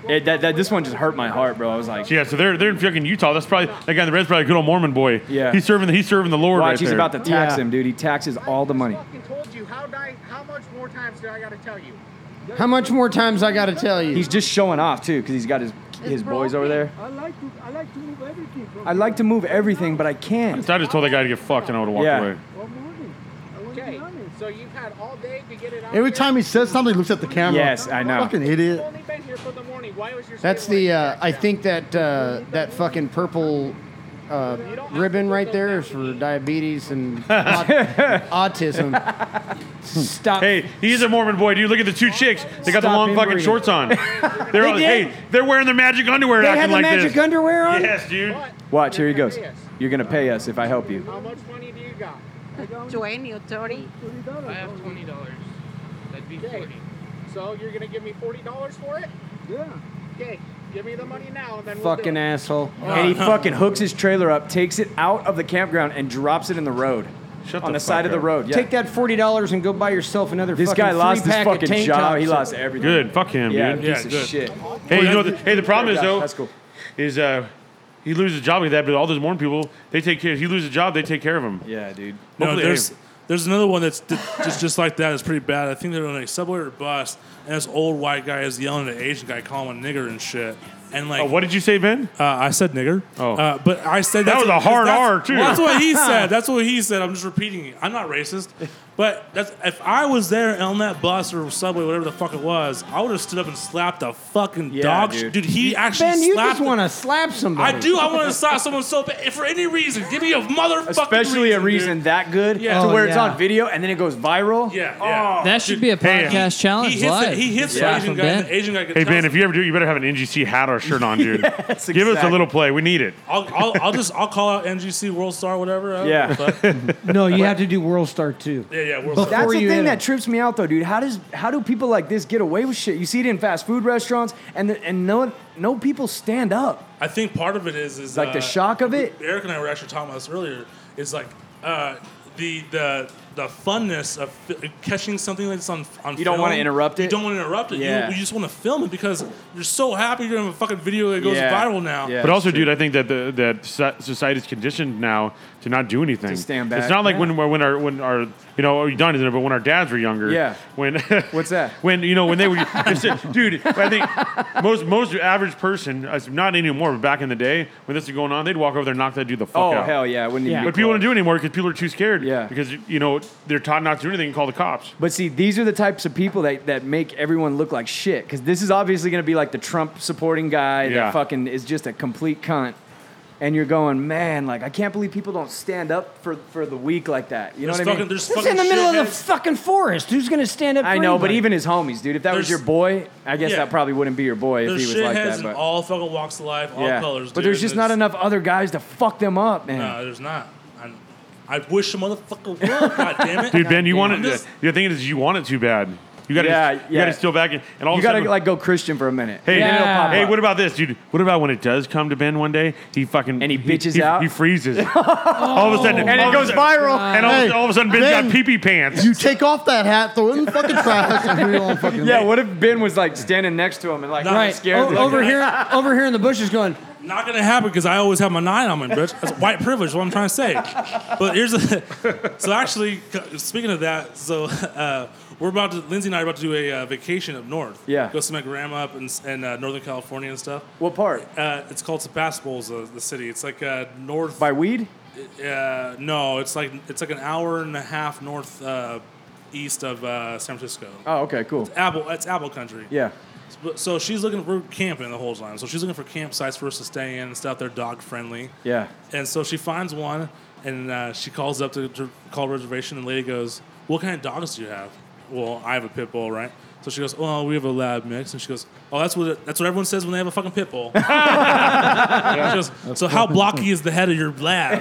[SPEAKER 2] It, that, that this one just hurt my heart, bro. I was like,
[SPEAKER 3] Yeah, so they're they're in fucking Utah. That's probably that guy in the red's probably a good old Mormon boy.
[SPEAKER 2] Yeah.
[SPEAKER 3] he's serving the he's serving the Lord.
[SPEAKER 2] watch,
[SPEAKER 3] right
[SPEAKER 2] he's
[SPEAKER 3] there.
[SPEAKER 2] about to tax him, dude. He taxes all the money.
[SPEAKER 16] Told you how di- how much more times do I gotta tell you?
[SPEAKER 4] How much more times I gotta tell you?
[SPEAKER 2] He's just showing off too, because he's got his his boys over there.
[SPEAKER 16] I like to I like to move everything from
[SPEAKER 2] I like to move everything, but I can't.
[SPEAKER 3] So I just told that guy to get fucked, and I would have walked
[SPEAKER 2] Yeah.
[SPEAKER 3] away.
[SPEAKER 16] Okay, so you've had all day to get it out.
[SPEAKER 6] Every time he says something, he looks at the camera.
[SPEAKER 2] Yes, I know.
[SPEAKER 6] Fucking idiot.
[SPEAKER 16] Only been here for the morning. Why was your
[SPEAKER 4] That's the. Uh, I think that uh, that fucking purple uh, ribbon right there is for diabetes and aut- autism. Stop.
[SPEAKER 3] Hey, he's a Mormon boy, dude. Look at the two chicks. They got the
[SPEAKER 4] Stop
[SPEAKER 3] long fucking
[SPEAKER 4] inbreeding.
[SPEAKER 3] shorts on. They're all,
[SPEAKER 4] did?
[SPEAKER 3] hey, they're wearing their magic underwear,
[SPEAKER 4] They
[SPEAKER 3] acting
[SPEAKER 4] had the
[SPEAKER 3] like
[SPEAKER 4] magic
[SPEAKER 3] this.
[SPEAKER 4] underwear on.
[SPEAKER 3] Yes, dude.
[SPEAKER 2] Watch, here he goes. You're gonna pay us if I help you.
[SPEAKER 16] How much money do you got? Twenty or thirty? I have twenty dollars. That'd be forty. So you're gonna give me forty dollars for it? Yeah. Okay, give me the money now and then we'll do
[SPEAKER 4] Fucking
[SPEAKER 16] it.
[SPEAKER 4] asshole.
[SPEAKER 2] And he
[SPEAKER 3] Uh-huh.
[SPEAKER 2] fucking hooks his trailer up, takes it out of the campground, and drops it in the road. on the,
[SPEAKER 3] fuck
[SPEAKER 2] side of the
[SPEAKER 3] up.
[SPEAKER 2] road. Yeah.
[SPEAKER 4] Take that forty dollars and go buy yourself another.
[SPEAKER 2] this
[SPEAKER 4] fucking
[SPEAKER 2] guy lost his
[SPEAKER 4] three-pack of
[SPEAKER 2] fucking
[SPEAKER 4] tank
[SPEAKER 2] job.
[SPEAKER 4] Tops.
[SPEAKER 2] He lost everything.
[SPEAKER 3] Good. Fuck him,
[SPEAKER 2] Yeah,
[SPEAKER 3] dude.
[SPEAKER 2] piece
[SPEAKER 5] Yeah,
[SPEAKER 2] of
[SPEAKER 5] good.
[SPEAKER 2] shit.
[SPEAKER 3] Hey, you know what the, hey, the problem is
[SPEAKER 2] Josh,
[SPEAKER 3] though.
[SPEAKER 2] That's cool.
[SPEAKER 3] Is uh, he loses a job like that, but all those Mormon people, they take care. If he loses a job, they take care of him.
[SPEAKER 2] Yeah, dude.
[SPEAKER 5] No,
[SPEAKER 3] Hopefully-
[SPEAKER 5] there's there's another one that's d- just just like that. It's pretty bad. I think they're on a subway or bus, and this old white guy is yelling at an Asian guy, calling him a nigger and shit. And like,
[SPEAKER 3] Oh, what did you say, Ben?
[SPEAKER 5] Uh, I said nigger.
[SPEAKER 3] Oh.
[SPEAKER 5] Uh, but I said
[SPEAKER 3] That
[SPEAKER 5] that's
[SPEAKER 3] was
[SPEAKER 5] what-
[SPEAKER 3] a hard
[SPEAKER 5] that's-
[SPEAKER 3] R, too.
[SPEAKER 5] That's what he said. That's what he said. I'm just repeating it. I'm not racist. But that's if I was there on that bus or subway, whatever the fuck it was, I would have stood up and slapped the fucking
[SPEAKER 2] Yeah,
[SPEAKER 5] dog
[SPEAKER 2] dude.
[SPEAKER 5] shit. Dude, he actually
[SPEAKER 4] Ben, you
[SPEAKER 5] slapped.
[SPEAKER 4] just want to slap somebody.
[SPEAKER 5] I do. I want to slap someone so bad if for any reason. Give me a motherfucking
[SPEAKER 2] Especially a
[SPEAKER 5] reason, dude.
[SPEAKER 2] reason that good
[SPEAKER 5] Yeah.
[SPEAKER 2] to
[SPEAKER 5] Oh,
[SPEAKER 2] where it's
[SPEAKER 4] yeah.
[SPEAKER 2] on video and then it goes viral. Oh,
[SPEAKER 5] Yeah, yeah.
[SPEAKER 7] That should be a podcast challenge
[SPEAKER 5] He hits,
[SPEAKER 7] live.
[SPEAKER 5] the, he hits the
[SPEAKER 7] Yeah.
[SPEAKER 5] Asian
[SPEAKER 7] From
[SPEAKER 5] guy. and
[SPEAKER 7] Ben.
[SPEAKER 5] The Asian guy. gets
[SPEAKER 3] Hey Ben,
[SPEAKER 5] us-
[SPEAKER 3] if you ever do, you better have an NGC hat or shirt on, dude.
[SPEAKER 2] Yes,
[SPEAKER 3] Give us a
[SPEAKER 2] exactly.
[SPEAKER 3] little play. We need it.
[SPEAKER 5] I'll, I'll, I'll just I'll call out NGC World Star whatever. I don't
[SPEAKER 2] Yeah.
[SPEAKER 5] know, but-
[SPEAKER 4] No, you have to do World Star too.
[SPEAKER 5] yeah, yeah. World
[SPEAKER 4] But
[SPEAKER 5] Star.
[SPEAKER 2] That's
[SPEAKER 4] Before
[SPEAKER 2] the
[SPEAKER 4] you
[SPEAKER 2] thing
[SPEAKER 4] hit
[SPEAKER 2] that
[SPEAKER 4] him.
[SPEAKER 2] trips me out though, dude. How does how do people like this get away with shit? You see it in fast food restaurants, and the, and no no people stand up.
[SPEAKER 5] I think part of it is is
[SPEAKER 2] Like the
[SPEAKER 5] uh,
[SPEAKER 2] shock of it.
[SPEAKER 5] Eric and I were actually talking about this earlier. Is like uh, the the the funness of fi- catching something like this on on.
[SPEAKER 2] You don't
[SPEAKER 5] film.
[SPEAKER 2] wanna interrupt
[SPEAKER 5] You
[SPEAKER 2] it?
[SPEAKER 5] don't want to interrupt it.
[SPEAKER 2] Yeah.
[SPEAKER 5] You, you just want to film it because you're so happy you're gonna have a fucking video that goes
[SPEAKER 2] Yeah.
[SPEAKER 5] viral now.
[SPEAKER 2] Yeah.
[SPEAKER 3] But also,
[SPEAKER 2] true.
[SPEAKER 3] dude, I think that the, that so- society is conditioned now to not do anything.
[SPEAKER 2] To stand back.
[SPEAKER 3] It's not like
[SPEAKER 2] Yeah.
[SPEAKER 3] when when our when our you know oh, Don isn't there, but when our dads were younger.
[SPEAKER 2] Yeah.
[SPEAKER 3] When
[SPEAKER 2] What's that?
[SPEAKER 3] when you know when they were it's- dude. I think most most average person, uh, not anymore, but back in the day when this was going on, they'd walk over there and knock that dude the fuck
[SPEAKER 2] Oh
[SPEAKER 3] out.
[SPEAKER 2] hell yeah, it wouldn't even.
[SPEAKER 4] Yeah.
[SPEAKER 2] be
[SPEAKER 3] But people
[SPEAKER 2] close.
[SPEAKER 3] don't do it anymore because people are too scared.
[SPEAKER 2] Yeah.
[SPEAKER 3] Because you know they're taught not to do anything and call the cops.
[SPEAKER 2] But see, these are the types of people that, that make everyone look like shit. Because this is obviously going to be like the Trump supporting guy
[SPEAKER 3] Yeah.
[SPEAKER 2] that fucking is just a complete cunt. And you're going, man, like I can't believe people don't stand up for, for the weak like that. You know
[SPEAKER 5] There's
[SPEAKER 2] what I
[SPEAKER 5] fucking,
[SPEAKER 2] mean?
[SPEAKER 5] there's
[SPEAKER 4] This is
[SPEAKER 5] fucking
[SPEAKER 4] in the middle of the
[SPEAKER 5] shitheads.
[SPEAKER 4] fucking forest. Who's gonna stand up? For
[SPEAKER 2] I know, but
[SPEAKER 4] anybody?
[SPEAKER 2] even his homies, dude. If that was
[SPEAKER 5] There's-
[SPEAKER 2] your boy, I guess
[SPEAKER 5] yeah.
[SPEAKER 2] that probably wouldn't be your boy if he
[SPEAKER 5] There's
[SPEAKER 2] was
[SPEAKER 5] shitheads
[SPEAKER 2] like that.
[SPEAKER 5] in
[SPEAKER 2] But
[SPEAKER 5] all fucking walks of life, all
[SPEAKER 2] yeah,
[SPEAKER 5] colors.
[SPEAKER 2] but
[SPEAKER 5] dude,
[SPEAKER 2] there's just not
[SPEAKER 5] it's-
[SPEAKER 2] enough other guys to fuck them up, man.
[SPEAKER 3] Hmm.
[SPEAKER 5] No, there's not. I, I wish a motherfucker would. God damn it,
[SPEAKER 3] Dude, Ben, you want it.
[SPEAKER 5] I'm just-
[SPEAKER 3] the thing is, you want it too bad. You got to.
[SPEAKER 2] Yeah,
[SPEAKER 3] You got to
[SPEAKER 2] yeah.
[SPEAKER 3] still back in. And all
[SPEAKER 2] you
[SPEAKER 3] of a
[SPEAKER 2] gotta
[SPEAKER 3] sudden,
[SPEAKER 2] like go Christian for a minute.
[SPEAKER 3] Hey,
[SPEAKER 2] And it'll pop
[SPEAKER 3] hey,
[SPEAKER 2] up.
[SPEAKER 3] what about this, dude? What about when it does come to Ben one day? He fucking
[SPEAKER 2] And he bitches out?
[SPEAKER 3] He freezes. all of a sudden,
[SPEAKER 2] And
[SPEAKER 3] all
[SPEAKER 2] it
[SPEAKER 3] of
[SPEAKER 2] goes
[SPEAKER 3] a-
[SPEAKER 2] viral.
[SPEAKER 3] And all,
[SPEAKER 6] Hey,
[SPEAKER 3] all of a sudden, Ben's
[SPEAKER 6] Ben.
[SPEAKER 3] got pee pee pants.
[SPEAKER 6] You take off that hat, throw it in the fucking trash, and put it on fucking.
[SPEAKER 2] Yeah, what if Ben was like standing next to him and like
[SPEAKER 4] right
[SPEAKER 2] scared?
[SPEAKER 4] O- over here, over here in the bushes, going.
[SPEAKER 5] Not gonna happen because I always have my nine on me, bitch. That's white privilege. What I'm trying to say. But here's the. So actually, speaking of that, so uh, we're about to. Lindsay and I are about to do a uh, vacation up north.
[SPEAKER 2] Yeah.
[SPEAKER 5] Go see my grandma up in, in uh, Northern California and stuff.
[SPEAKER 2] What part?
[SPEAKER 5] Uh, it's called Sebastopol's, uh, the city. It's like uh, north.
[SPEAKER 2] By weed?
[SPEAKER 5] Uh, no, it's like it's like an hour and a half north uh, east of uh, San Francisco.
[SPEAKER 2] Oh, okay, cool.
[SPEAKER 5] It's apple. It's apple country.
[SPEAKER 2] Yeah.
[SPEAKER 5] So she's looking. We're camping the whole time. So she's looking for campsites for us to stay in and stuff. They're dog friendly.
[SPEAKER 2] Yeah.
[SPEAKER 5] And so she finds one, and uh, she calls up to, to call reservation, and the lady goes, "What kind of dogs do you have?" Well, I have a pit bull, right? So she goes, "Oh, we have a lab mix," and she goes, "Oh, that's what that's what everyone says when they have a fucking pit bull." She goes, so how blocky is the head of your lab?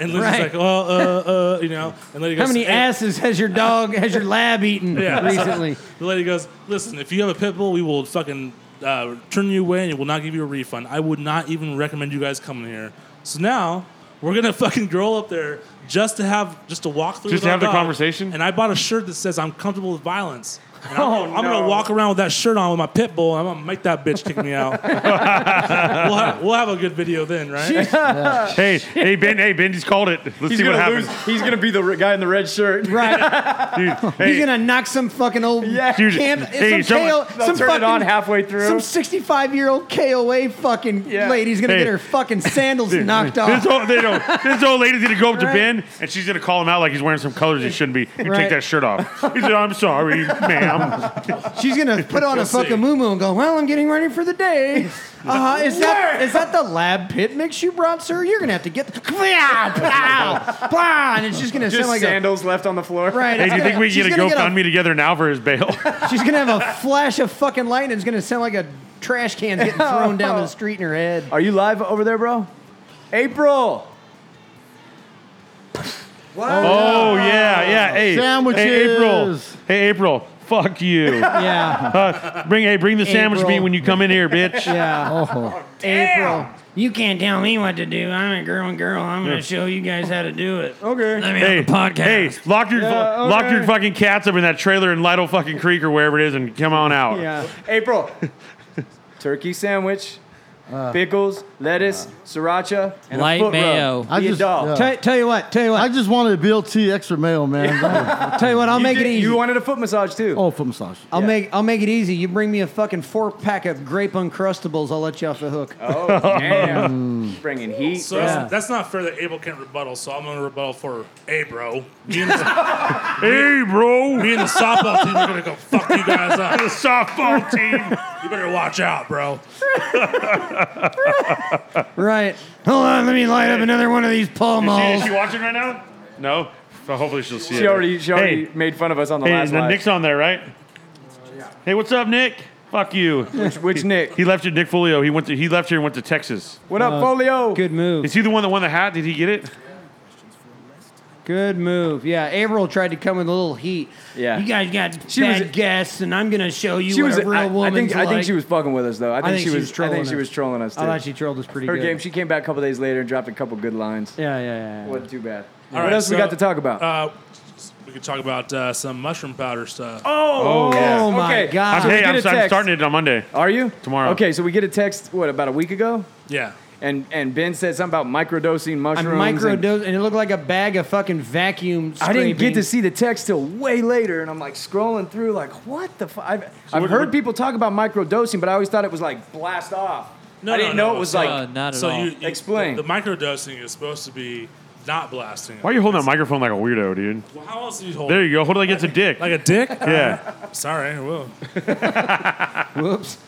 [SPEAKER 5] and Lindsay's
[SPEAKER 4] Right.
[SPEAKER 5] like, "Well, uh, uh, you know," and lady goes,
[SPEAKER 4] How many
[SPEAKER 5] "Hey."
[SPEAKER 4] asses has your dog, has your lab eaten
[SPEAKER 5] Yeah.
[SPEAKER 4] recently?
[SPEAKER 5] the lady goes, "Listen, if you have a pit bull, we will fucking uh, turn you away and it will not give you a refund. I would not even recommend you guys coming here." So now we're gonna fucking girl up there just to have just to walk through,
[SPEAKER 3] Just
[SPEAKER 5] with
[SPEAKER 3] to
[SPEAKER 5] our
[SPEAKER 3] have the
[SPEAKER 5] dog.
[SPEAKER 3] conversation?
[SPEAKER 5] And I bought a shirt that says, "I'm comfortable with violence." And I'm,
[SPEAKER 3] Oh,
[SPEAKER 5] I'm
[SPEAKER 3] no.
[SPEAKER 5] gonna walk around with that shirt on with my pit bull, and I'm gonna make that bitch kick me out. we'll, have, we'll have a good video then, right?
[SPEAKER 3] hey, hey, Ben, hey, Benji's called it. Let's
[SPEAKER 5] He's
[SPEAKER 3] see what
[SPEAKER 5] gonna
[SPEAKER 3] happens.
[SPEAKER 5] lose-
[SPEAKER 2] He's gonna be the re- guy in the red shirt,
[SPEAKER 4] right?
[SPEAKER 3] Dude,
[SPEAKER 4] He's
[SPEAKER 3] hey,
[SPEAKER 4] gonna knock some fucking old
[SPEAKER 3] Dude,
[SPEAKER 4] camp,
[SPEAKER 3] hey,
[SPEAKER 4] some,
[SPEAKER 3] someone-
[SPEAKER 4] KO,
[SPEAKER 3] They'll
[SPEAKER 4] some
[SPEAKER 3] turn it
[SPEAKER 4] fucking,
[SPEAKER 3] on halfway through.
[SPEAKER 4] Some sixty-five-year-old KOA fucking lady's gonna
[SPEAKER 3] Hey.
[SPEAKER 4] get her fucking sandals
[SPEAKER 3] dude,
[SPEAKER 4] knocked
[SPEAKER 3] this
[SPEAKER 4] off.
[SPEAKER 3] old, they don't- this old lady's gonna go up to
[SPEAKER 4] Right.
[SPEAKER 3] Ben and she's gonna call him out like he's wearing some colors he shouldn't be. You
[SPEAKER 4] Right.
[SPEAKER 3] take that shirt off. He said, "I'm sorry, ma'am."
[SPEAKER 4] She's gonna put on a
[SPEAKER 3] You'll see.
[SPEAKER 4] fucking moo and go. Well, I'm getting ready for the day. Uh, is that is that the lab pit mix you brought, sir? You're gonna have to get the blah blah blah, and it's just gonna
[SPEAKER 2] Just
[SPEAKER 4] sound like a,
[SPEAKER 2] sandals left on the floor.
[SPEAKER 4] Right,
[SPEAKER 3] Hey,
[SPEAKER 4] it's
[SPEAKER 3] do you
[SPEAKER 4] gonna-
[SPEAKER 3] think we
[SPEAKER 4] she's
[SPEAKER 3] can get a
[SPEAKER 4] gonna get a-
[SPEAKER 3] GoFundMe together now for his bail?
[SPEAKER 4] she's gonna have a flash of fucking light, and it's gonna sound like a trash can getting thrown down the street in her head.
[SPEAKER 2] Are you live over there, bro? April.
[SPEAKER 3] Oh yeah, yeah. Hey, Hey, April. Hey, April. Fuck you.
[SPEAKER 4] Yeah.
[SPEAKER 3] Uh, bring hey, bring the sandwich
[SPEAKER 4] April.
[SPEAKER 3] meat when you come in here, bitch.
[SPEAKER 4] Yeah.
[SPEAKER 13] April. You can't tell me what to do. I'm a girl and girl. I'm going
[SPEAKER 3] Yeah.
[SPEAKER 13] to show you guys how to do it.
[SPEAKER 4] Okay.
[SPEAKER 13] Let me
[SPEAKER 3] Hey,
[SPEAKER 13] have a podcast.
[SPEAKER 3] hey, lock your
[SPEAKER 13] Yeah,
[SPEAKER 3] lock your
[SPEAKER 13] okay.
[SPEAKER 3] fucking cats up in that trailer in Lido fucking Creek or wherever it is, and come on out.
[SPEAKER 2] Yeah. April. Turkey sandwich, pickles, lettuce, sriracha, and a foot rub. Be a dog.
[SPEAKER 4] Tell, tell you what, tell you what.
[SPEAKER 6] I just wanted a BLT extra mayo, man.
[SPEAKER 4] tell you what, I'll make it easy.
[SPEAKER 2] You wanted a foot massage too.
[SPEAKER 6] Oh, foot massage.
[SPEAKER 4] I'll make I'll make it easy. You bring me a fucking four pack of grape uncrustables. I'll let you off the hook.
[SPEAKER 2] Oh damn! Bringing heat.
[SPEAKER 5] So
[SPEAKER 2] bro.
[SPEAKER 5] that's, that's not fair that Abel can't rebuttal, so I'm going to rebuttal for, hey, bro. Me and the,
[SPEAKER 3] hey, bro.
[SPEAKER 5] Me and the softball team are going to go fuck you guys up.
[SPEAKER 3] the softball team.
[SPEAKER 5] You better watch out, bro.
[SPEAKER 4] Right. Hold on, let me light up another one of these Pall
[SPEAKER 3] Is she,
[SPEAKER 4] Malls.
[SPEAKER 3] is she watching right now? No. So hopefully she'll see it.
[SPEAKER 2] she already she already
[SPEAKER 3] Hey,
[SPEAKER 2] made fun of us on the
[SPEAKER 3] hey,
[SPEAKER 2] last
[SPEAKER 3] the
[SPEAKER 2] live.
[SPEAKER 3] Nick's on there, right? Hey, what's up, Nick? Fuck you. Which,
[SPEAKER 2] which Nick?
[SPEAKER 3] He left Nick Folio. He went to he left here and went to Texas.
[SPEAKER 2] What up, Folio?
[SPEAKER 4] Good move.
[SPEAKER 3] Is he the one that won the hat? Did he get it?
[SPEAKER 4] Good move. Yeah, April tried to come with a little heat.
[SPEAKER 2] Yeah.
[SPEAKER 4] You guys got
[SPEAKER 2] She
[SPEAKER 4] bad
[SPEAKER 2] was-
[SPEAKER 4] guests, and I'm gonna show you
[SPEAKER 2] she
[SPEAKER 4] what
[SPEAKER 2] was.
[SPEAKER 4] a real
[SPEAKER 2] I, I
[SPEAKER 4] woman's
[SPEAKER 2] think
[SPEAKER 4] like.
[SPEAKER 2] I think she was fucking with us though. I think, she, was. I
[SPEAKER 4] trolling
[SPEAKER 2] think she was trolling us. Too.
[SPEAKER 4] I thought she trolled us pretty
[SPEAKER 2] Her
[SPEAKER 4] good.
[SPEAKER 2] game. She came back a couple days later and dropped a couple good lines.
[SPEAKER 4] yeah, yeah, yeah. yeah.
[SPEAKER 2] Wasn't too bad.
[SPEAKER 5] All
[SPEAKER 2] what
[SPEAKER 5] right,
[SPEAKER 2] else we
[SPEAKER 5] so,
[SPEAKER 2] got to talk about?
[SPEAKER 5] Uh, we could talk about uh, some mushroom powder stuff.
[SPEAKER 2] Oh,
[SPEAKER 3] yeah.
[SPEAKER 2] oh my Okay. God.
[SPEAKER 3] I'm,
[SPEAKER 2] So we
[SPEAKER 3] hey,
[SPEAKER 2] get
[SPEAKER 3] I'm,
[SPEAKER 2] a
[SPEAKER 3] I'm
[SPEAKER 2] text.
[SPEAKER 3] starting it on Monday.
[SPEAKER 2] Are you
[SPEAKER 3] tomorrow?
[SPEAKER 2] Okay, so we get a text. What about a week ago?
[SPEAKER 5] Yeah.
[SPEAKER 2] And and Ben said something about microdosing
[SPEAKER 4] I
[SPEAKER 2] mushrooms. and-
[SPEAKER 4] microdosed, and it looked like a bag of fucking vacuum.
[SPEAKER 2] I didn't get to
[SPEAKER 4] scrapings.
[SPEAKER 2] see the text till way later, and I'm like scrolling through, like, what the fuck? I've, I've
[SPEAKER 4] what-
[SPEAKER 2] heard
[SPEAKER 4] what-
[SPEAKER 2] people talk about microdosing, but I always thought it was like blast off. I didn't know it was like.
[SPEAKER 5] uh, so You, you,
[SPEAKER 2] Explain.
[SPEAKER 5] The, the microdosing is supposed to be not blasting. it.
[SPEAKER 3] Why are you holding that microphone like a weirdo, dude?
[SPEAKER 5] Well, how else do you hold
[SPEAKER 3] There
[SPEAKER 5] it?
[SPEAKER 3] you go. Hold it like it's a dick.
[SPEAKER 5] Like a dick?
[SPEAKER 3] Yeah.
[SPEAKER 5] Sorry, I will.
[SPEAKER 4] Whoops.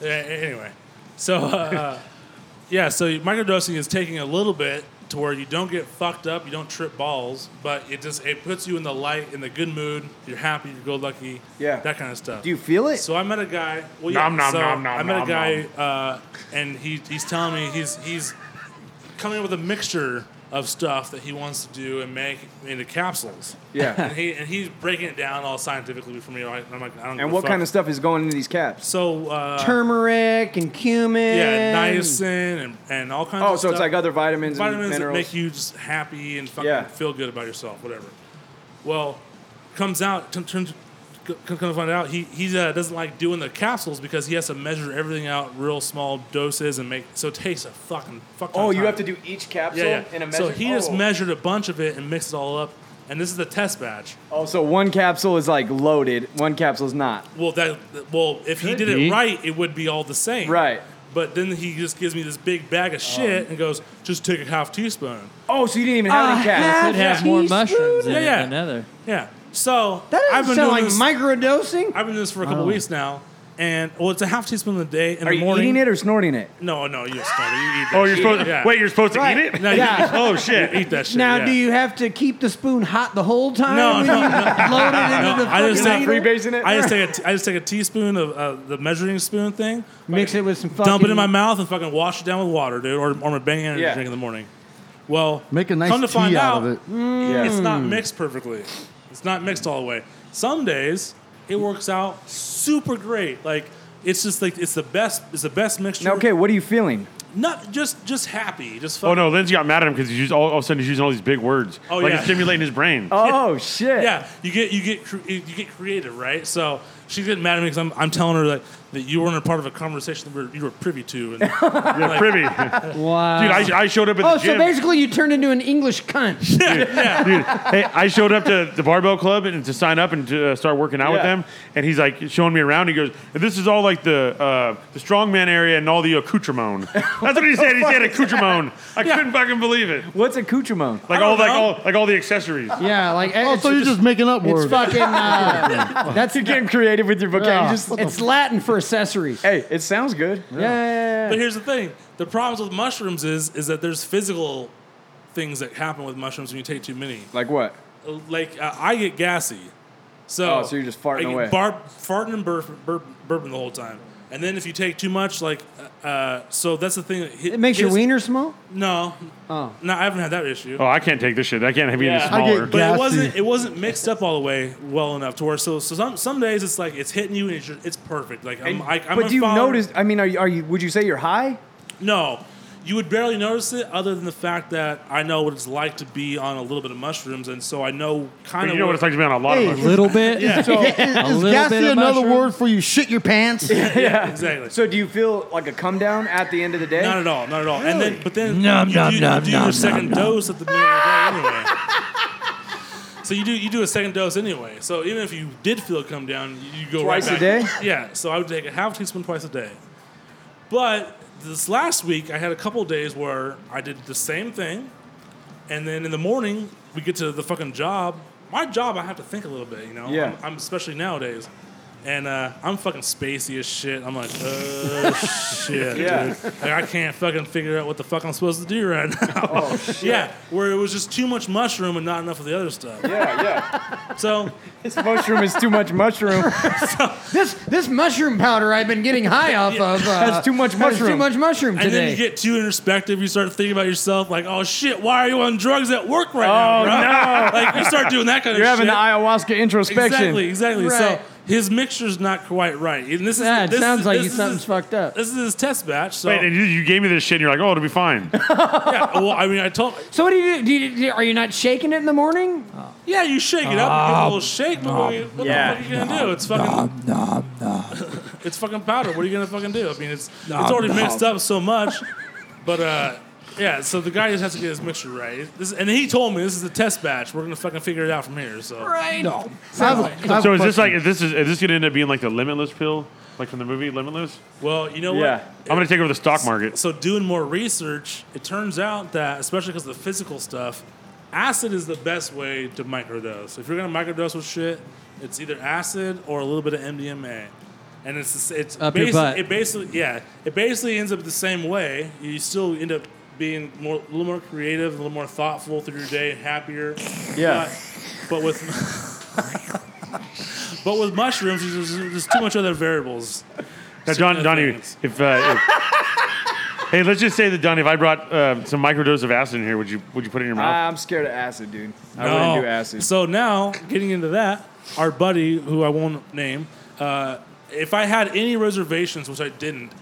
[SPEAKER 5] Yeah, a- anyway, so uh, yeah, so microdosing is taking a little bit to where you don't get fucked up, you don't trip balls, but it just it puts you in the light, in the good mood. You're happy, you're go lucky,
[SPEAKER 2] Yeah.
[SPEAKER 5] that kind of stuff.
[SPEAKER 2] Do you feel it?
[SPEAKER 5] So I met a guy. Well, yeah,
[SPEAKER 2] Nom, nom,
[SPEAKER 5] so
[SPEAKER 2] nom, nom,
[SPEAKER 5] I met
[SPEAKER 2] nom,
[SPEAKER 5] a guy, uh, and he he's telling me he's he's coming up with a mixture of stuff that he wants to do and make into capsules.
[SPEAKER 2] Yeah.
[SPEAKER 5] and, he, and he's breaking it down all scientifically for me. right? And I'm like, I don't. give
[SPEAKER 2] And
[SPEAKER 5] a
[SPEAKER 2] what
[SPEAKER 5] fuck.
[SPEAKER 2] kind of stuff is going into these caps?
[SPEAKER 5] So uh,
[SPEAKER 4] turmeric and cumin.
[SPEAKER 5] Yeah, niacin and, and all kinds
[SPEAKER 2] Oh,
[SPEAKER 5] of
[SPEAKER 2] so it's
[SPEAKER 5] stuff.
[SPEAKER 2] like other vitamins and
[SPEAKER 5] Vitamins
[SPEAKER 2] minerals.
[SPEAKER 5] that make you just happy and fucking
[SPEAKER 2] Yeah.
[SPEAKER 5] feel good about yourself, whatever. Well, comes out, t- turns, c- come to find out, he he uh, doesn't like doing the capsules because he has to measure everything out real small doses and make so it takes a fucking fuck. ton
[SPEAKER 2] Oh,
[SPEAKER 5] of
[SPEAKER 2] you
[SPEAKER 5] time.
[SPEAKER 2] have to do each capsule
[SPEAKER 5] Yeah, yeah.
[SPEAKER 2] in a
[SPEAKER 5] So
[SPEAKER 2] measure-
[SPEAKER 5] he just
[SPEAKER 2] oh.
[SPEAKER 5] measured a bunch of it and mixed it all up, and this is the test batch.
[SPEAKER 2] Oh, so one capsule is like loaded, one capsule is not.
[SPEAKER 5] Well, that well, if he
[SPEAKER 2] Could
[SPEAKER 5] did
[SPEAKER 2] be.
[SPEAKER 5] it right, it would be all the same.
[SPEAKER 2] Right.
[SPEAKER 5] But then he just gives me this big bag of shit and goes, "Just take a half teaspoon."
[SPEAKER 2] Oh, so you didn't even
[SPEAKER 5] have any capsules.
[SPEAKER 7] It has more
[SPEAKER 5] Half
[SPEAKER 7] mushrooms in
[SPEAKER 5] teaspoon?
[SPEAKER 7] it
[SPEAKER 5] Yeah, yeah.
[SPEAKER 7] than other.
[SPEAKER 5] Yeah. So
[SPEAKER 7] That doesn't
[SPEAKER 5] I've been
[SPEAKER 7] sound
[SPEAKER 5] doing
[SPEAKER 7] like
[SPEAKER 5] this, microdosing. I've been doing this for a couple
[SPEAKER 2] Wow.
[SPEAKER 5] weeks now, and well, it's a half teaspoon a day in
[SPEAKER 2] Are
[SPEAKER 5] the
[SPEAKER 2] you
[SPEAKER 5] morning.
[SPEAKER 2] eating it or snorting it?
[SPEAKER 5] No, no, you just don't. You eat that
[SPEAKER 3] Oh, you're
[SPEAKER 5] shit.
[SPEAKER 3] supposed.
[SPEAKER 5] Yeah.
[SPEAKER 3] Wait, you're supposed to
[SPEAKER 5] Right.
[SPEAKER 3] eat it.
[SPEAKER 5] No, you-
[SPEAKER 4] Yeah.
[SPEAKER 5] oh shit! eat that shit.
[SPEAKER 4] Now,
[SPEAKER 5] yeah.
[SPEAKER 4] do you have to keep the spoon hot the whole time?
[SPEAKER 5] No,
[SPEAKER 4] when
[SPEAKER 5] no.
[SPEAKER 4] You load it into
[SPEAKER 5] No,
[SPEAKER 4] the
[SPEAKER 5] I just
[SPEAKER 4] fucking
[SPEAKER 5] take
[SPEAKER 4] needle?
[SPEAKER 5] I just take a t- I just take a teaspoon of uh, the measuring spoon thing,
[SPEAKER 4] mix it with some fucking.
[SPEAKER 5] dump it in my mouth, and fucking wash it down with water, dude, or or my bang energy
[SPEAKER 4] Yeah.
[SPEAKER 5] drink in the morning. Well,
[SPEAKER 6] Make a nice
[SPEAKER 5] come to
[SPEAKER 6] tea
[SPEAKER 5] find out,
[SPEAKER 6] out of it. Mm.
[SPEAKER 5] it's not
[SPEAKER 3] Hmm.
[SPEAKER 6] Yeah.
[SPEAKER 5] mixed perfectly. It's not mixed all the way. Some days it works out super great. Like it's just like it's the best. It's the best mixture.
[SPEAKER 2] Now, okay, what are you feeling?
[SPEAKER 5] Not just just happy. Just
[SPEAKER 3] Oh
[SPEAKER 5] fucking
[SPEAKER 3] no, Lindsay got mad at him because he's used, all, all of a sudden he's using all these big words.
[SPEAKER 5] Oh,
[SPEAKER 3] like
[SPEAKER 5] yeah.
[SPEAKER 3] it's stimulating his brain.
[SPEAKER 2] Oh shit!
[SPEAKER 5] Yeah, you get you get cre- you get creative, right? So she's getting mad at me because I'm, I'm telling her that, that you weren't a part of a conversation that we were, you were privy to. And, yeah,
[SPEAKER 3] privy.
[SPEAKER 4] wow,
[SPEAKER 3] Dude, I, I showed up at
[SPEAKER 4] oh,
[SPEAKER 3] the gym.
[SPEAKER 4] so basically you turned into an English cunt.
[SPEAKER 3] Dude, hey, I showed up to the barbell club and to sign up and to uh, start working out with
[SPEAKER 4] Yeah.
[SPEAKER 3] them, and he's like showing me around. He goes, "This is all like the uh, the strongman area and all the accoutrement." That's what he said. He said accoutrement. I couldn't fucking believe it.
[SPEAKER 2] What's accoutrement?
[SPEAKER 3] Like all like all like all the accessories.
[SPEAKER 4] Yeah, like
[SPEAKER 6] Oh, so you're just making up words.
[SPEAKER 4] It's fucking. Uh, that's
[SPEAKER 2] you're getting creative with your
[SPEAKER 5] vocabulary.
[SPEAKER 4] Yeah.
[SPEAKER 5] Just- what the
[SPEAKER 4] it's
[SPEAKER 5] f-
[SPEAKER 4] Latin for accessories.
[SPEAKER 2] Hey, it sounds good.
[SPEAKER 4] Yeah. yeah,
[SPEAKER 5] But here's the thing: the problems with mushrooms is is that there's physical things that happen with mushrooms when you take too many.
[SPEAKER 2] Like what?
[SPEAKER 5] Like uh, I get gassy, so
[SPEAKER 2] Oh, so you're just farting
[SPEAKER 5] I get
[SPEAKER 2] away.
[SPEAKER 5] barf- farting and burp, burp, burping the whole time. And then if you take too much, like uh, uh, so that's the thing. That hit,
[SPEAKER 4] It makes your
[SPEAKER 5] hits-
[SPEAKER 4] wiener small.
[SPEAKER 5] No, oh. no, I haven't had that issue.
[SPEAKER 3] Oh, I can't take this shit. I can't have any smaller.
[SPEAKER 5] But it wasn't it wasn't mixed up all the way well enough to where so so some some days it's like it's hitting you and it's, just, it's perfect. Like I'm I, I'm
[SPEAKER 2] but do you
[SPEAKER 5] unfollowed-
[SPEAKER 2] notice? I mean, are you, are you? Would you say you're high?
[SPEAKER 5] No, you would barely notice it other than the fact that I know what it's like to be on a little bit of mushrooms, and so I know
[SPEAKER 3] But
[SPEAKER 5] kind of
[SPEAKER 3] you know what it's like to be on a lot of Hey, mushrooms.
[SPEAKER 7] little bit.
[SPEAKER 5] yeah.
[SPEAKER 6] So, is is gassy another word for you shit your pants?
[SPEAKER 5] exactly.
[SPEAKER 2] So do you feel like a come down at the end of the day?
[SPEAKER 5] Not at all. Not at all. And then, but then
[SPEAKER 2] Nom,
[SPEAKER 5] you
[SPEAKER 2] nom,
[SPEAKER 5] do,
[SPEAKER 2] nom,
[SPEAKER 5] do
[SPEAKER 2] nom,
[SPEAKER 5] your
[SPEAKER 2] nom,
[SPEAKER 5] second
[SPEAKER 2] nom.
[SPEAKER 5] dose at the beginning of the day anyway. So you do you do a second dose anyway. So even if you did feel it come down, you, you go
[SPEAKER 2] Twice
[SPEAKER 5] right
[SPEAKER 2] a
[SPEAKER 5] back. Yeah. So I would take a half teaspoon twice a day. But this last week, I had a couple days where I did the same thing, and then in the morning we get to the fucking job. My job, I have to think a little bit, you know.
[SPEAKER 2] Yeah.
[SPEAKER 5] I'm, I'm especially nowadays. And uh, I'm fucking spacey as shit. I'm like, oh shit,
[SPEAKER 2] Yeah.
[SPEAKER 5] dude. Like, I can't fucking figure out what the fuck I'm supposed to do right now. Oh shit. Yeah, where it was just too much mushroom and not enough of the other stuff.
[SPEAKER 2] Yeah,
[SPEAKER 5] yeah. So
[SPEAKER 2] this mushroom is too much mushroom.
[SPEAKER 4] This this mushroom powder I've been getting high off of. Uh, has Too much mushroom
[SPEAKER 5] And then
[SPEAKER 4] today.
[SPEAKER 5] you get too introspective. You start thinking about yourself, like, "Oh shit, why are you on drugs at work right
[SPEAKER 2] Oh,
[SPEAKER 5] now?"
[SPEAKER 2] no.
[SPEAKER 5] like you start doing that kind
[SPEAKER 2] You're
[SPEAKER 5] of.
[SPEAKER 2] having
[SPEAKER 5] shit.
[SPEAKER 2] the ayahuasca introspection.
[SPEAKER 5] Exactly, exactly.
[SPEAKER 2] Right.
[SPEAKER 5] So his mixture's not quite right, and this is
[SPEAKER 4] Yeah, it
[SPEAKER 5] this
[SPEAKER 4] sounds
[SPEAKER 5] is-
[SPEAKER 4] like
[SPEAKER 5] this
[SPEAKER 4] you-
[SPEAKER 5] is
[SPEAKER 4] something's
[SPEAKER 5] his-
[SPEAKER 4] fucked up.
[SPEAKER 5] This is his test batch. So
[SPEAKER 3] Wait, and you, you gave me this shit, and you're like, "Oh, it'll be fine."
[SPEAKER 5] yeah, well, I mean, I told.
[SPEAKER 4] So what do you do? do, you, do- are you not shaking it in the morning?
[SPEAKER 5] Yeah, you shake it up, you give it a little shake, but what, are you- what
[SPEAKER 4] Yeah.
[SPEAKER 5] the fuck are you gonna do? It's fucking. it's fucking powder. What are you gonna fucking do? I mean, it's it's already
[SPEAKER 16] Nom, nom.
[SPEAKER 5] mixed up so much, but uh, yeah. So the guy just has to get his mixture right. This, and he told me this is a test batch. We're gonna fucking figure it out from here. So
[SPEAKER 4] right.
[SPEAKER 5] No.
[SPEAKER 3] so is this like is this is, is this gonna end up being like the limitless pill, like from the movie Limitless?
[SPEAKER 5] Well, you know what?
[SPEAKER 3] I'm gonna take over the stock market.
[SPEAKER 5] So doing more research, it turns out that especially because of the physical stuff, acid is the best way to microdose. If you're gonna microdose with shit, it's either acid or a little bit of MDMA, and it's it's
[SPEAKER 7] Up your
[SPEAKER 5] basi-
[SPEAKER 7] butt.
[SPEAKER 5] it basically yeah it basically ends up the same way. You still end up being more a little more creative, a little more thoughtful through your day, happier.
[SPEAKER 2] Yeah.
[SPEAKER 5] but, but with. But with mushrooms, there's, there's too much other variables.
[SPEAKER 3] Now, John, Donnie, if, uh, if- hey, let's just say that Donnie, if I brought uh, some microdose of acid in here, would you would you put it in your mouth?
[SPEAKER 2] I'm scared of acid, dude. I wouldn't do acid.
[SPEAKER 5] So now, getting into that, our buddy, who I won't name, uh, if I had any reservations, which I didn't,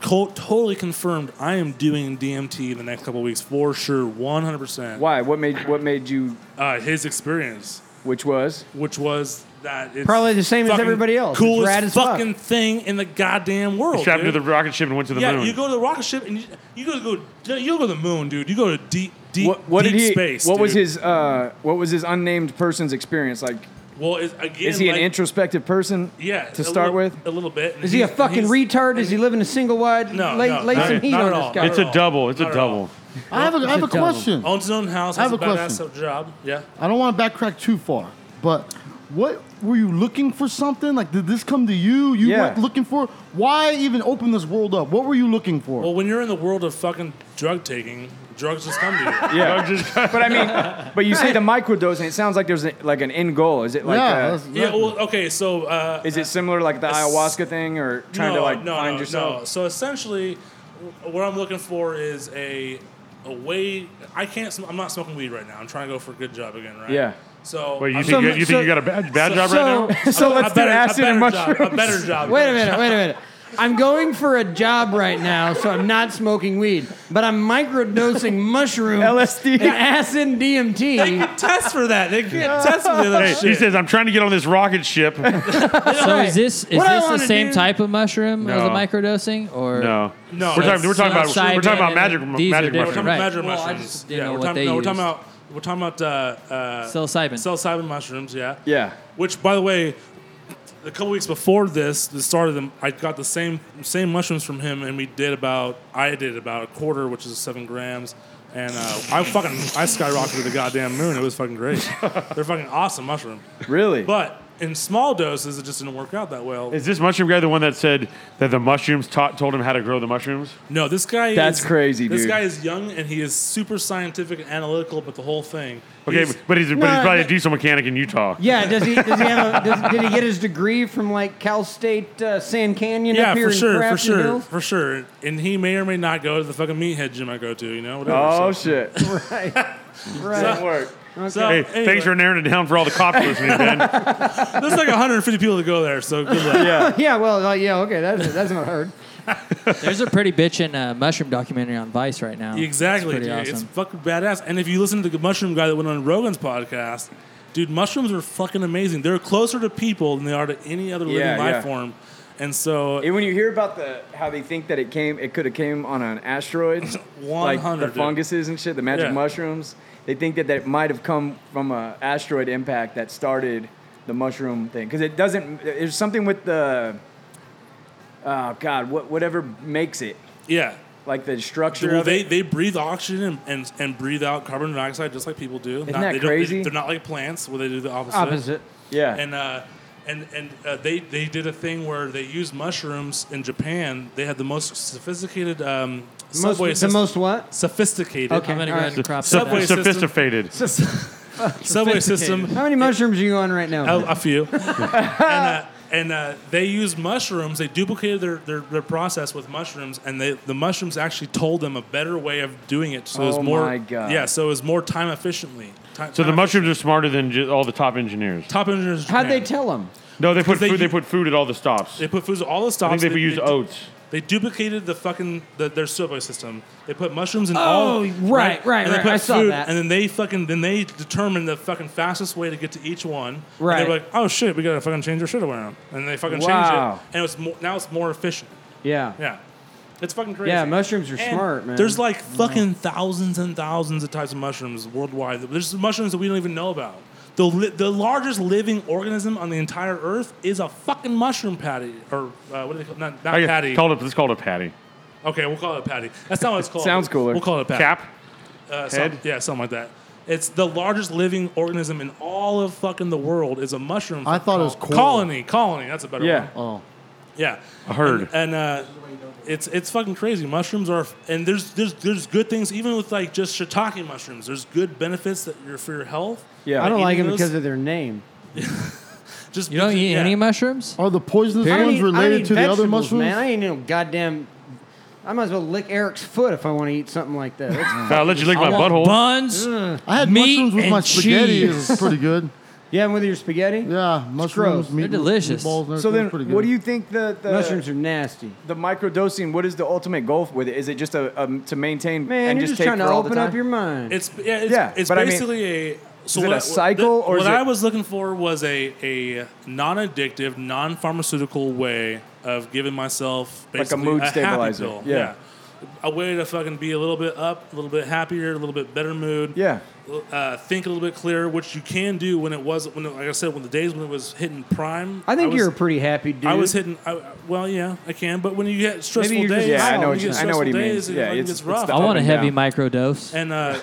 [SPEAKER 5] co- totally confirmed I am doing DMT in the next couple of weeks for sure, one hundred percent.
[SPEAKER 2] Why? What made What made you?
[SPEAKER 5] Uh, his experience,
[SPEAKER 2] which was,
[SPEAKER 5] which was that it's
[SPEAKER 4] Probably the same as
[SPEAKER 5] fucking
[SPEAKER 4] everybody else. It's
[SPEAKER 5] Coolest
[SPEAKER 4] rad as fuck.
[SPEAKER 5] fucking thing in the goddamn world.
[SPEAKER 3] strapped
[SPEAKER 5] Uh, dude.
[SPEAKER 3] into the rocket ship and went to the
[SPEAKER 5] yeah,
[SPEAKER 3] moon.
[SPEAKER 5] you go to the rocket ship and you, you go to go you go to the moon, dude. You go to deep deep
[SPEAKER 2] What, what
[SPEAKER 5] deep
[SPEAKER 2] did he?
[SPEAKER 5] space.
[SPEAKER 2] what was
[SPEAKER 5] dude.
[SPEAKER 2] his? Uh, what was his unnamed person's experience like?
[SPEAKER 5] Well, is, again,
[SPEAKER 2] Is he an
[SPEAKER 5] like-
[SPEAKER 2] introspective person?
[SPEAKER 5] Yeah,
[SPEAKER 2] To
[SPEAKER 5] a
[SPEAKER 2] start
[SPEAKER 5] little- a little bit.
[SPEAKER 4] Is he a fucking retard? Is he living a single wide?
[SPEAKER 5] No,
[SPEAKER 4] lay,
[SPEAKER 5] no,
[SPEAKER 4] lay
[SPEAKER 5] not-
[SPEAKER 4] some heat
[SPEAKER 5] not
[SPEAKER 4] on
[SPEAKER 5] at
[SPEAKER 4] this
[SPEAKER 5] all.
[SPEAKER 4] guy.
[SPEAKER 3] It's a double. It's a double.
[SPEAKER 6] I have a, I have a question.
[SPEAKER 5] Owns his own house.
[SPEAKER 6] I
[SPEAKER 5] Has
[SPEAKER 6] have
[SPEAKER 5] a
[SPEAKER 6] a question.
[SPEAKER 5] badass job. Yeah.
[SPEAKER 6] I don't want to backtrack too far, but what were you looking for something? Like, did this come to you? You
[SPEAKER 5] Yeah.
[SPEAKER 6] weren't looking for? Why even open this world up? What were you looking for?
[SPEAKER 5] Well, when you're in the world of fucking drug taking, drugs just come to you.
[SPEAKER 2] Yeah. but I mean, but you say the microdose, and it sounds like there's a, like an end goal. Is it like? uh,
[SPEAKER 5] yeah. Well, okay. So uh,
[SPEAKER 2] is it similar like the
[SPEAKER 5] it's-
[SPEAKER 2] ayahuasca thing, or trying to like find yourself?
[SPEAKER 5] No. So essentially, wh- what I'm looking for is a a way. I can't. sm- I'm not smoking weed right now. I'm trying to go for a good job again. Right.
[SPEAKER 2] Yeah.
[SPEAKER 5] Uh, So.
[SPEAKER 3] Wait, you
[SPEAKER 5] I'm-
[SPEAKER 3] think you- you think you got a bad, bad job right now?
[SPEAKER 2] so
[SPEAKER 5] A-
[SPEAKER 2] let's
[SPEAKER 5] a
[SPEAKER 2] do
[SPEAKER 5] better,
[SPEAKER 2] acid
[SPEAKER 5] a better
[SPEAKER 2] and
[SPEAKER 5] Job, a
[SPEAKER 2] mushrooms.
[SPEAKER 5] better job.
[SPEAKER 4] Wait a minute, wait a minute. I'm going for a job right now, so I'm not smoking weed, but I'm microdosing mushroom,
[SPEAKER 2] LSD,
[SPEAKER 4] and acid, and DMT. They
[SPEAKER 5] can test for that. They can't test for that
[SPEAKER 3] Hey, he says, "I'm trying to get on this rocket ship."
[SPEAKER 7] So is this is
[SPEAKER 3] What I
[SPEAKER 7] this the
[SPEAKER 3] wanna
[SPEAKER 7] same
[SPEAKER 3] do-
[SPEAKER 7] type of mushroom as
[SPEAKER 3] No.
[SPEAKER 7] a microdosing or
[SPEAKER 3] No. No, We're that's- talking- we're talking about-
[SPEAKER 7] Psilocybin
[SPEAKER 3] we're talking about magic-
[SPEAKER 7] and these are
[SPEAKER 3] magic
[SPEAKER 7] different,
[SPEAKER 5] We're talking
[SPEAKER 7] right.
[SPEAKER 5] about magic mushrooms.
[SPEAKER 7] didn't know
[SPEAKER 5] we're
[SPEAKER 7] what
[SPEAKER 5] talking,
[SPEAKER 7] they
[SPEAKER 5] no, we're talking
[SPEAKER 7] used.
[SPEAKER 5] about we're talking about uh, uh,
[SPEAKER 7] Psilocybin.
[SPEAKER 5] psilocybin mushrooms. Yeah.
[SPEAKER 2] Yeah.
[SPEAKER 5] Which, by the way, a couple weeks before this, the start of them, I got the same same mushrooms from him, and we did about I did about a quarter, which is seven grams. And uh, I fucking I skyrocketed the goddamn moon. It was fucking great. They're fucking awesome mushrooms.
[SPEAKER 2] Really?
[SPEAKER 5] But in small doses, it just didn't work out that well.
[SPEAKER 3] Is this mushroom guy the one that said that the mushrooms taught told him how to grow the mushrooms?
[SPEAKER 5] No, this guy.
[SPEAKER 3] That's
[SPEAKER 5] is,
[SPEAKER 3] crazy,
[SPEAKER 5] This
[SPEAKER 3] dude.
[SPEAKER 5] guy is young and he is super scientific and analytical about the whole thing.
[SPEAKER 3] Okay,
[SPEAKER 5] He's-
[SPEAKER 3] but he's but
[SPEAKER 4] No,
[SPEAKER 3] he's probably a
[SPEAKER 4] no.
[SPEAKER 3] diesel mechanic in Utah.
[SPEAKER 4] Yeah, does he? Does he have? A, does, did he get his degree from like Cal State uh, Sand Canyon
[SPEAKER 5] yeah,
[SPEAKER 4] up here
[SPEAKER 5] for
[SPEAKER 4] in
[SPEAKER 5] sure, for
[SPEAKER 4] Grafton
[SPEAKER 5] sure,
[SPEAKER 4] Hills?
[SPEAKER 5] for sure. And he may or may not go to the fucking meathead gym I go to. You know, whatever.
[SPEAKER 2] Oh
[SPEAKER 5] so.
[SPEAKER 2] shit!
[SPEAKER 4] Right,
[SPEAKER 5] So-
[SPEAKER 4] right.
[SPEAKER 5] So,
[SPEAKER 3] hey,
[SPEAKER 5] anyway.
[SPEAKER 3] thanks for narrowing it down for all the cops listening, Ben.
[SPEAKER 5] There's like 150 people that go there, so good luck.
[SPEAKER 4] yeah. Well, uh, yeah. Okay, that's that's not hard.
[SPEAKER 7] There's a pretty bitchin' uh, mushroom documentary on Vice right now.
[SPEAKER 5] Exactly,
[SPEAKER 7] It's
[SPEAKER 5] dude.
[SPEAKER 7] pretty
[SPEAKER 5] It's
[SPEAKER 7] awesome.
[SPEAKER 5] fucking badass. And if you listen to the mushroom guy that went on Rogan's podcast, dude, mushrooms are fucking amazing. They're closer to people than they are to any other living
[SPEAKER 2] Yeah,
[SPEAKER 5] life
[SPEAKER 2] yeah.
[SPEAKER 5] form. And so,
[SPEAKER 2] And when you hear about the how they think that it came, it could have came on an asteroid, like
[SPEAKER 5] 100,
[SPEAKER 2] the
[SPEAKER 5] dude.
[SPEAKER 2] funguses and shit, the magic
[SPEAKER 5] Yeah.
[SPEAKER 2] mushrooms. They think that that might have come from a asteroid impact that started the mushroom thing because it doesn't. There's something with the, oh god, what whatever makes it,
[SPEAKER 5] yeah.
[SPEAKER 2] like the structure
[SPEAKER 5] Well,
[SPEAKER 2] of
[SPEAKER 5] they,
[SPEAKER 2] it.
[SPEAKER 5] they breathe oxygen and, and, and breathe out carbon dioxide just like people do.
[SPEAKER 2] Isn't that
[SPEAKER 5] they don't- they-
[SPEAKER 2] crazy?
[SPEAKER 5] they're not like plants where they do the opposite.
[SPEAKER 2] Opposite. Yeah.
[SPEAKER 5] And uh, and and uh, they they did a thing where they used mushrooms in Japan. They had the most sophisticated um,
[SPEAKER 4] Most-
[SPEAKER 5] subway
[SPEAKER 4] the
[SPEAKER 5] system-
[SPEAKER 4] most what?
[SPEAKER 5] Sophisticated.
[SPEAKER 4] Okay, I'm gonna go all ahead right. and crop that
[SPEAKER 5] subway
[SPEAKER 4] out.
[SPEAKER 5] system-
[SPEAKER 3] Sophisticated.
[SPEAKER 5] Subway system.
[SPEAKER 4] How many mushrooms are you on right now?
[SPEAKER 5] A, a few. and uh, and uh, they used mushrooms. They duplicated their, their, their process with mushrooms, and they, the mushrooms actually told them a better way of doing it. So it was
[SPEAKER 2] Oh
[SPEAKER 5] more.
[SPEAKER 2] my God.
[SPEAKER 5] Yeah, so it was more time efficiently. Ti-
[SPEAKER 3] So the
[SPEAKER 5] time-
[SPEAKER 3] mushrooms are smarter than ju- all the top engineers.
[SPEAKER 5] Top engineers. in
[SPEAKER 4] How'd they
[SPEAKER 5] Japan.
[SPEAKER 4] tell him?
[SPEAKER 3] No, they put
[SPEAKER 5] Because they
[SPEAKER 3] food. They
[SPEAKER 5] u-
[SPEAKER 3] put food at all the stops.
[SPEAKER 5] They put foods all the stops.
[SPEAKER 3] I think they, use
[SPEAKER 5] du-
[SPEAKER 3] oats.
[SPEAKER 5] They duplicated the fucking the, their subway system. They put mushrooms in
[SPEAKER 4] Oh,
[SPEAKER 5] all.
[SPEAKER 4] right, right,
[SPEAKER 5] And they
[SPEAKER 4] right.
[SPEAKER 5] put
[SPEAKER 4] I saw
[SPEAKER 5] food,
[SPEAKER 4] that.
[SPEAKER 5] And then they fucking then they determined the fucking fastest way to get to each one. And
[SPEAKER 4] Right.
[SPEAKER 5] they were like, oh shit, we gotta fucking change our shit around. And they fucking
[SPEAKER 4] Wow.
[SPEAKER 5] changed it. And it was more, now it's more efficient.
[SPEAKER 4] Yeah.
[SPEAKER 5] Yeah. It's fucking crazy.
[SPEAKER 4] Yeah, mushrooms are
[SPEAKER 5] And
[SPEAKER 4] smart, man.
[SPEAKER 5] There's like fucking thousands and thousands of types of mushrooms worldwide. There's mushrooms that we don't even know about. The, li- the largest living organism on the entire earth is a fucking mushroom patty. Or uh, what do they call Not, not
[SPEAKER 3] I guess-
[SPEAKER 5] patty.
[SPEAKER 3] Called it. Let's call it a patty.
[SPEAKER 5] Okay, we'll call it a patty. That's not what it's called.
[SPEAKER 3] Sounds cooler.
[SPEAKER 5] We'll call it a patty.
[SPEAKER 3] Cap?
[SPEAKER 5] Uh,
[SPEAKER 3] Head?
[SPEAKER 5] some- yeah, something like that. It's the largest living organism in all of fucking the world is a mushroom.
[SPEAKER 6] I thought it was coral.
[SPEAKER 5] colony. Colony. That's a better
[SPEAKER 6] Yeah.
[SPEAKER 5] one.
[SPEAKER 6] Oh.
[SPEAKER 5] Yeah.
[SPEAKER 3] A herd.
[SPEAKER 5] And, and, uh, it's it's fucking crazy. Mushrooms are and there's there's there's good things even with like just shiitake mushrooms. There's good benefits that you're for your health.
[SPEAKER 4] I don't like
[SPEAKER 5] eating
[SPEAKER 4] them
[SPEAKER 5] those.
[SPEAKER 4] because of their name.
[SPEAKER 5] just
[SPEAKER 7] you don't eat any mushrooms.
[SPEAKER 6] Are the poisonous ones related to the other mushrooms?
[SPEAKER 4] Man, I ain't no goddamn. I might as well lick Eric's foot if I want to eat something like that. That's
[SPEAKER 3] I'll let you lick
[SPEAKER 4] I
[SPEAKER 3] Oh, my
[SPEAKER 4] want
[SPEAKER 3] butthole.
[SPEAKER 7] Buns.
[SPEAKER 6] I had
[SPEAKER 4] meat
[SPEAKER 6] mushrooms with
[SPEAKER 4] and
[SPEAKER 6] my spaghetti. It
[SPEAKER 4] cheese.
[SPEAKER 6] was pretty good.
[SPEAKER 4] Yeah, and with your spaghetti?
[SPEAKER 6] Yeah, mushrooms,
[SPEAKER 4] gross.
[SPEAKER 6] meat,
[SPEAKER 4] They're delicious.
[SPEAKER 6] meatballs, and
[SPEAKER 2] so
[SPEAKER 6] everything
[SPEAKER 2] then,
[SPEAKER 6] was pretty good.
[SPEAKER 2] what do you think the, the
[SPEAKER 4] Mushrooms are nasty?
[SPEAKER 2] The microdosing. What is the ultimate goal with it? Is it just a, a to maintain
[SPEAKER 4] Man,
[SPEAKER 2] and
[SPEAKER 4] you're
[SPEAKER 2] just,
[SPEAKER 4] just
[SPEAKER 2] take
[SPEAKER 4] trying to
[SPEAKER 2] for all the
[SPEAKER 4] open up
[SPEAKER 2] time?
[SPEAKER 4] your mind.
[SPEAKER 5] It's yeah, it's,
[SPEAKER 2] Yeah,
[SPEAKER 5] it's
[SPEAKER 2] but I mean-
[SPEAKER 5] basically a
[SPEAKER 2] Is
[SPEAKER 5] So
[SPEAKER 2] it
[SPEAKER 5] what
[SPEAKER 2] a
[SPEAKER 5] I-
[SPEAKER 2] cycle
[SPEAKER 5] the-
[SPEAKER 2] or
[SPEAKER 5] what
[SPEAKER 2] is
[SPEAKER 5] I
[SPEAKER 2] it-
[SPEAKER 5] was looking for was a, a non-addictive, non-pharmaceutical way of giving myself
[SPEAKER 2] Like a
[SPEAKER 5] basically
[SPEAKER 2] mood
[SPEAKER 5] happy
[SPEAKER 2] stabilizer.
[SPEAKER 5] pill.
[SPEAKER 2] Yeah.
[SPEAKER 5] a way to fucking be a little bit up, a little bit happier, a little bit better mood.
[SPEAKER 2] Yeah.
[SPEAKER 5] uh, think a little bit clearer, which you can do when it was when it, like I said when the days when it was hitting prime.
[SPEAKER 4] I think
[SPEAKER 5] was-
[SPEAKER 4] you're a pretty happy dude.
[SPEAKER 5] I was hitting. I, well, yeah, I can, but when you get stressful
[SPEAKER 4] you're just
[SPEAKER 5] days,
[SPEAKER 4] Yeah, I know
[SPEAKER 5] when
[SPEAKER 4] what
[SPEAKER 5] you
[SPEAKER 4] you-
[SPEAKER 5] get
[SPEAKER 4] I know what he
[SPEAKER 5] stressful
[SPEAKER 4] means.
[SPEAKER 5] days, it
[SPEAKER 4] Yeah,
[SPEAKER 5] fucking
[SPEAKER 4] it's-
[SPEAKER 5] gets
[SPEAKER 4] it's
[SPEAKER 5] rough.
[SPEAKER 7] I want a heavy micro dose.
[SPEAKER 5] And uh,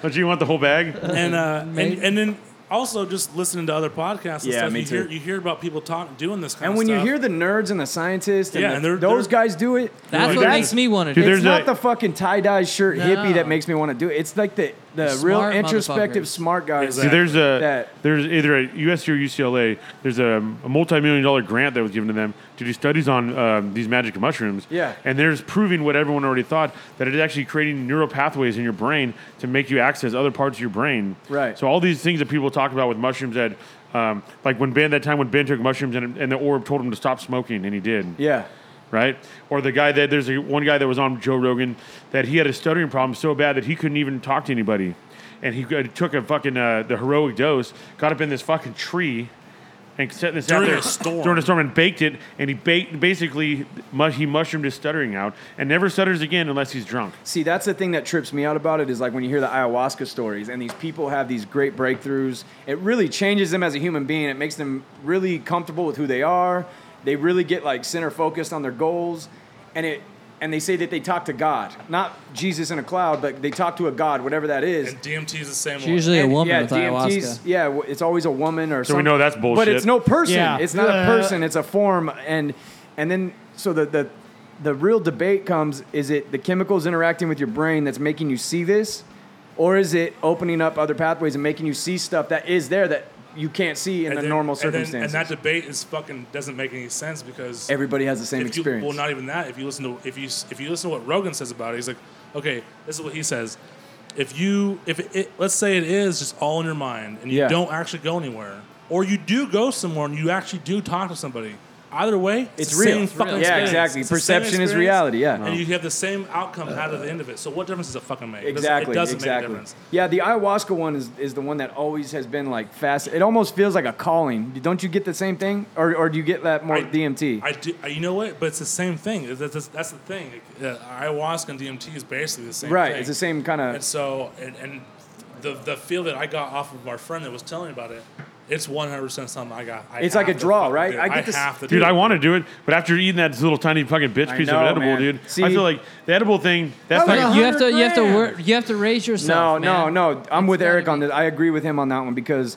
[SPEAKER 3] Don't you want the whole bag?
[SPEAKER 5] and uh, and, and then also just listening to other podcasts. And
[SPEAKER 2] Yeah,
[SPEAKER 5] stuff,
[SPEAKER 2] me
[SPEAKER 5] you
[SPEAKER 2] too.
[SPEAKER 5] Hear, you hear about people talking, doing this kind
[SPEAKER 2] And
[SPEAKER 5] of
[SPEAKER 2] when
[SPEAKER 5] stuff.
[SPEAKER 2] you hear the nerds and the scientists, and,
[SPEAKER 5] Yeah,
[SPEAKER 2] the-
[SPEAKER 5] and they're-
[SPEAKER 2] those
[SPEAKER 5] they're-
[SPEAKER 2] guys do it.
[SPEAKER 3] Oh
[SPEAKER 5] That's
[SPEAKER 2] like,
[SPEAKER 5] what makes me wanna do
[SPEAKER 2] It's
[SPEAKER 5] it. Dude, there's
[SPEAKER 2] not
[SPEAKER 5] a-
[SPEAKER 2] the fucking tie dye shirt hippie
[SPEAKER 5] No.
[SPEAKER 2] that makes me want to do it. It's like the the real
[SPEAKER 5] Smart
[SPEAKER 2] introspective
[SPEAKER 5] motherfuckers.
[SPEAKER 2] smart guys.
[SPEAKER 3] See, there's a
[SPEAKER 2] that-
[SPEAKER 3] there's either at USC or UCLA. There's a, a multi-million dollar grant that was given to them to do studies on um, these magic mushrooms.
[SPEAKER 2] Yeah.
[SPEAKER 3] and there's proving what everyone already thought that it's actually creating neural pathways in your brain to make you access other parts of your brain.
[SPEAKER 2] Right.
[SPEAKER 3] So all these things that people talk about with mushrooms that. Um, like when Ben that time when Ben took mushrooms and, and the orb told him to stop smoking and he did
[SPEAKER 2] yeah.
[SPEAKER 3] right? Or the guy that there's a, one guy that was on Joe Rogan that he had a stuttering problem so bad that he couldn't even talk to anybody, and he got- took a fucking uh, the heroic dose, got up in this fucking tree, and set this out
[SPEAKER 5] During
[SPEAKER 3] there
[SPEAKER 5] a storm.
[SPEAKER 3] during a storm and baked it, and he baked basically mu- he mushroomed his stuttering out and never stutters again unless he's drunk.
[SPEAKER 2] See, that's the thing that trips me out about it is like when you hear the ayahuasca stories and these people have these great breakthroughs, it really changes them as a human being. It makes them really comfortable with who they are. They really get like center focused on their goals. And it and they say that they talk to God. Not Jesus in a cloud, but they talk to a God, whatever that is.
[SPEAKER 5] and DMT is the same
[SPEAKER 7] It's
[SPEAKER 5] way.
[SPEAKER 7] usually a
[SPEAKER 2] And,
[SPEAKER 7] woman
[SPEAKER 2] yeah,
[SPEAKER 7] with
[SPEAKER 2] DMT's,
[SPEAKER 7] ayahuasca.
[SPEAKER 2] Yeah, w- it's always a woman or
[SPEAKER 3] So we
[SPEAKER 2] something.
[SPEAKER 3] know that's bullshit.
[SPEAKER 2] But it's no person.
[SPEAKER 7] Yeah.
[SPEAKER 2] It's not
[SPEAKER 7] Uh,
[SPEAKER 2] a person. It's a form. And and then so the the the real debate comes: is it the chemicals interacting with your brain that's making you see this, or is it opening up other pathways and making you see stuff that is there that you can't see in
[SPEAKER 5] And
[SPEAKER 2] the
[SPEAKER 5] then-
[SPEAKER 2] normal
[SPEAKER 5] and then-
[SPEAKER 2] circumstances?
[SPEAKER 5] and that debate is fucking doesn't make any sense because
[SPEAKER 2] Everybody has the same
[SPEAKER 5] if you-
[SPEAKER 2] experience.
[SPEAKER 5] well, not even that. If you listen to if you s- if you listen to what Rogan says about it, he's like, okay, this is what he says. If you if it, it- let's say it is just all in your mind and you
[SPEAKER 2] Yeah.
[SPEAKER 5] don't actually go anywhere, or you do go somewhere and you actually do talk to somebody. Either way, it's,
[SPEAKER 2] It's
[SPEAKER 5] the same
[SPEAKER 2] real.
[SPEAKER 5] fucking
[SPEAKER 2] Yeah,
[SPEAKER 5] experience.
[SPEAKER 2] exactly.
[SPEAKER 5] It's the same
[SPEAKER 2] Perception is
[SPEAKER 5] experience,
[SPEAKER 2] reality, yeah. Uh,
[SPEAKER 5] and you have the same outcome out of the end of it. So what difference does it fucking make? It doesn't-
[SPEAKER 2] Exactly.
[SPEAKER 5] it doesn't
[SPEAKER 2] exactly.
[SPEAKER 5] make a difference.
[SPEAKER 2] Yeah, the ayahuasca one is, is the one that always has been like fast. It almost feels like a calling. Don't you get the same thing, or, or do you get that more DMT?
[SPEAKER 5] I do, you know what? But it's the same thing. That's, that's, that's the thing. Uh, ayahuasca and DMT is basically the same.
[SPEAKER 2] Right,
[SPEAKER 5] thing.
[SPEAKER 2] it's the same kinda-
[SPEAKER 5] And so, and, and the the feel that I got off of our friend that was telling me about it, it's one hundred percent something I got. I
[SPEAKER 2] It's like
[SPEAKER 5] have
[SPEAKER 2] a
[SPEAKER 5] to
[SPEAKER 2] draw,
[SPEAKER 5] fucking
[SPEAKER 2] right?
[SPEAKER 5] do.
[SPEAKER 2] I
[SPEAKER 5] I,
[SPEAKER 2] get this-
[SPEAKER 5] have to,
[SPEAKER 3] Dude,
[SPEAKER 5] do
[SPEAKER 3] I
[SPEAKER 5] it.
[SPEAKER 3] want to do it, but after eating that little tiny fucking bitch
[SPEAKER 2] I
[SPEAKER 3] piece
[SPEAKER 2] know,
[SPEAKER 3] of edible,
[SPEAKER 2] man.
[SPEAKER 3] dude, I
[SPEAKER 2] See-
[SPEAKER 3] feel like the edible thing. That's
[SPEAKER 2] That was
[SPEAKER 3] like
[SPEAKER 7] You have to you have to
[SPEAKER 2] 100
[SPEAKER 7] work, you have to raise
[SPEAKER 2] No,
[SPEAKER 7] yourself.
[SPEAKER 2] no,
[SPEAKER 7] man.
[SPEAKER 2] no. I'm with Eric on this. I agree with him on that one because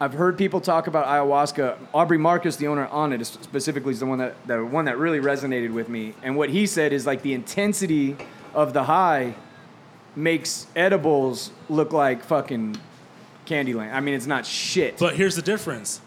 [SPEAKER 2] I've heard people talk about ayahuasca. Aubrey Marcus, the owner on it, is specifically is the one that the one that really resonated with me. And what he said is like the intensity of the high makes edibles look like fucking Candyland. I mean, it's not shit.
[SPEAKER 5] But here's the difference: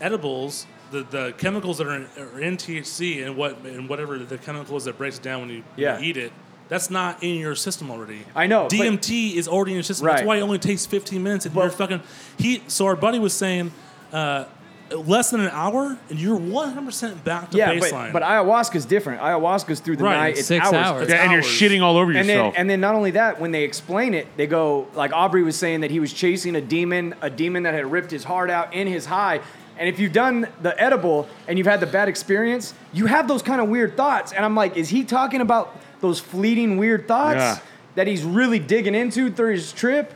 [SPEAKER 5] edibles, the, the chemicals that are in, are in THC and what and whatever the chemicals that breaks down when you, when you
[SPEAKER 2] Yeah.
[SPEAKER 5] eat it. That's not in your system already.
[SPEAKER 2] I know, but-
[SPEAKER 5] DMT is already in your system. That's
[SPEAKER 2] Right.
[SPEAKER 5] why it only takes 15 minutes. And you're fucking. He. So our buddy was saying, uh, less than an hour, and you're 100 percent back to
[SPEAKER 2] yeah,
[SPEAKER 5] baseline.
[SPEAKER 2] but, but ayahuasca's different. Ayahuasca's through the
[SPEAKER 5] Right,
[SPEAKER 2] night.
[SPEAKER 5] it's
[SPEAKER 2] It's
[SPEAKER 5] six
[SPEAKER 2] hours.
[SPEAKER 5] hours. Yeah, and you're Hours. shitting all over
[SPEAKER 2] and
[SPEAKER 5] yourself.
[SPEAKER 2] Then, and then not only that, when they explain it, they go like Aubrey was saying that he was chasing a demon, a demon that had ripped his heart out in his high. And if you've done the edible and you've had the bad experience, you have those kind of weird thoughts. And I'm like, is he talking about those fleeting weird thoughts
[SPEAKER 3] Yeah.
[SPEAKER 2] that he's really digging into through his trip?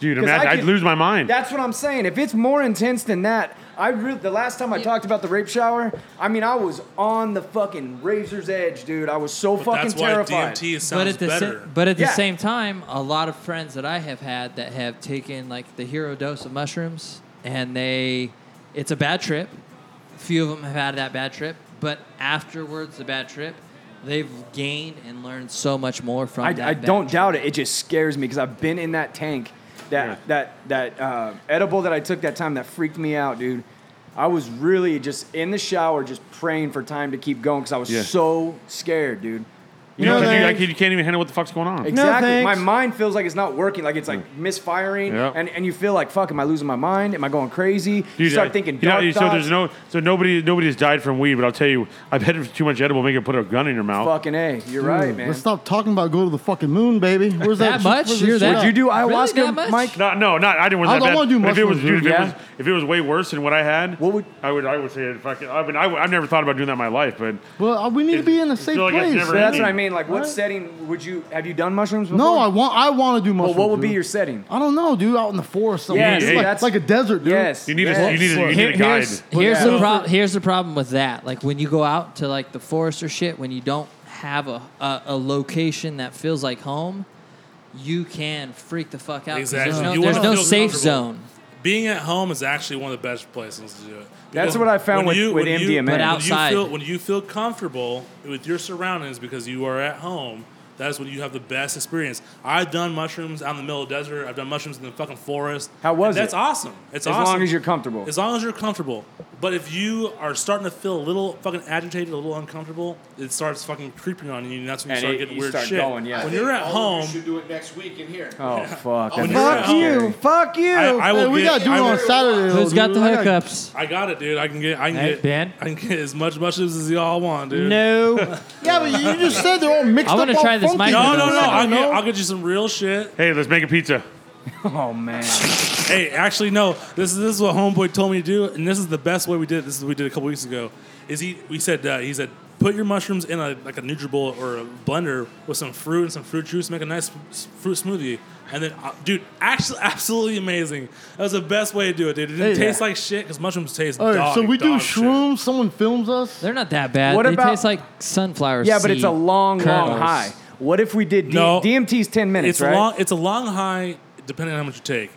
[SPEAKER 3] dude,
[SPEAKER 2] 'Cause
[SPEAKER 3] imagine,
[SPEAKER 2] I
[SPEAKER 3] I'd
[SPEAKER 2] could-
[SPEAKER 3] lose my mind.
[SPEAKER 2] That's what I'm saying. If it's more intense than that, I really, the last time I talked about the rape shower, I mean, I was on the fucking razor's edge, dude. I was so fucking
[SPEAKER 5] that's why
[SPEAKER 2] terrified.
[SPEAKER 5] DMT is-
[SPEAKER 7] But
[SPEAKER 5] sounds
[SPEAKER 7] at the
[SPEAKER 5] better.
[SPEAKER 7] sa- but at the
[SPEAKER 2] Yeah.
[SPEAKER 7] same time, a lot of friends that I have had that have taken like the hero dose of mushrooms, and they, it's a bad trip. Few of them have had that bad trip, but afterwards, the bad trip, they've gained and learned so much more from.
[SPEAKER 2] I,
[SPEAKER 7] that
[SPEAKER 2] I
[SPEAKER 7] bad
[SPEAKER 2] don't doubt it. It just scares me because I've been in that tank, that that that uh, edible that I took that time that freaked me out, dude. I was really just in the shower, just praying for time to keep going because I was
[SPEAKER 3] Yeah.
[SPEAKER 2] so scared, dude.
[SPEAKER 3] You,
[SPEAKER 2] No
[SPEAKER 3] know, 'cause you,
[SPEAKER 2] thanks.
[SPEAKER 3] like, you can't even handle what the fuck's going on.
[SPEAKER 2] Exactly. my mind feels like it's not working, like it's like misfiring,
[SPEAKER 3] Yeah.
[SPEAKER 2] and, and you feel like, fuck, am I losing my mind? Am I going crazy? you start
[SPEAKER 3] I-
[SPEAKER 2] thinking
[SPEAKER 3] you know,
[SPEAKER 2] dark
[SPEAKER 3] so
[SPEAKER 2] thoughts.
[SPEAKER 3] there's no so nobody nobody has died from weed, but I'll tell you, I bet if it's too much edible, make it put a gun in your mouth.
[SPEAKER 2] fucking a. You're right,
[SPEAKER 6] Dude,
[SPEAKER 2] man.
[SPEAKER 6] Let's stop talking about go to the fucking moon, baby. Where's that?
[SPEAKER 3] That much?
[SPEAKER 6] where's
[SPEAKER 3] You're
[SPEAKER 6] shit
[SPEAKER 3] that-
[SPEAKER 6] at?
[SPEAKER 3] Would you do Really ayahuasca,
[SPEAKER 2] that much? Mike?
[SPEAKER 3] No, no, not. I didn't want
[SPEAKER 6] I
[SPEAKER 3] that
[SPEAKER 6] don't
[SPEAKER 3] bad.
[SPEAKER 6] wanna do
[SPEAKER 3] But if it was, dude,
[SPEAKER 6] mushrooms, dude.
[SPEAKER 3] if, it
[SPEAKER 6] Yeah.
[SPEAKER 3] was, if it was way worse than what I had, what would I would I would say it fucking. I mean, I, have never thought about doing that in my life, but
[SPEAKER 6] Well, uh, we need to be in a safe
[SPEAKER 3] feel like it's
[SPEAKER 6] place.
[SPEAKER 3] never
[SPEAKER 2] So that's what I
[SPEAKER 3] ending.
[SPEAKER 2] mean. Like, what setting would you have you done mushrooms? Before?
[SPEAKER 6] No, I want. I want to do
[SPEAKER 2] Well,
[SPEAKER 6] mushrooms.
[SPEAKER 2] what would be
[SPEAKER 6] dude.
[SPEAKER 2] your setting?
[SPEAKER 6] I don't know, dude. Out in the forest. somewhere.
[SPEAKER 2] Yes,
[SPEAKER 6] It's like,
[SPEAKER 2] that's-
[SPEAKER 6] like a desert, dude.
[SPEAKER 2] Yes, You need a- yes. you need a- you need a
[SPEAKER 7] Here- here's
[SPEAKER 6] guide.
[SPEAKER 7] here's
[SPEAKER 6] Yeah.
[SPEAKER 7] the pro- here's the problem with that. Like when you go out to like the forest or shit, when you don't have a a, a location that feels like home, you can freak the fuck out. 'cause
[SPEAKER 5] Exactly.
[SPEAKER 7] There's no,
[SPEAKER 5] You wanna
[SPEAKER 7] there's no
[SPEAKER 5] feel
[SPEAKER 7] safe
[SPEAKER 5] comfortable.
[SPEAKER 7] zone.
[SPEAKER 5] Being at home is actually one of the best places to do it.
[SPEAKER 2] That's what I found
[SPEAKER 5] when
[SPEAKER 2] with- with
[SPEAKER 5] when
[SPEAKER 2] MDMA. But
[SPEAKER 5] when
[SPEAKER 2] outside.
[SPEAKER 5] feel, when you feel comfortable with your surroundings because you are at home, that's when you have the best experience. I've done mushrooms out in the middle of the desert. I've done mushrooms in the fucking forest.
[SPEAKER 2] How was
[SPEAKER 5] And That's
[SPEAKER 2] it?
[SPEAKER 5] awesome. It's
[SPEAKER 2] as
[SPEAKER 5] awesome.
[SPEAKER 2] long as you're comfortable.
[SPEAKER 5] As long as you're comfortable. But if you are starting to feel a little fucking agitated, a little uncomfortable, it starts fucking creeping on you, and that's when you
[SPEAKER 2] And
[SPEAKER 5] start
[SPEAKER 2] it-
[SPEAKER 5] getting
[SPEAKER 2] you
[SPEAKER 5] weird
[SPEAKER 2] start
[SPEAKER 5] shit.
[SPEAKER 2] going, yeah.
[SPEAKER 5] When you're at
[SPEAKER 8] All of
[SPEAKER 5] home,
[SPEAKER 8] You should do it next week in here.
[SPEAKER 2] Oh fuck! that'd
[SPEAKER 5] When you're
[SPEAKER 2] be
[SPEAKER 5] at
[SPEAKER 2] scary.
[SPEAKER 5] home-
[SPEAKER 4] Fuck you.
[SPEAKER 5] I- I will
[SPEAKER 4] we
[SPEAKER 5] get-
[SPEAKER 4] got you
[SPEAKER 5] I will-
[SPEAKER 4] on Saturday.
[SPEAKER 5] Who's
[SPEAKER 4] though,
[SPEAKER 5] got
[SPEAKER 4] dude.
[SPEAKER 5] the
[SPEAKER 4] I got-
[SPEAKER 7] hookups?
[SPEAKER 5] I got it, dude. I can get, I can
[SPEAKER 7] Hey,
[SPEAKER 5] get,
[SPEAKER 7] Ben?
[SPEAKER 5] I can get as much mushrooms as y'all want, dude.
[SPEAKER 7] No.
[SPEAKER 6] Yeah, but you just said they're all mixed
[SPEAKER 5] I
[SPEAKER 6] up.
[SPEAKER 5] wanna
[SPEAKER 6] all
[SPEAKER 5] try this
[SPEAKER 6] funky.
[SPEAKER 5] micro- No, no, no, I know.
[SPEAKER 6] No.
[SPEAKER 5] I'll get you some real shit.
[SPEAKER 3] Hey, let's make a pizza.
[SPEAKER 2] Oh man.
[SPEAKER 5] hey, actually, no. This is this is what Homeboy told me to do, and this is the best way we did. it. This is what we did a couple weeks ago. Is he? We said uh, he said put your mushrooms in a like a NutriBullet or a blender with some fruit and some fruit juice, make a nice s- fruit smoothie, and then uh, dude, actually, absolutely amazing. That was the best way to do it, dude. It didn't
[SPEAKER 6] Hey,
[SPEAKER 5] taste
[SPEAKER 6] yeah.
[SPEAKER 5] like shit because mushrooms taste.
[SPEAKER 6] All right,
[SPEAKER 5] dog
[SPEAKER 6] so we do
[SPEAKER 5] dog shit.
[SPEAKER 6] shrooms. Someone films us.
[SPEAKER 7] They're not that bad.
[SPEAKER 2] What
[SPEAKER 7] they
[SPEAKER 2] about-
[SPEAKER 7] taste like sunflower
[SPEAKER 2] Yeah, but it's
[SPEAKER 7] seed
[SPEAKER 2] a long, long
[SPEAKER 7] kernels.
[SPEAKER 2] high. What if we did D-
[SPEAKER 5] No.
[SPEAKER 2] DMT's ten minutes?
[SPEAKER 5] it's
[SPEAKER 2] right?
[SPEAKER 5] a long. It's a long high, depending on how much you take.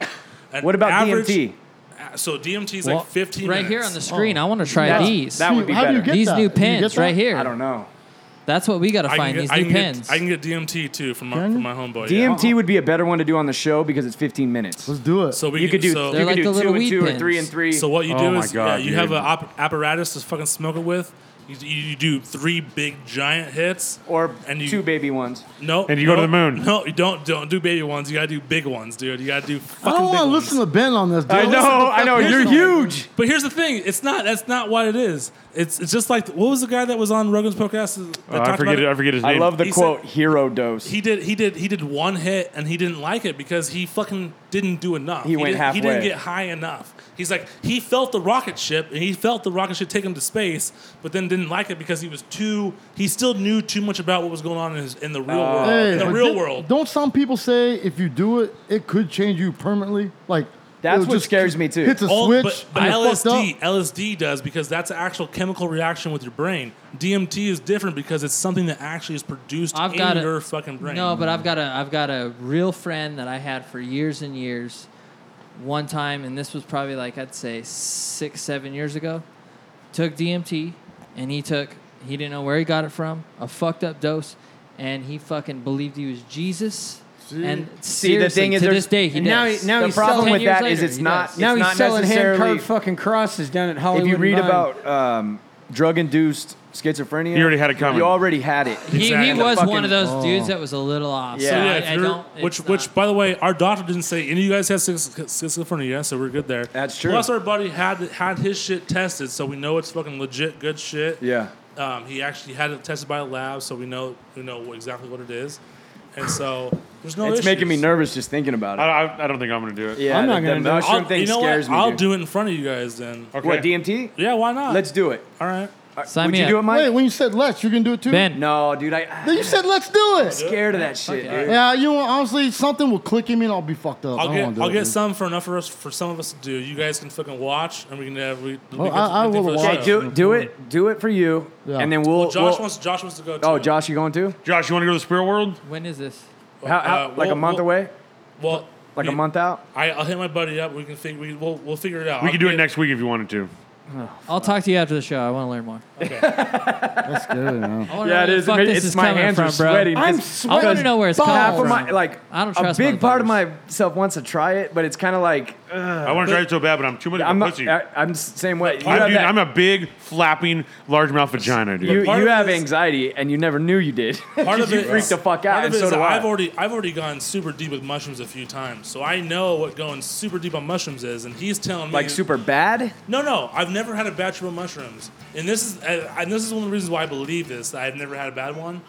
[SPEAKER 5] An
[SPEAKER 2] What about
[SPEAKER 5] average-
[SPEAKER 2] DMT?
[SPEAKER 5] uh, So DMT is
[SPEAKER 7] Well,
[SPEAKER 5] like 15
[SPEAKER 7] right here
[SPEAKER 5] minutes.
[SPEAKER 7] on the screen.
[SPEAKER 2] Oh.
[SPEAKER 7] I want to try
[SPEAKER 5] That's-
[SPEAKER 7] these.
[SPEAKER 5] that would be How do you better. get
[SPEAKER 7] these
[SPEAKER 5] that?
[SPEAKER 7] new
[SPEAKER 5] Do you get
[SPEAKER 7] pens right
[SPEAKER 5] that?
[SPEAKER 7] here.
[SPEAKER 5] I
[SPEAKER 2] don't know.
[SPEAKER 7] That's what we got to
[SPEAKER 5] I can
[SPEAKER 7] find
[SPEAKER 5] get-
[SPEAKER 7] these
[SPEAKER 5] I
[SPEAKER 7] new
[SPEAKER 5] can get-
[SPEAKER 7] pens.
[SPEAKER 5] I can get DMT too from my, from my homeboy. yeah.
[SPEAKER 2] DMT E would be a better one to do on the show because it's 15 minutes. Let's
[SPEAKER 6] do it.
[SPEAKER 5] So we
[SPEAKER 2] you
[SPEAKER 5] can-
[SPEAKER 2] could do,
[SPEAKER 5] so-
[SPEAKER 2] you
[SPEAKER 5] They're
[SPEAKER 2] could
[SPEAKER 5] like
[SPEAKER 2] do
[SPEAKER 5] the
[SPEAKER 2] two
[SPEAKER 5] little
[SPEAKER 2] and
[SPEAKER 5] weed
[SPEAKER 2] two or
[SPEAKER 5] pens.
[SPEAKER 2] three and three.
[SPEAKER 5] So what you
[SPEAKER 3] Oh
[SPEAKER 5] do is yeah, you have
[SPEAKER 2] a
[SPEAKER 5] an op- apparatus to fucking smoke it with. You, you, you do three big giant hits,
[SPEAKER 2] or
[SPEAKER 5] and
[SPEAKER 2] two baby ones.
[SPEAKER 5] No,
[SPEAKER 3] And you go to
[SPEAKER 5] no,
[SPEAKER 3] the moon.
[SPEAKER 5] No, you don't. Don't do baby ones. You gotta do big ones, dude. You gotta do
[SPEAKER 6] I
[SPEAKER 5] fucking
[SPEAKER 3] Oh,
[SPEAKER 6] don't
[SPEAKER 5] big
[SPEAKER 6] want to
[SPEAKER 5] ones.
[SPEAKER 6] listen to Ben on this. Dude.
[SPEAKER 5] I know,
[SPEAKER 6] Listen to
[SPEAKER 5] I know,
[SPEAKER 6] fucking-
[SPEAKER 5] you're
[SPEAKER 2] huge.
[SPEAKER 5] But here's the thing: it's not. That's not what it is. It's it's just like what was the guy that was on Rogan's podcast? That
[SPEAKER 3] Oh, Uh, I
[SPEAKER 5] talked
[SPEAKER 3] forget
[SPEAKER 5] about
[SPEAKER 3] it- I forget his
[SPEAKER 2] I
[SPEAKER 3] name.
[SPEAKER 2] love the
[SPEAKER 5] He said-
[SPEAKER 2] quote, hero dose.
[SPEAKER 5] He did. He did. He did one hit, and he didn't like it because he fucking didn't do enough.
[SPEAKER 2] He went
[SPEAKER 5] didn't, He didn't
[SPEAKER 2] halfway.
[SPEAKER 5] get high enough. He's like he felt the rocket ship, and he felt the rocket ship take him to space, but then didn't like it because he was too. He still knew too much about what was going on in, his, in the real
[SPEAKER 2] Oh.
[SPEAKER 5] world.
[SPEAKER 6] Hey,
[SPEAKER 5] in the
[SPEAKER 6] but
[SPEAKER 5] real
[SPEAKER 6] di-
[SPEAKER 5] world.
[SPEAKER 6] Don't some people say if you do it, it could change you permanently? Like
[SPEAKER 2] That's
[SPEAKER 6] it'll
[SPEAKER 2] what
[SPEAKER 6] just
[SPEAKER 2] scares me too.
[SPEAKER 6] Hits a
[SPEAKER 5] All-
[SPEAKER 6] switch.
[SPEAKER 5] but, but
[SPEAKER 6] and you're fucked up.
[SPEAKER 5] LSD, LSD does because that's an actual chemical reaction with your brain. DMT is different because it's something that actually is produced
[SPEAKER 7] I've
[SPEAKER 5] in
[SPEAKER 7] got a-
[SPEAKER 5] your fucking brain.
[SPEAKER 7] No, but I've got a I've got a real friend that I had for years and years. One time, and this was probably like I'd say six, seven years ago, took DMT, and he took he didn't know where he got it from, a fucked up dose, and he fucking believed he was Jesus. And
[SPEAKER 2] See, the
[SPEAKER 7] seriously,
[SPEAKER 2] thing is
[SPEAKER 7] to
[SPEAKER 2] there's-
[SPEAKER 7] this day, he
[SPEAKER 2] and
[SPEAKER 7] does.
[SPEAKER 2] now he- now The he's problem selling- with
[SPEAKER 7] 10 years
[SPEAKER 2] that is
[SPEAKER 7] later,
[SPEAKER 2] it's
[SPEAKER 7] he
[SPEAKER 2] not-
[SPEAKER 7] does.
[SPEAKER 2] it's
[SPEAKER 4] now he's
[SPEAKER 2] not
[SPEAKER 4] selling
[SPEAKER 2] necessarily-
[SPEAKER 4] hand-carved fucking crosses down at Hollywood.
[SPEAKER 2] if you read
[SPEAKER 4] Vine.
[SPEAKER 2] about um, drug induced schizophrenia,
[SPEAKER 3] You already had it coming.
[SPEAKER 2] You already had it.
[SPEAKER 7] He, he
[SPEAKER 2] And the
[SPEAKER 7] was
[SPEAKER 2] fucking- Oh.
[SPEAKER 7] one of those dudes that was a little off.
[SPEAKER 2] Yeah.
[SPEAKER 7] So
[SPEAKER 5] So
[SPEAKER 7] I-
[SPEAKER 5] yeah, if
[SPEAKER 7] I
[SPEAKER 5] you're-
[SPEAKER 7] don't-
[SPEAKER 5] which which by the way, our doctor didn't say any of you guys had schis- schizophrenia, so we're good there. That's
[SPEAKER 2] true.
[SPEAKER 5] Plus, our buddy had had his shit tested, so we know it's fucking legit good shit.
[SPEAKER 2] Yeah.
[SPEAKER 5] Um, he actually had it tested by a lab, so we know we know what- exactly what it is, and so there's no.
[SPEAKER 2] it's making me
[SPEAKER 5] issues.
[SPEAKER 2] nervous just thinking about it.
[SPEAKER 3] I, I, I don't think I'm gonna do it.
[SPEAKER 2] Yeah, I'm not the- gonna the do it. mushroom
[SPEAKER 5] I'll,
[SPEAKER 2] thing
[SPEAKER 5] you know
[SPEAKER 2] scares
[SPEAKER 5] what?
[SPEAKER 2] me,
[SPEAKER 5] I'll
[SPEAKER 2] dude.
[SPEAKER 5] do it in front of you guys then.
[SPEAKER 2] What DMT?
[SPEAKER 5] Yeah, why not?
[SPEAKER 2] Let's do it. Uh,
[SPEAKER 5] All right.
[SPEAKER 2] Would you do it, Mike?
[SPEAKER 6] Wait, when you said let's, you're gonna do it too.
[SPEAKER 2] No, dude. I,
[SPEAKER 6] Then you said let's do
[SPEAKER 2] I'm
[SPEAKER 6] it.
[SPEAKER 2] scared of that shit, dude.
[SPEAKER 6] Yeah, you know, what, honestly, something will click in me and I'll be fucked up. I
[SPEAKER 5] I'll
[SPEAKER 6] don't wanna
[SPEAKER 5] get
[SPEAKER 6] do
[SPEAKER 5] I'll
[SPEAKER 6] it,
[SPEAKER 5] get
[SPEAKER 6] dude.
[SPEAKER 5] some for enough for us for some of us to do. You guys can fucking watch, and we can have we. we
[SPEAKER 6] Well,
[SPEAKER 5] can-
[SPEAKER 6] I- I
[SPEAKER 5] we can
[SPEAKER 6] will
[SPEAKER 5] do the
[SPEAKER 6] watch.
[SPEAKER 5] show.
[SPEAKER 2] Hey, do do it. Do it for you, and then we'll.
[SPEAKER 5] Well, Josh
[SPEAKER 2] we'll-
[SPEAKER 5] wants Josh wants to go. Too.
[SPEAKER 2] Oh, Josh, you going too?
[SPEAKER 3] Josh, you want to go to the spirit world?
[SPEAKER 7] When is this?
[SPEAKER 2] How, how,
[SPEAKER 5] Uh,
[SPEAKER 2] like a
[SPEAKER 5] we'll-
[SPEAKER 2] month
[SPEAKER 5] we'll-
[SPEAKER 2] away?
[SPEAKER 5] Well,
[SPEAKER 2] Like a
[SPEAKER 5] we-
[SPEAKER 2] month out?
[SPEAKER 5] I, I'll hit my buddy up. We can figure. We, we'll we'll figure it out.
[SPEAKER 3] We
[SPEAKER 5] I'll
[SPEAKER 3] could do it
[SPEAKER 5] get-
[SPEAKER 3] next week if you wanted to.
[SPEAKER 7] I'll talk to you after the show. I want to learn more.
[SPEAKER 6] That's good.
[SPEAKER 7] I wanna know where the fuck
[SPEAKER 2] It-
[SPEAKER 7] this
[SPEAKER 2] it's
[SPEAKER 7] is
[SPEAKER 2] my
[SPEAKER 7] coming
[SPEAKER 2] hands
[SPEAKER 7] from,
[SPEAKER 2] are
[SPEAKER 7] bro.
[SPEAKER 2] sweating.
[SPEAKER 7] I'm
[SPEAKER 2] because-
[SPEAKER 7] sweating I wanna know where it's
[SPEAKER 2] because
[SPEAKER 7] coming
[SPEAKER 2] half Of
[SPEAKER 7] from.
[SPEAKER 2] my, like,
[SPEAKER 7] I don't trust
[SPEAKER 2] a big part of myself wants to try it, but it's kind of like
[SPEAKER 3] I want to try it so bad, but I'm too much of a
[SPEAKER 2] I'm not-
[SPEAKER 3] pussy.
[SPEAKER 2] I, am same way. You
[SPEAKER 3] I'm,
[SPEAKER 2] have
[SPEAKER 3] dude,
[SPEAKER 2] that-
[SPEAKER 3] I'm a big flapping largemouth vagina, dude.
[SPEAKER 2] you, you have anxiety and you never knew you did.
[SPEAKER 5] Part
[SPEAKER 2] 'Cause
[SPEAKER 5] of
[SPEAKER 2] you
[SPEAKER 5] it
[SPEAKER 2] freak
[SPEAKER 5] is-
[SPEAKER 2] the fuck out,
[SPEAKER 5] part
[SPEAKER 2] and
[SPEAKER 5] of it
[SPEAKER 2] so
[SPEAKER 5] is
[SPEAKER 2] do I.
[SPEAKER 5] I've already I've already gone super deep with mushrooms a few times, so I know what going super deep on mushrooms is. And he's telling me
[SPEAKER 2] like super bad.
[SPEAKER 5] No, no, I've never had a bad trip of mushrooms, and this is uh, and this is one of the reasons why I believe this. that I've never had a bad one.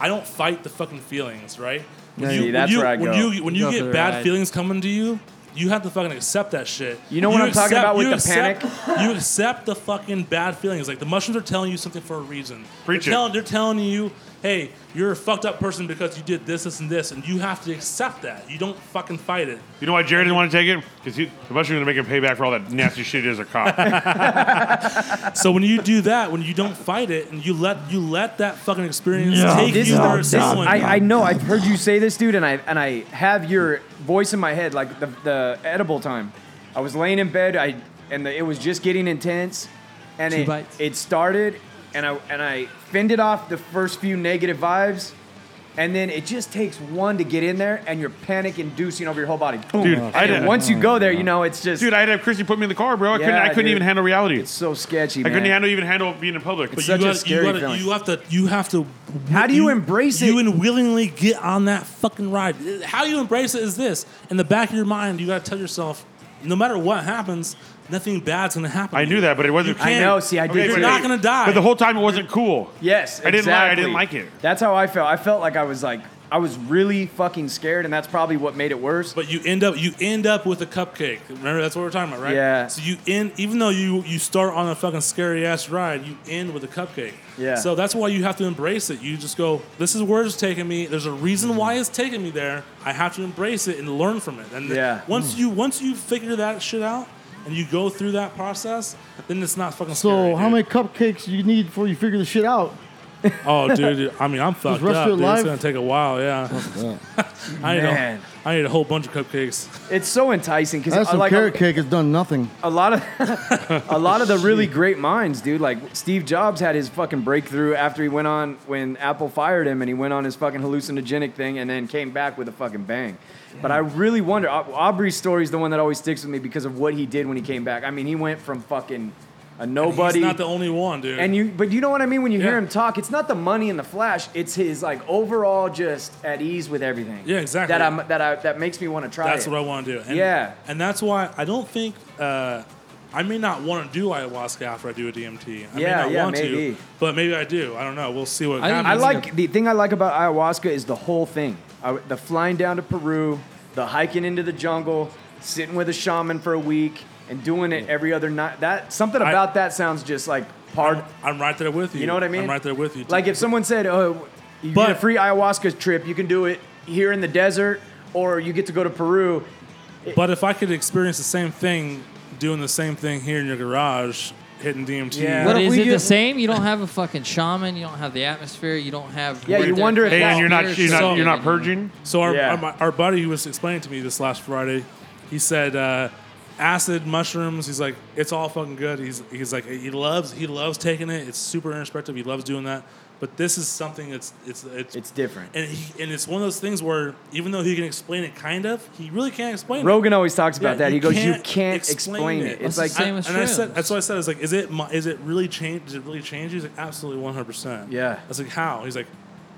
[SPEAKER 5] I don't fight the fucking feelings, right?
[SPEAKER 2] Yeah, see, that's
[SPEAKER 5] you,
[SPEAKER 2] where I
[SPEAKER 5] when
[SPEAKER 2] go.
[SPEAKER 5] you when
[SPEAKER 2] You
[SPEAKER 5] you
[SPEAKER 2] go for
[SPEAKER 5] get
[SPEAKER 2] the
[SPEAKER 5] bad
[SPEAKER 2] ride.
[SPEAKER 5] feelings coming to you, you have to fucking accept that shit.
[SPEAKER 2] You know what I'm talking about with
[SPEAKER 5] you
[SPEAKER 2] the
[SPEAKER 5] accept- You accept the fucking bad feelings. Like the mushrooms are telling you something for a reason.
[SPEAKER 3] Preach
[SPEAKER 5] they're,
[SPEAKER 3] it.
[SPEAKER 5] Telling, they're telling you, hey, you're a fucked up person because you did this, this, and this, and you have to accept that. You don't fucking fight it.
[SPEAKER 3] You know why Jared didn't want to take it? Because the mushroom's gonna make him pay back for all that nasty shit he did as a cop.
[SPEAKER 5] so when you do that, when you don't fight it, and you let you let that fucking experience take
[SPEAKER 2] This-
[SPEAKER 5] you where
[SPEAKER 2] this-
[SPEAKER 5] it's going,
[SPEAKER 2] I, I know. I've heard you say this, dude, and I and I have your voice in my head, like the, the edible time. I was laying in bed, I and the, it was just getting intense, and
[SPEAKER 7] Two
[SPEAKER 2] it
[SPEAKER 7] bites.
[SPEAKER 2] it started, and I and I fended off the first few negative vibes, and then it just takes one to get in there, and you're panic inducing over your whole body. Boom.
[SPEAKER 3] Dude,
[SPEAKER 2] And
[SPEAKER 3] I did-
[SPEAKER 2] once you go there, you know it's just
[SPEAKER 3] dude, I had to have Christy put me in the car, bro. I couldn't.
[SPEAKER 2] Yeah,
[SPEAKER 3] I couldn't
[SPEAKER 2] dude.
[SPEAKER 3] even handle reality. It's
[SPEAKER 2] so sketchy.
[SPEAKER 3] I couldn't
[SPEAKER 2] man.
[SPEAKER 3] handle even handle being in public.
[SPEAKER 5] But you gotta- you gotta- You have to. You have to. How do you, embrace it? You and willingly get on that fucking ride. How you embrace it is this: in the back of your mind, you got to tell yourself, no matter what happens, nothing bad's gonna happen.
[SPEAKER 3] I knew that, but it wasn't.
[SPEAKER 5] You can't- I know, see, I did
[SPEAKER 3] but-
[SPEAKER 5] too. You're not gonna die.
[SPEAKER 3] But the whole time it wasn't cool.
[SPEAKER 2] Yes,
[SPEAKER 3] I didn't like. I didn't like
[SPEAKER 2] exactly.
[SPEAKER 3] it.
[SPEAKER 2] That's how I felt. I felt like I was like I was really fucking scared, and that's probably what made it worse.
[SPEAKER 5] But you end up you end up with a cupcake. Remember that's what we're talking about, right?
[SPEAKER 2] Yeah.
[SPEAKER 5] So you end even though you you start on a fucking scary ass ride, you end with a cupcake.
[SPEAKER 2] Yeah.
[SPEAKER 5] So that's why you have to embrace it. You just go, this is where it's taking me. There's a reason why it's taking me there. I have to embrace it and learn from it. And
[SPEAKER 2] Yeah.
[SPEAKER 5] once you once you figure that shit out and you go through that process, then it's not fucking
[SPEAKER 6] So,
[SPEAKER 5] scary.
[SPEAKER 6] how many cupcakes you need before you figure the shit out?
[SPEAKER 5] Oh, dude! I mean, I'm fucked
[SPEAKER 6] rest of
[SPEAKER 5] up.
[SPEAKER 6] your
[SPEAKER 5] Dude. It's
[SPEAKER 6] life-
[SPEAKER 5] gonna take a while. Yeah. I need a,
[SPEAKER 2] Man.
[SPEAKER 5] I need a whole bunch of cupcakes.
[SPEAKER 2] It's so enticing because
[SPEAKER 6] That's some
[SPEAKER 2] like
[SPEAKER 6] carrot
[SPEAKER 2] a,
[SPEAKER 6] cake has done nothing.
[SPEAKER 2] a lot of a lot of the really great minds, dude. Like Steve Jobs had his fucking breakthrough after he went on when Apple fired him, and he went on his fucking hallucinogenic thing, and then came back with a fucking bang. But I really wonder. Au- Aubrey's story is the one that always sticks with me because of what he did when he came back. I mean, he went from fucking a nobody.
[SPEAKER 5] He's not the only one, dude.
[SPEAKER 2] Oh, And you, but you know what I mean when you hear him talk. It's not the money and the flash. It's his like overall just at ease with everything.
[SPEAKER 5] Yeah, exactly.
[SPEAKER 2] That I'm that I that makes me want to try.
[SPEAKER 5] That's
[SPEAKER 2] it.
[SPEAKER 5] what I want to do. And,
[SPEAKER 2] Yeah.
[SPEAKER 5] and that's why I don't think uh, I may not want to do ayahuasca after I do a DMT. I
[SPEAKER 2] Yeah,
[SPEAKER 5] may not
[SPEAKER 2] yeah,
[SPEAKER 5] want
[SPEAKER 2] maybe.
[SPEAKER 5] to, but maybe I do. I don't know. We'll see what happens.
[SPEAKER 2] I like the thing I like about ayahuasca is the whole thing. I, the flying down to Peru, the hiking into the jungle, sitting with a shaman for a week, and doing it every other night. That something
[SPEAKER 5] I-
[SPEAKER 2] about that sounds just like part.
[SPEAKER 5] I'm right there with you.
[SPEAKER 2] You know what I mean?
[SPEAKER 5] I'm right there with you.
[SPEAKER 2] Like if someone said, "Oh, you get a free ayahuasca trip, you can do it here in the desert, or you get to go to Peru."
[SPEAKER 5] but if I could experience the same thing, doing the same thing here in your garage, hitting DMT.
[SPEAKER 7] But is it the same? You don't have a fucking shaman. You don't have the atmosphere. You don't have. what they're-
[SPEAKER 5] So-
[SPEAKER 3] purging.
[SPEAKER 5] So our,
[SPEAKER 7] Yeah.
[SPEAKER 5] our my- our buddy who was explaining to me this last Friday, he said uh, acid mushrooms. He's like, it's all fucking good. He's he's like he loves he loves taking it. It's super introspective. He loves doing that. But this is something that's it's it's
[SPEAKER 2] it's different.
[SPEAKER 5] And he, and it's one of those things where even though he can explain it kind of, he really can't explain it.
[SPEAKER 2] Rogan always talks about that. He goes, "You can't explain it." It's like-
[SPEAKER 5] I,
[SPEAKER 2] Same as
[SPEAKER 5] and I said,
[SPEAKER 2] shrooms.
[SPEAKER 5] that's what I said. I was like, "Is it mu- is it really change? Does it really change?" you?" He's like, "Absolutely, one hundred percent."
[SPEAKER 2] Yeah.
[SPEAKER 5] I was like, "How?" He's like,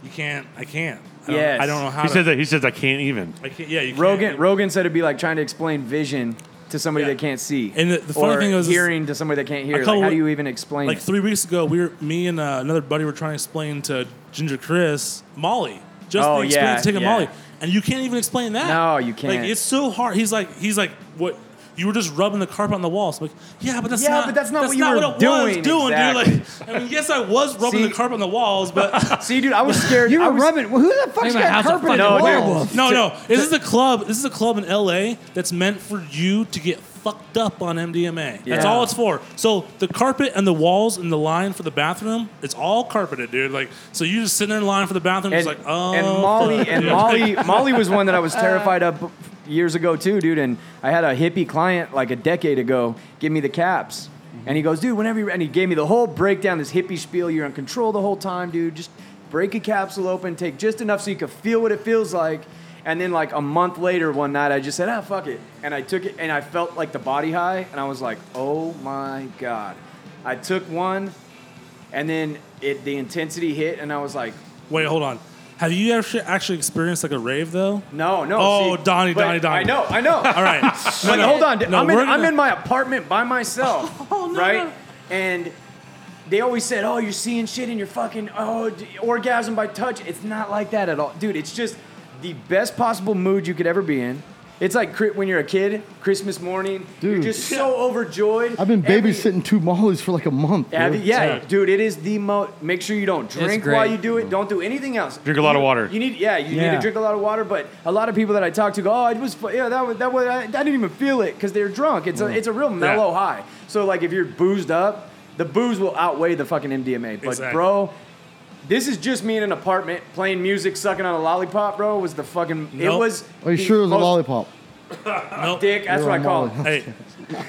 [SPEAKER 5] "You can't. I can't. I don't,
[SPEAKER 2] Yes.
[SPEAKER 5] I don't know how."
[SPEAKER 3] He
[SPEAKER 5] to-
[SPEAKER 3] says that. He says I can't even.
[SPEAKER 5] I can't, yeah, you can't-
[SPEAKER 2] Rogan Rogan said it'd be like trying to explain vision to somebody that can't see,
[SPEAKER 5] And the- the funny
[SPEAKER 2] or
[SPEAKER 5] thing was is-
[SPEAKER 2] hearing to somebody that can't
[SPEAKER 5] A
[SPEAKER 2] hear. Like,
[SPEAKER 5] couple-
[SPEAKER 2] how do you even explain?
[SPEAKER 5] like
[SPEAKER 2] it?
[SPEAKER 5] three weeks ago, we were me and uh, another buddy were trying to explain to Ginger Chris Molly, just
[SPEAKER 2] Oh,
[SPEAKER 5] the experience
[SPEAKER 2] yeah,
[SPEAKER 5] of taking
[SPEAKER 2] yeah.
[SPEAKER 5] Molly, and you can't even explain that.
[SPEAKER 2] No, you
[SPEAKER 5] Like
[SPEAKER 2] can't.
[SPEAKER 5] it's so hard. He's like he's like what. You were just rubbing the carpet on the walls. I'm like, yeah, but that's
[SPEAKER 2] Yeah,
[SPEAKER 5] not.
[SPEAKER 2] but that's not what you were
[SPEAKER 5] it was
[SPEAKER 2] doing,
[SPEAKER 5] doing, dude.
[SPEAKER 2] exactly.
[SPEAKER 5] Like, I mean, yes, I was rubbing
[SPEAKER 2] See-
[SPEAKER 5] the carpet on the walls, but
[SPEAKER 2] see, dude, I was scared.
[SPEAKER 4] You were rubbing. Well, who the fuck's got carpet in the wall?
[SPEAKER 5] No, no. This is a club. This is a club in LA that's meant for you to get fucked up on MDMA.
[SPEAKER 2] Yeah.
[SPEAKER 5] That's all it's for. So the carpet and the walls and the line for the bathroom, it's all carpeted, dude. Like so you just sitting there in line for the bathroom,
[SPEAKER 2] and,
[SPEAKER 5] just like oh
[SPEAKER 2] and Molly
[SPEAKER 5] fuck,
[SPEAKER 2] and
[SPEAKER 5] dude.
[SPEAKER 2] Molly
[SPEAKER 5] Like-
[SPEAKER 2] Molly was one that I was terrified of b- years ago too, dude. And I had a hippie client like a decade ago give me the caps, and he goes, dude, whenever you, and he gave me the whole breakdown, this hippie spiel. You're in control the whole time, dude. Just break a capsule open, take just enough so you can feel what it feels like. And then like a month later, one night, I just said, ah, fuck it. And I took it and I felt like the body high. And I was like, oh my God. I took one and then it the intensity hit. And I was like,
[SPEAKER 5] Wait, hold on. Have you actually actually experienced like a rave though?
[SPEAKER 2] No, no.
[SPEAKER 5] Oh,
[SPEAKER 2] see,
[SPEAKER 5] Donnie,
[SPEAKER 2] but
[SPEAKER 5] Donnie, Donnie.
[SPEAKER 2] I know, I know.
[SPEAKER 5] All right. No,
[SPEAKER 2] Like,
[SPEAKER 5] no.
[SPEAKER 2] hold on.
[SPEAKER 5] No,
[SPEAKER 2] I'm, in,
[SPEAKER 5] we're gonna-
[SPEAKER 2] I'm in my apartment by myself,
[SPEAKER 6] Oh,
[SPEAKER 2] right? And they always said, "Oh, you're seeing shit in your fucking oh d- orgasm by touch." It's not like that at all, dude. It's just the best possible mood you could ever be in. It's like cri- when you're a kid, Christmas morning,
[SPEAKER 6] Dude.
[SPEAKER 2] you're just so overjoyed.
[SPEAKER 6] I've been
[SPEAKER 2] Every-
[SPEAKER 6] babysitting two mollies for like a month.
[SPEAKER 2] Have
[SPEAKER 6] bro.
[SPEAKER 2] you- yeah, dude, it is the most. Make sure you don't drink
[SPEAKER 6] great.
[SPEAKER 2] while you do it. Don't do anything else.
[SPEAKER 3] Drink a lot
[SPEAKER 2] You-
[SPEAKER 3] of water.
[SPEAKER 2] You need, yeah, you need
[SPEAKER 3] Yeah.
[SPEAKER 2] to drink a lot of water. But a lot of people that I talk to go, oh, it was, fu- yeah, that was, that was, I, I didn't even feel it because they're drunk. It's a,
[SPEAKER 3] Mm.
[SPEAKER 2] it's a real
[SPEAKER 3] Yeah.
[SPEAKER 2] mellow high. So like, if you're boozed up, the booze will outweigh the fucking MDMA. But
[SPEAKER 5] Exactly.
[SPEAKER 2] bro. This is just me in an apartment playing music, sucking on a lollipop, bro. Was the fucking it
[SPEAKER 5] Nope.
[SPEAKER 2] was?
[SPEAKER 6] Are Oh, you sure it was a
[SPEAKER 2] most-
[SPEAKER 6] lollipop?
[SPEAKER 2] Dick, that's
[SPEAKER 6] You're
[SPEAKER 2] what I
[SPEAKER 6] a
[SPEAKER 2] call it.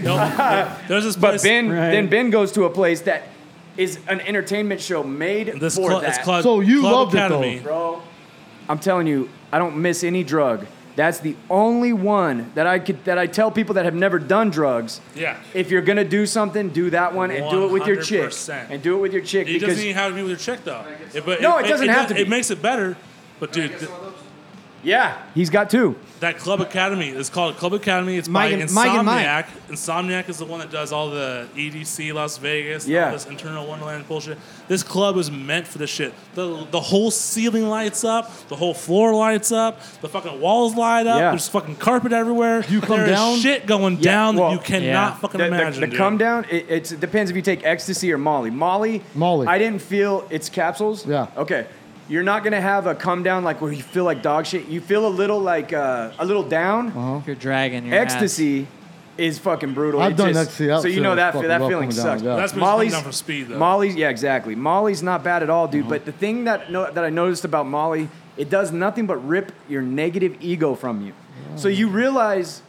[SPEAKER 6] molly.
[SPEAKER 5] There's this
[SPEAKER 2] But Ben,
[SPEAKER 6] Right.
[SPEAKER 2] then Ben goes to a place that is an entertainment show made
[SPEAKER 5] This
[SPEAKER 2] for
[SPEAKER 5] clu-
[SPEAKER 2] that.
[SPEAKER 5] it's called So you Club loved it, Academy. though.
[SPEAKER 2] bro. I'm telling you, I don't miss any drug. That's the only one that I could that I tell people that have never done drugs.
[SPEAKER 5] Yeah.
[SPEAKER 2] If you're gonna do something, do that one and do it with your chick.
[SPEAKER 5] 100%.
[SPEAKER 2] And do it with your chick
[SPEAKER 5] It
[SPEAKER 2] because
[SPEAKER 5] doesn't even have to be with your chick though. It, but
[SPEAKER 2] No, it doesn't have
[SPEAKER 5] does-
[SPEAKER 2] to be.
[SPEAKER 5] It makes it better. But dude, th-
[SPEAKER 2] yeah, he's got two.
[SPEAKER 5] that Club Academy is called Club Academy. It's
[SPEAKER 2] Mike
[SPEAKER 5] by
[SPEAKER 2] and- Mike
[SPEAKER 5] Insomniac.
[SPEAKER 2] and Mike.
[SPEAKER 5] Insomniac is the one that does all the EDC Las Vegas, and
[SPEAKER 2] Yeah.
[SPEAKER 5] all this internal Wonderland bullshit. This club is meant for this shit. The the whole ceiling lights up, the whole floor lights up, the fucking walls light up.
[SPEAKER 2] Yeah.
[SPEAKER 5] There's fucking carpet everywhere. You
[SPEAKER 2] come
[SPEAKER 5] There's
[SPEAKER 2] down?
[SPEAKER 5] shit going
[SPEAKER 2] Yeah,
[SPEAKER 5] down
[SPEAKER 2] well,
[SPEAKER 5] that you cannot fucking
[SPEAKER 2] the, the-
[SPEAKER 5] imagine.
[SPEAKER 2] The,
[SPEAKER 5] dude.
[SPEAKER 2] come down, it, it's, it depends if you take ecstasy or Molly. Molly, Molly. I didn't feel it's capsules. Yeah. Okay. You're not gonna have a come down like where you feel like dog shit. You feel a little like uh, a little down.
[SPEAKER 7] You're dragging your
[SPEAKER 2] ecstasy is fucking brutal.
[SPEAKER 6] I've
[SPEAKER 2] It
[SPEAKER 6] done
[SPEAKER 2] just-
[SPEAKER 6] ecstasy. That
[SPEAKER 2] so you
[SPEAKER 6] shit
[SPEAKER 2] know
[SPEAKER 6] was
[SPEAKER 2] that
[SPEAKER 6] fucking
[SPEAKER 2] that
[SPEAKER 6] rough
[SPEAKER 2] feeling
[SPEAKER 6] coming down,
[SPEAKER 2] sucks.
[SPEAKER 6] yeah. That's
[SPEAKER 5] because it's coming down from speed, though.
[SPEAKER 2] Molly's, yeah, exactly. Molly's not bad at all, dude. But the thing that no, that I noticed about Molly, it does nothing but rip your negative ego from you.
[SPEAKER 6] Oh.
[SPEAKER 2] So you realize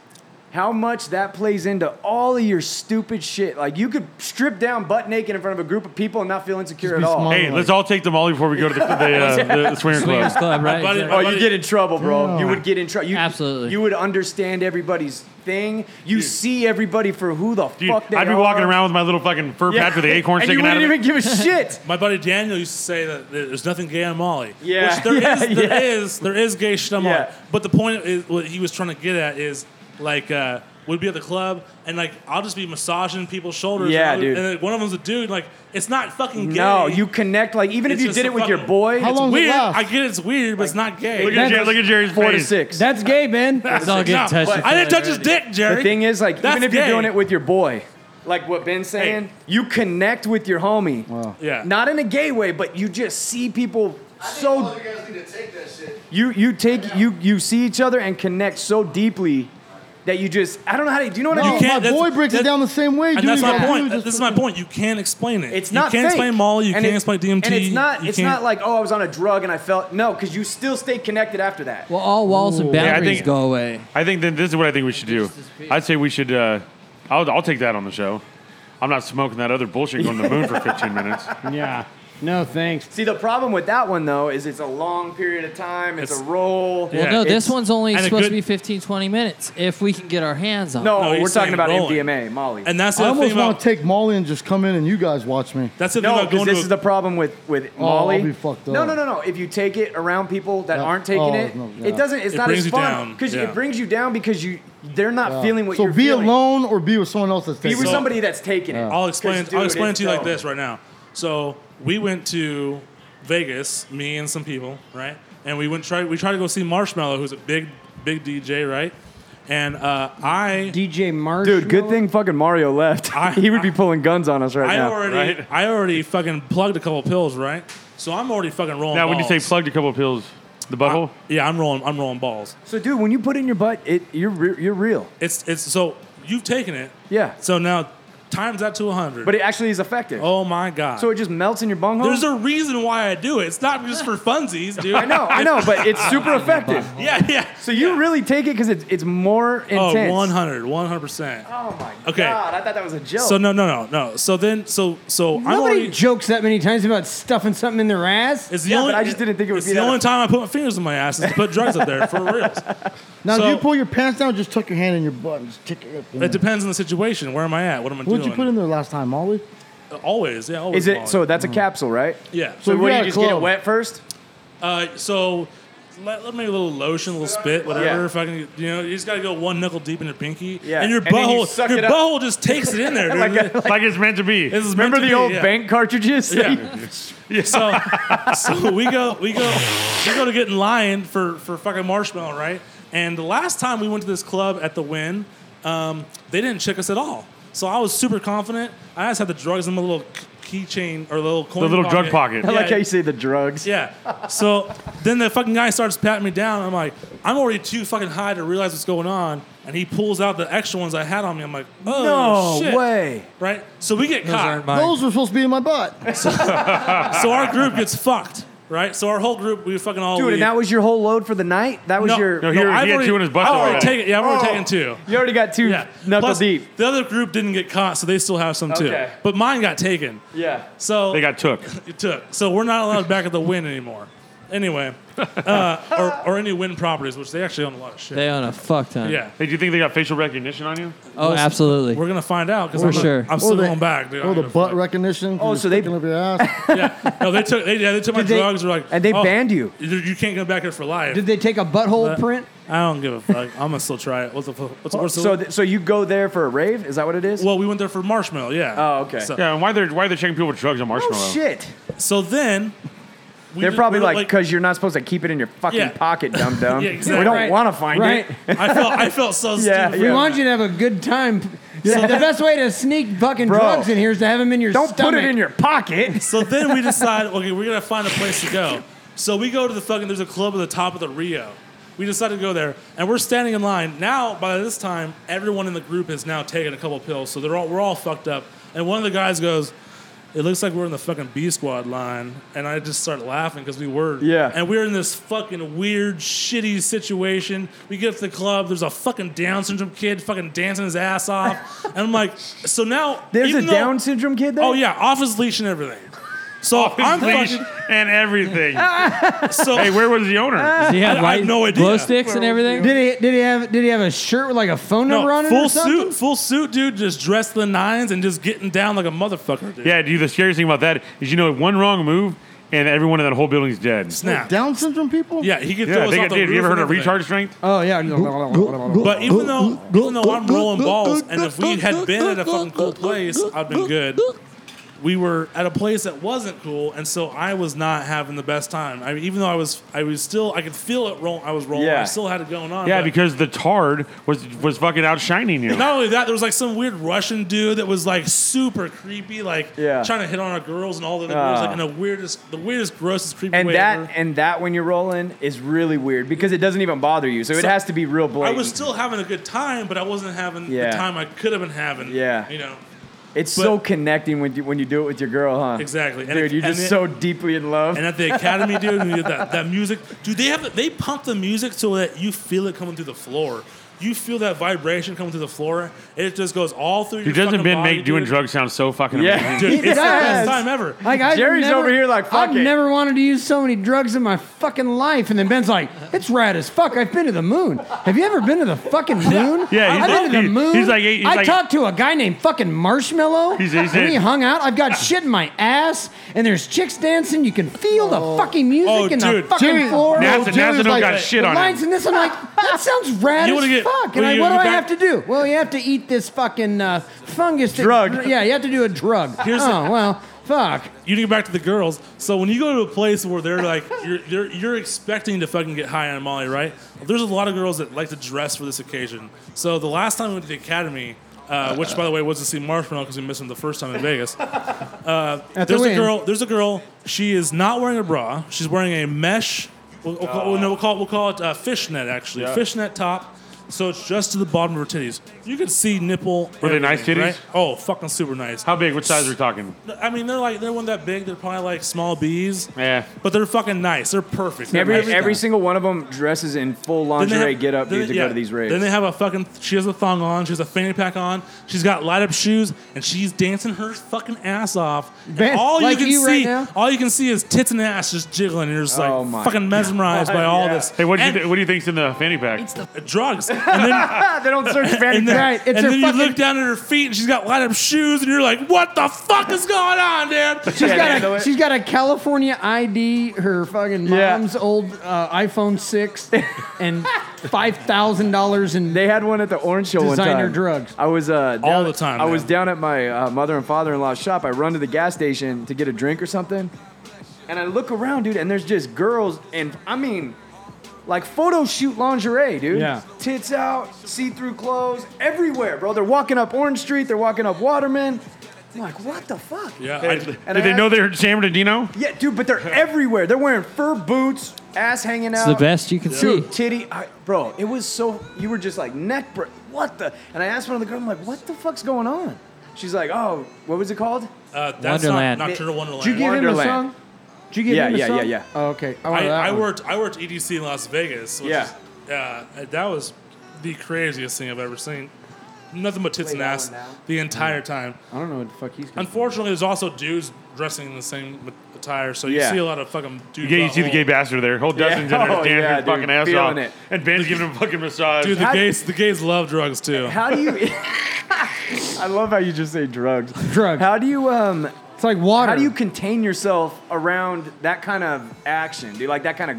[SPEAKER 2] how much that plays into all of your stupid shit. Like you could strip down butt naked in front of a group of people and not feel insecure at all.
[SPEAKER 3] Hey, let's all take the Molly before we go to the, the, uh, the, the swinger club.
[SPEAKER 2] Oh, you get in trouble, bro. You would get in trouble.
[SPEAKER 7] Absolutely.
[SPEAKER 2] You would understand everybody's thing. You see everybody for who the
[SPEAKER 3] Dude,
[SPEAKER 2] fuck they
[SPEAKER 3] I'd be
[SPEAKER 2] are.
[SPEAKER 3] walking around with my little fucking fur
[SPEAKER 2] Yeah.
[SPEAKER 3] patch with the acorn
[SPEAKER 2] And you
[SPEAKER 3] sticking out of
[SPEAKER 2] wouldn't
[SPEAKER 3] it.
[SPEAKER 2] even give a shit.
[SPEAKER 5] My buddy Daniel used to say that there's nothing gay on Molly.
[SPEAKER 2] Yeah.
[SPEAKER 5] Which there is
[SPEAKER 2] Yeah,
[SPEAKER 5] there
[SPEAKER 2] yeah.
[SPEAKER 5] is- there is gay shit on Molly. But the point is what he was trying to get at is like uh, we'd be at the club and like I'll just be massaging people's shoulders.
[SPEAKER 2] Yeah,
[SPEAKER 5] and, I would-
[SPEAKER 2] dude.
[SPEAKER 5] and then one of them's a dude. Like it's not fucking gay.
[SPEAKER 2] No, you connect. Like even
[SPEAKER 5] It's
[SPEAKER 2] if you
[SPEAKER 5] just
[SPEAKER 2] did
[SPEAKER 5] a
[SPEAKER 2] it with your
[SPEAKER 5] fucking-
[SPEAKER 2] boy,
[SPEAKER 5] it's weird. I get it's weird, but it's not gay.
[SPEAKER 2] Four to six.
[SPEAKER 4] That's gay, Ben.
[SPEAKER 2] but-
[SPEAKER 5] I didn't touch his dick, Jerry.
[SPEAKER 2] The thing is, like,
[SPEAKER 5] That's
[SPEAKER 2] even if you're
[SPEAKER 5] gay.
[SPEAKER 2] doing it with your boy, like what Ben's saying, you connect with your homie.
[SPEAKER 5] Yeah.
[SPEAKER 2] Not in a gay way, but you just see people so
[SPEAKER 8] You guys need to take that shit.
[SPEAKER 2] you you take you you see each other and connect so deeply that you just I don't know how to do you know what I
[SPEAKER 6] No,
[SPEAKER 2] mean?
[SPEAKER 6] Oh, my boy breaks it down the same way, dude.
[SPEAKER 5] And that's my
[SPEAKER 6] Yeah.
[SPEAKER 5] point.
[SPEAKER 6] Dude, just
[SPEAKER 5] This is my point. You can't explain it.
[SPEAKER 2] It's not
[SPEAKER 5] You can't
[SPEAKER 2] fake.
[SPEAKER 5] explain Molly. You
[SPEAKER 2] And
[SPEAKER 5] can't
[SPEAKER 2] it-
[SPEAKER 5] explain DMT.
[SPEAKER 2] And it's not
[SPEAKER 5] you
[SPEAKER 2] it's
[SPEAKER 5] can't-
[SPEAKER 2] not like oh I was on a drug and I felt no because you still stay connected after that.
[SPEAKER 7] Well, all walls and
[SPEAKER 3] Yeah, I
[SPEAKER 7] boundaries
[SPEAKER 3] think-
[SPEAKER 7] go away.
[SPEAKER 3] I think then this is what I think we should do. I'd say we should. Uh, I'll, I'll take that on the show. I'm not smoking that other bullshit going to the moon for 15 minutes.
[SPEAKER 4] Yeah. No, thanks.
[SPEAKER 2] See, the problem with that one though is it's a long period of time. It's, a roll.
[SPEAKER 7] Well, no, this
[SPEAKER 2] It's-
[SPEAKER 7] one's only supposed to be 15, 20 minutes if we can get our hands on
[SPEAKER 2] No,
[SPEAKER 7] it.
[SPEAKER 2] we're talking about MDMA, Molly.
[SPEAKER 7] And that's
[SPEAKER 6] I almost want to take Molly and just come in and you guys watch me.
[SPEAKER 5] That's
[SPEAKER 2] no, 'cause this is the problem with with
[SPEAKER 6] Oh, I'll
[SPEAKER 2] Molly.
[SPEAKER 6] be fucked
[SPEAKER 2] No,
[SPEAKER 6] up.
[SPEAKER 2] no, no, no. If you take it around people that
[SPEAKER 6] Yeah.
[SPEAKER 2] aren't taking
[SPEAKER 6] Oh,
[SPEAKER 2] it,
[SPEAKER 6] no, yeah.
[SPEAKER 2] it doesn't. It's
[SPEAKER 6] It
[SPEAKER 2] not
[SPEAKER 6] brings
[SPEAKER 2] as
[SPEAKER 6] you
[SPEAKER 2] fun
[SPEAKER 6] down.
[SPEAKER 2] because
[SPEAKER 6] Yeah.
[SPEAKER 2] it brings you down because you they're not
[SPEAKER 6] Yeah.
[SPEAKER 2] feeling what
[SPEAKER 6] so
[SPEAKER 2] you're
[SPEAKER 6] be
[SPEAKER 2] feeling.
[SPEAKER 6] alone or be with someone else that's
[SPEAKER 2] Be
[SPEAKER 6] taking
[SPEAKER 2] with
[SPEAKER 6] it.
[SPEAKER 2] somebody that's taking it.
[SPEAKER 5] I'll explain.
[SPEAKER 2] 'Cause,
[SPEAKER 5] I'll
[SPEAKER 2] dude,
[SPEAKER 5] explain
[SPEAKER 2] it's
[SPEAKER 5] to you like
[SPEAKER 2] dope.
[SPEAKER 5] this right now. So we went to Vegas, me and some people, right? And we went try. We tried to go see Marshmello, who's a big, big DJ, right? And uh, I
[SPEAKER 4] DJ Marsh.
[SPEAKER 2] Dude, good thing fucking Mario left. he would be pulling guns on us right
[SPEAKER 5] I
[SPEAKER 2] now.
[SPEAKER 5] already, I already fucking plugged a couple pills, right? So I'm already fucking rolling.
[SPEAKER 3] Now, when you say
[SPEAKER 5] balls.
[SPEAKER 3] plugged a couple of pills, the butthole?
[SPEAKER 5] yeah, I'm rolling. I'm rolling balls.
[SPEAKER 2] So, dude, when you put it in your butt, it you're re- you're real.
[SPEAKER 5] It's it's so you've taken it.
[SPEAKER 2] Yeah.
[SPEAKER 5] So now times that to hundred.
[SPEAKER 2] But it actually is effective.
[SPEAKER 5] Oh my god.
[SPEAKER 2] So it just melts in your bunghole.
[SPEAKER 5] There's a reason why I do it. It's not just for funsies, dude.
[SPEAKER 2] I know, I know, but it's super effective.
[SPEAKER 5] Yeah, yeah.
[SPEAKER 2] So you really take it because it's, it's more intense.
[SPEAKER 5] Oh, 100, 100%.
[SPEAKER 2] Oh my
[SPEAKER 5] Okay.
[SPEAKER 2] God, I thought that was a joke.
[SPEAKER 5] So no, no, no, no. So then, so so I'm
[SPEAKER 4] Nobody
[SPEAKER 5] already.
[SPEAKER 4] jokes that many times about stuffing something in their ass.
[SPEAKER 5] It's the only. it's the only time I put my fingers in my ass is to put drugs up there for reals.
[SPEAKER 6] Now,
[SPEAKER 5] So-
[SPEAKER 6] if you pull your pants down, just tuck your hand in your butt and just tick it up. in there.
[SPEAKER 5] It depends on the situation. Where am I at? What am I
[SPEAKER 6] What'd
[SPEAKER 5] doing?
[SPEAKER 6] you put in there last time, Ollie?
[SPEAKER 5] Always, yeah. Always
[SPEAKER 2] Is it
[SPEAKER 5] Molly.
[SPEAKER 2] so? That's a capsule, right?
[SPEAKER 5] Yeah.
[SPEAKER 2] So,
[SPEAKER 5] So
[SPEAKER 2] what do you
[SPEAKER 5] you got a
[SPEAKER 2] just get it
[SPEAKER 5] club.
[SPEAKER 2] wet first?
[SPEAKER 5] Uh, so, let, let maybe a little lotion, a little spit, whatever. Fucking, you know, you just gotta go one knuckle deep in your pinky.
[SPEAKER 2] Yeah.
[SPEAKER 5] And your
[SPEAKER 2] And then you
[SPEAKER 5] butthole,
[SPEAKER 2] suck
[SPEAKER 5] your
[SPEAKER 2] it up.
[SPEAKER 5] butthole just takes it in there, dude.
[SPEAKER 2] Like a- like-
[SPEAKER 3] it's meant to be.
[SPEAKER 5] This is meant
[SPEAKER 2] Remember
[SPEAKER 5] to
[SPEAKER 2] the
[SPEAKER 5] be,
[SPEAKER 2] old
[SPEAKER 5] yeah.
[SPEAKER 2] bank cartridges?
[SPEAKER 5] Yeah. yeah. So, so we go, we go, we go to get in line for for fucking marshmallow, right? And the last time we went to this club at the Win, um, they didn't check us at all. So I was super confident. I just had the drugs in my little k- keychain or little coin.
[SPEAKER 2] I like
[SPEAKER 5] Yeah.
[SPEAKER 2] how you say the drugs.
[SPEAKER 5] Yeah. So then the fucking guy starts patting me down. I'm like, I'm already too fucking high to realize what's going on. And he pulls out the extra ones I had on me. I'm like, oh
[SPEAKER 6] No
[SPEAKER 5] shit.
[SPEAKER 6] way.
[SPEAKER 5] Right. So we get caught.
[SPEAKER 6] Those were supposed to be in my butt.
[SPEAKER 5] so, so our group gets fucked. Right. So our whole group, we fucking all.
[SPEAKER 2] Dude,
[SPEAKER 5] leave.
[SPEAKER 2] and that was your whole load for the night? That was
[SPEAKER 5] No,
[SPEAKER 2] your.
[SPEAKER 5] no, he No, already- I've he had already- two in his butt I've already already. taken- yeah, I've already taken two.
[SPEAKER 2] You already got two
[SPEAKER 5] Yeah.
[SPEAKER 2] knuckle
[SPEAKER 5] Plus,
[SPEAKER 2] deep.
[SPEAKER 5] The other group didn't get caught, so they still have some
[SPEAKER 2] Okay.
[SPEAKER 5] too. But mine got taken.
[SPEAKER 2] Yeah.
[SPEAKER 5] So
[SPEAKER 3] They got took.
[SPEAKER 5] it took. So we're not allowed back at the win anymore. Anyway, uh, or, or any win properties, which they actually own a lot of shit.
[SPEAKER 7] They own a fuck ton.
[SPEAKER 5] Yeah.
[SPEAKER 3] Hey, do you think they got facial recognition on you?
[SPEAKER 7] Oh, absolutely.
[SPEAKER 5] We're gonna find out because
[SPEAKER 7] For
[SPEAKER 5] I'm, gonna-
[SPEAKER 7] sure.
[SPEAKER 5] I'm
[SPEAKER 7] Or
[SPEAKER 5] still
[SPEAKER 7] they-
[SPEAKER 5] going back, dude.
[SPEAKER 6] Oh, the butt recognition. Oh, so they up your ass.
[SPEAKER 5] No, they took. They, yeah, they took my
[SPEAKER 6] Did they-
[SPEAKER 5] drugs. They're like,
[SPEAKER 6] and they
[SPEAKER 5] "Oh,
[SPEAKER 6] banned you."
[SPEAKER 5] You you can't go back here for life.
[SPEAKER 4] Did they take a butthole
[SPEAKER 5] But
[SPEAKER 4] print?
[SPEAKER 5] I don't give a fuck. I'm gonna still try it. What's the fu- what's the worst?
[SPEAKER 2] So, th- so you go there for a rave? Is that what it is?
[SPEAKER 5] Well, we went there for marshmallow. Yeah.
[SPEAKER 2] Oh, okay.
[SPEAKER 5] So-
[SPEAKER 3] Yeah, and why they're why they're checking people with drugs on marshmallow?
[SPEAKER 2] shit.
[SPEAKER 5] So then. we
[SPEAKER 2] They're
[SPEAKER 5] did-
[SPEAKER 2] probably
[SPEAKER 5] we were
[SPEAKER 2] like, because you're not supposed to keep it in your fucking
[SPEAKER 5] Yeah.
[SPEAKER 2] pocket, dum dum.
[SPEAKER 5] Yeah, exactly.
[SPEAKER 2] We don't
[SPEAKER 5] Right.
[SPEAKER 2] want to find
[SPEAKER 5] Right.
[SPEAKER 2] it.
[SPEAKER 5] I felt- I felt so
[SPEAKER 2] yeah,
[SPEAKER 5] stupid.
[SPEAKER 4] We
[SPEAKER 2] yeah.
[SPEAKER 4] want you to have a good time.
[SPEAKER 2] Yeah.
[SPEAKER 4] So the best way to sneak fucking
[SPEAKER 2] Bro.
[SPEAKER 4] drugs in here is to have them in your
[SPEAKER 2] Don't put it
[SPEAKER 4] stomach.
[SPEAKER 2] in your pocket.
[SPEAKER 5] So then we decide, okay, we're gonna find a place to go. So we go to the fucking. There's a club at the top of the Rio. We decided to go there, and we're standing in line. Now, by this time, everyone in the group has now taken a couple pills, so they're all we're all fucked up. And one of the guys goes, "It looks like we're in the fucking B squad line," and I just start laughing because we were.
[SPEAKER 2] Yeah.
[SPEAKER 5] And we're in this fucking weird, shitty situation. We get to the club. There's a fucking Down syndrome kid fucking dancing his ass off, and I'm like, so now
[SPEAKER 2] There's
[SPEAKER 5] even
[SPEAKER 2] a
[SPEAKER 5] though-
[SPEAKER 2] Down syndrome kid there?
[SPEAKER 5] Oh yeah, off his leash and everything. So I'm
[SPEAKER 3] leash
[SPEAKER 5] fucking.
[SPEAKER 3] and everything.
[SPEAKER 5] So
[SPEAKER 3] hey, where was the owner?
[SPEAKER 4] Does he have
[SPEAKER 5] I- I
[SPEAKER 4] white
[SPEAKER 5] have no idea.
[SPEAKER 4] glow sticks and everything? Did he? Did he have? Did he have a shirt with like a phone
[SPEAKER 5] No,
[SPEAKER 4] number on it?
[SPEAKER 5] full
[SPEAKER 4] or something?
[SPEAKER 5] suit, full suit, dude, just dressed to the nines and just getting down like a motherfucker, dude.
[SPEAKER 3] Yeah, dude. The scariest thing about that is you know one wrong move and everyone in that whole building is dead.
[SPEAKER 5] Snap.
[SPEAKER 6] Down syndrome people?
[SPEAKER 5] Yeah, he could throw us
[SPEAKER 3] they
[SPEAKER 5] off
[SPEAKER 3] got-
[SPEAKER 5] the
[SPEAKER 3] Have you
[SPEAKER 5] roof
[SPEAKER 3] ever
[SPEAKER 5] and
[SPEAKER 3] heard of
[SPEAKER 5] everything.
[SPEAKER 3] recharge strength?
[SPEAKER 4] Oh yeah.
[SPEAKER 5] But even though, even though I'm rolling balls, and if we had been at a fucking cool place, I'd been good. We were at a place that wasn't cool, and so I was not having the best time. I mean, even though I was, I was still, I could feel it roll. I was rolling.
[SPEAKER 3] Yeah.
[SPEAKER 5] I still had it going on.
[SPEAKER 3] Yeah,
[SPEAKER 5] but-
[SPEAKER 3] because the tard was was fucking outshining you.
[SPEAKER 5] Not only that, there was like some weird Russian dude that was like super creepy, like
[SPEAKER 2] Yeah.
[SPEAKER 5] trying to hit on our girls and all the other girls,
[SPEAKER 2] Ah.
[SPEAKER 5] like in the weirdest, the weirdest, grossest, creepy
[SPEAKER 2] And
[SPEAKER 5] way
[SPEAKER 2] that
[SPEAKER 5] ever.
[SPEAKER 2] and that when you're rolling is really weird because it doesn't even bother you. So, it
[SPEAKER 5] So-
[SPEAKER 2] has to be real
[SPEAKER 5] I
[SPEAKER 2] blatant.
[SPEAKER 5] was still having a good time, but I wasn't having
[SPEAKER 2] Yeah.
[SPEAKER 5] the time I could have been having.
[SPEAKER 2] Yeah.
[SPEAKER 5] you know.
[SPEAKER 2] it's
[SPEAKER 5] but-
[SPEAKER 2] so connecting when you, when you do it with your girl, huh?
[SPEAKER 5] Exactly. And
[SPEAKER 2] Dude,
[SPEAKER 5] it-
[SPEAKER 2] you're
[SPEAKER 5] and
[SPEAKER 2] just
[SPEAKER 5] it-
[SPEAKER 2] so deeply in love.
[SPEAKER 5] And at the academy, dude, we did that, that music, dude, they have they pump the music so that you feel it coming through the floor. You feel that vibration coming through the floor. It just goes all through.
[SPEAKER 3] Dude,
[SPEAKER 5] your
[SPEAKER 3] doesn't
[SPEAKER 5] fucking
[SPEAKER 3] Ben
[SPEAKER 5] body,
[SPEAKER 3] make doing
[SPEAKER 5] dude.
[SPEAKER 3] drugs sound so fucking
[SPEAKER 5] Yeah.
[SPEAKER 3] amazing?
[SPEAKER 5] Dude,
[SPEAKER 4] He
[SPEAKER 5] it's the
[SPEAKER 4] does.
[SPEAKER 5] best time ever.
[SPEAKER 4] Like I've
[SPEAKER 2] Jerry's
[SPEAKER 4] never-
[SPEAKER 2] over here like, fuck
[SPEAKER 4] I've
[SPEAKER 2] it.
[SPEAKER 4] never wanted to use so many drugs in my fucking life, and then Ben's like, "It's rad as fuck. I've been to the moon. Have you ever been to the fucking moon?
[SPEAKER 3] Yeah, he's like-
[SPEAKER 4] I've been to
[SPEAKER 3] he-
[SPEAKER 4] the moon.
[SPEAKER 3] he's like- he's
[SPEAKER 4] I
[SPEAKER 3] like-
[SPEAKER 4] talked to a guy named fucking Marshmallow,
[SPEAKER 3] He's- he's-
[SPEAKER 4] and we hung out. I've got shit in my ass, and there's chicks dancing. You can feel the fucking music
[SPEAKER 5] Oh,
[SPEAKER 4] in
[SPEAKER 5] dude.
[SPEAKER 4] the fucking
[SPEAKER 5] Jerry-
[SPEAKER 4] floor.
[SPEAKER 5] NASA- NASA
[SPEAKER 4] Jerry's
[SPEAKER 5] don't got shit
[SPEAKER 4] the
[SPEAKER 5] on him.
[SPEAKER 4] lines in this. I'm like, that sounds rad
[SPEAKER 5] You
[SPEAKER 4] as
[SPEAKER 5] wanna get-
[SPEAKER 4] fuck. And
[SPEAKER 5] well,
[SPEAKER 4] I,
[SPEAKER 5] you-
[SPEAKER 4] what do
[SPEAKER 5] you
[SPEAKER 4] I
[SPEAKER 5] back-
[SPEAKER 4] have to do? Well, you have to eat this fucking uh, fungus that-
[SPEAKER 5] Drug.
[SPEAKER 4] yeah, you have to do a drug.
[SPEAKER 5] Here's the-
[SPEAKER 4] oh well, fuck.
[SPEAKER 5] you need to get back to the girls. So when you go to a place where they're like, you're, you're, you're expecting to fucking get high on Molly, right? There's a lot of girls that like to dress for this occasion. So the last time we went to the academy, uh, which by the way was to see Marshmallow because we missed him the first time in Vegas. Uh,
[SPEAKER 4] At the
[SPEAKER 5] there's a
[SPEAKER 4] Wynn.
[SPEAKER 5] girl. There's a girl. She is not wearing a bra. She's wearing a mesh. We'll, we'll call, no, we'll call it, we'll call it uh, fishnet actually.
[SPEAKER 3] Yeah.
[SPEAKER 5] Fishnet top. So it's just to the bottom of her titties. You can see nipple.
[SPEAKER 3] Were they nice
[SPEAKER 5] everything,
[SPEAKER 3] titties?
[SPEAKER 5] right? Oh, fucking super nice.
[SPEAKER 3] How big? Which size are we talking?
[SPEAKER 5] I mean, they're like they're one that big. They're probably like small bees.
[SPEAKER 3] Yeah.
[SPEAKER 5] But they're fucking nice. They're perfect.
[SPEAKER 2] Every every single one of them dresses in full
[SPEAKER 5] Then they
[SPEAKER 2] lingerie
[SPEAKER 5] have-
[SPEAKER 2] get up
[SPEAKER 5] then
[SPEAKER 2] dude,
[SPEAKER 5] they-
[SPEAKER 2] to
[SPEAKER 5] yeah.
[SPEAKER 2] go to these raves.
[SPEAKER 5] Then they have a fucking. She has a thong on. She has a fanny pack on. She's got light up shoes, and she's dancing her fucking ass off. And
[SPEAKER 2] Man,
[SPEAKER 5] all
[SPEAKER 2] like
[SPEAKER 5] you can
[SPEAKER 2] you
[SPEAKER 5] see,
[SPEAKER 2] right now?
[SPEAKER 5] all you can see is tits and ass just jiggling. And you're just like
[SPEAKER 3] Oh my
[SPEAKER 5] fucking mesmerized
[SPEAKER 3] God,
[SPEAKER 5] by all
[SPEAKER 3] yeah.
[SPEAKER 5] this.
[SPEAKER 3] Hey, what do you
[SPEAKER 5] And-
[SPEAKER 3] th- what do you think's in the fanny pack? It's
[SPEAKER 5] the drugs. And then,
[SPEAKER 2] Ah, they don't search fanny
[SPEAKER 5] and then,
[SPEAKER 2] pack. It's
[SPEAKER 5] and
[SPEAKER 2] her
[SPEAKER 5] then
[SPEAKER 2] fucking-
[SPEAKER 5] you look down at her feet, and she's got light up shoes, and you're like, "What the fuck is going on, dude?"
[SPEAKER 4] She's got, a, she's got a California ID, her fucking mom's old uh, iPhone 6, and $5,000 in
[SPEAKER 2] They had one at the Orange Show one
[SPEAKER 4] designer
[SPEAKER 2] time.
[SPEAKER 4] drugs.
[SPEAKER 2] I was uh, down,
[SPEAKER 4] All the time,
[SPEAKER 2] I was
[SPEAKER 4] man.
[SPEAKER 2] down at my uh, mother and father in law's shop. I run to the gas station to get a drink or something, and I look around, dude, and there's just girls, and I mean, like photo shoot lingerie, dude.
[SPEAKER 4] Yeah.
[SPEAKER 2] Tits out, see-through clothes everywhere, bro. They're walking up Orange Street. They're walking up Waterman. I'm like, what the fuck?
[SPEAKER 3] Yeah.
[SPEAKER 2] I-
[SPEAKER 3] did
[SPEAKER 2] and I
[SPEAKER 3] they
[SPEAKER 2] had-
[SPEAKER 3] know they were San Bernardino?
[SPEAKER 2] Yeah, dude, but they're everywhere. They're wearing fur boots, ass hanging
[SPEAKER 7] It's
[SPEAKER 2] out.
[SPEAKER 7] the best you can
[SPEAKER 2] Dude,
[SPEAKER 7] see.
[SPEAKER 2] Titty, I, bro, it was so you were just like neck break. What the? And I asked one of the girls, I'm like, what the fuck's going on? She's like, oh, what was it called?
[SPEAKER 5] Uh, that's Wonderland. not- Nocturnal Wonderland.
[SPEAKER 2] Did you give him
[SPEAKER 4] Wonderland.
[SPEAKER 2] a song?
[SPEAKER 4] Did you give
[SPEAKER 2] Yeah,
[SPEAKER 4] him a
[SPEAKER 2] yeah,
[SPEAKER 4] song?
[SPEAKER 2] yeah, yeah.
[SPEAKER 4] Oh, okay. I, wanted
[SPEAKER 5] I,
[SPEAKER 4] that
[SPEAKER 5] I
[SPEAKER 4] one.
[SPEAKER 5] worked I worked EDC in Las Vegas. Which
[SPEAKER 2] Yeah.
[SPEAKER 5] is, uh, that was the craziest thing I've ever seen. Nothing but tits and ass the entire time.
[SPEAKER 4] I don't know what the fuck he's
[SPEAKER 5] Unfortunately, there's also dudes dressing in the same attire, so you
[SPEAKER 3] Yeah.
[SPEAKER 5] see a lot of fucking
[SPEAKER 3] You,
[SPEAKER 5] dudes.
[SPEAKER 3] get, you see the gay bastard there. Whole Dustin's in there dancing
[SPEAKER 5] yeah,
[SPEAKER 3] his
[SPEAKER 5] dude,
[SPEAKER 3] fucking ass
[SPEAKER 5] feeling
[SPEAKER 3] off.
[SPEAKER 5] it.
[SPEAKER 3] And Ben's giving him a fucking massage.
[SPEAKER 5] Dude, the
[SPEAKER 3] How-
[SPEAKER 5] gays the gays love drugs too.
[SPEAKER 2] How do you? I love how you just say drugs.
[SPEAKER 4] Drugs.
[SPEAKER 2] How do you? Um,
[SPEAKER 4] it's like water.
[SPEAKER 2] How do you contain yourself around that kind of action, dude? Like that kind of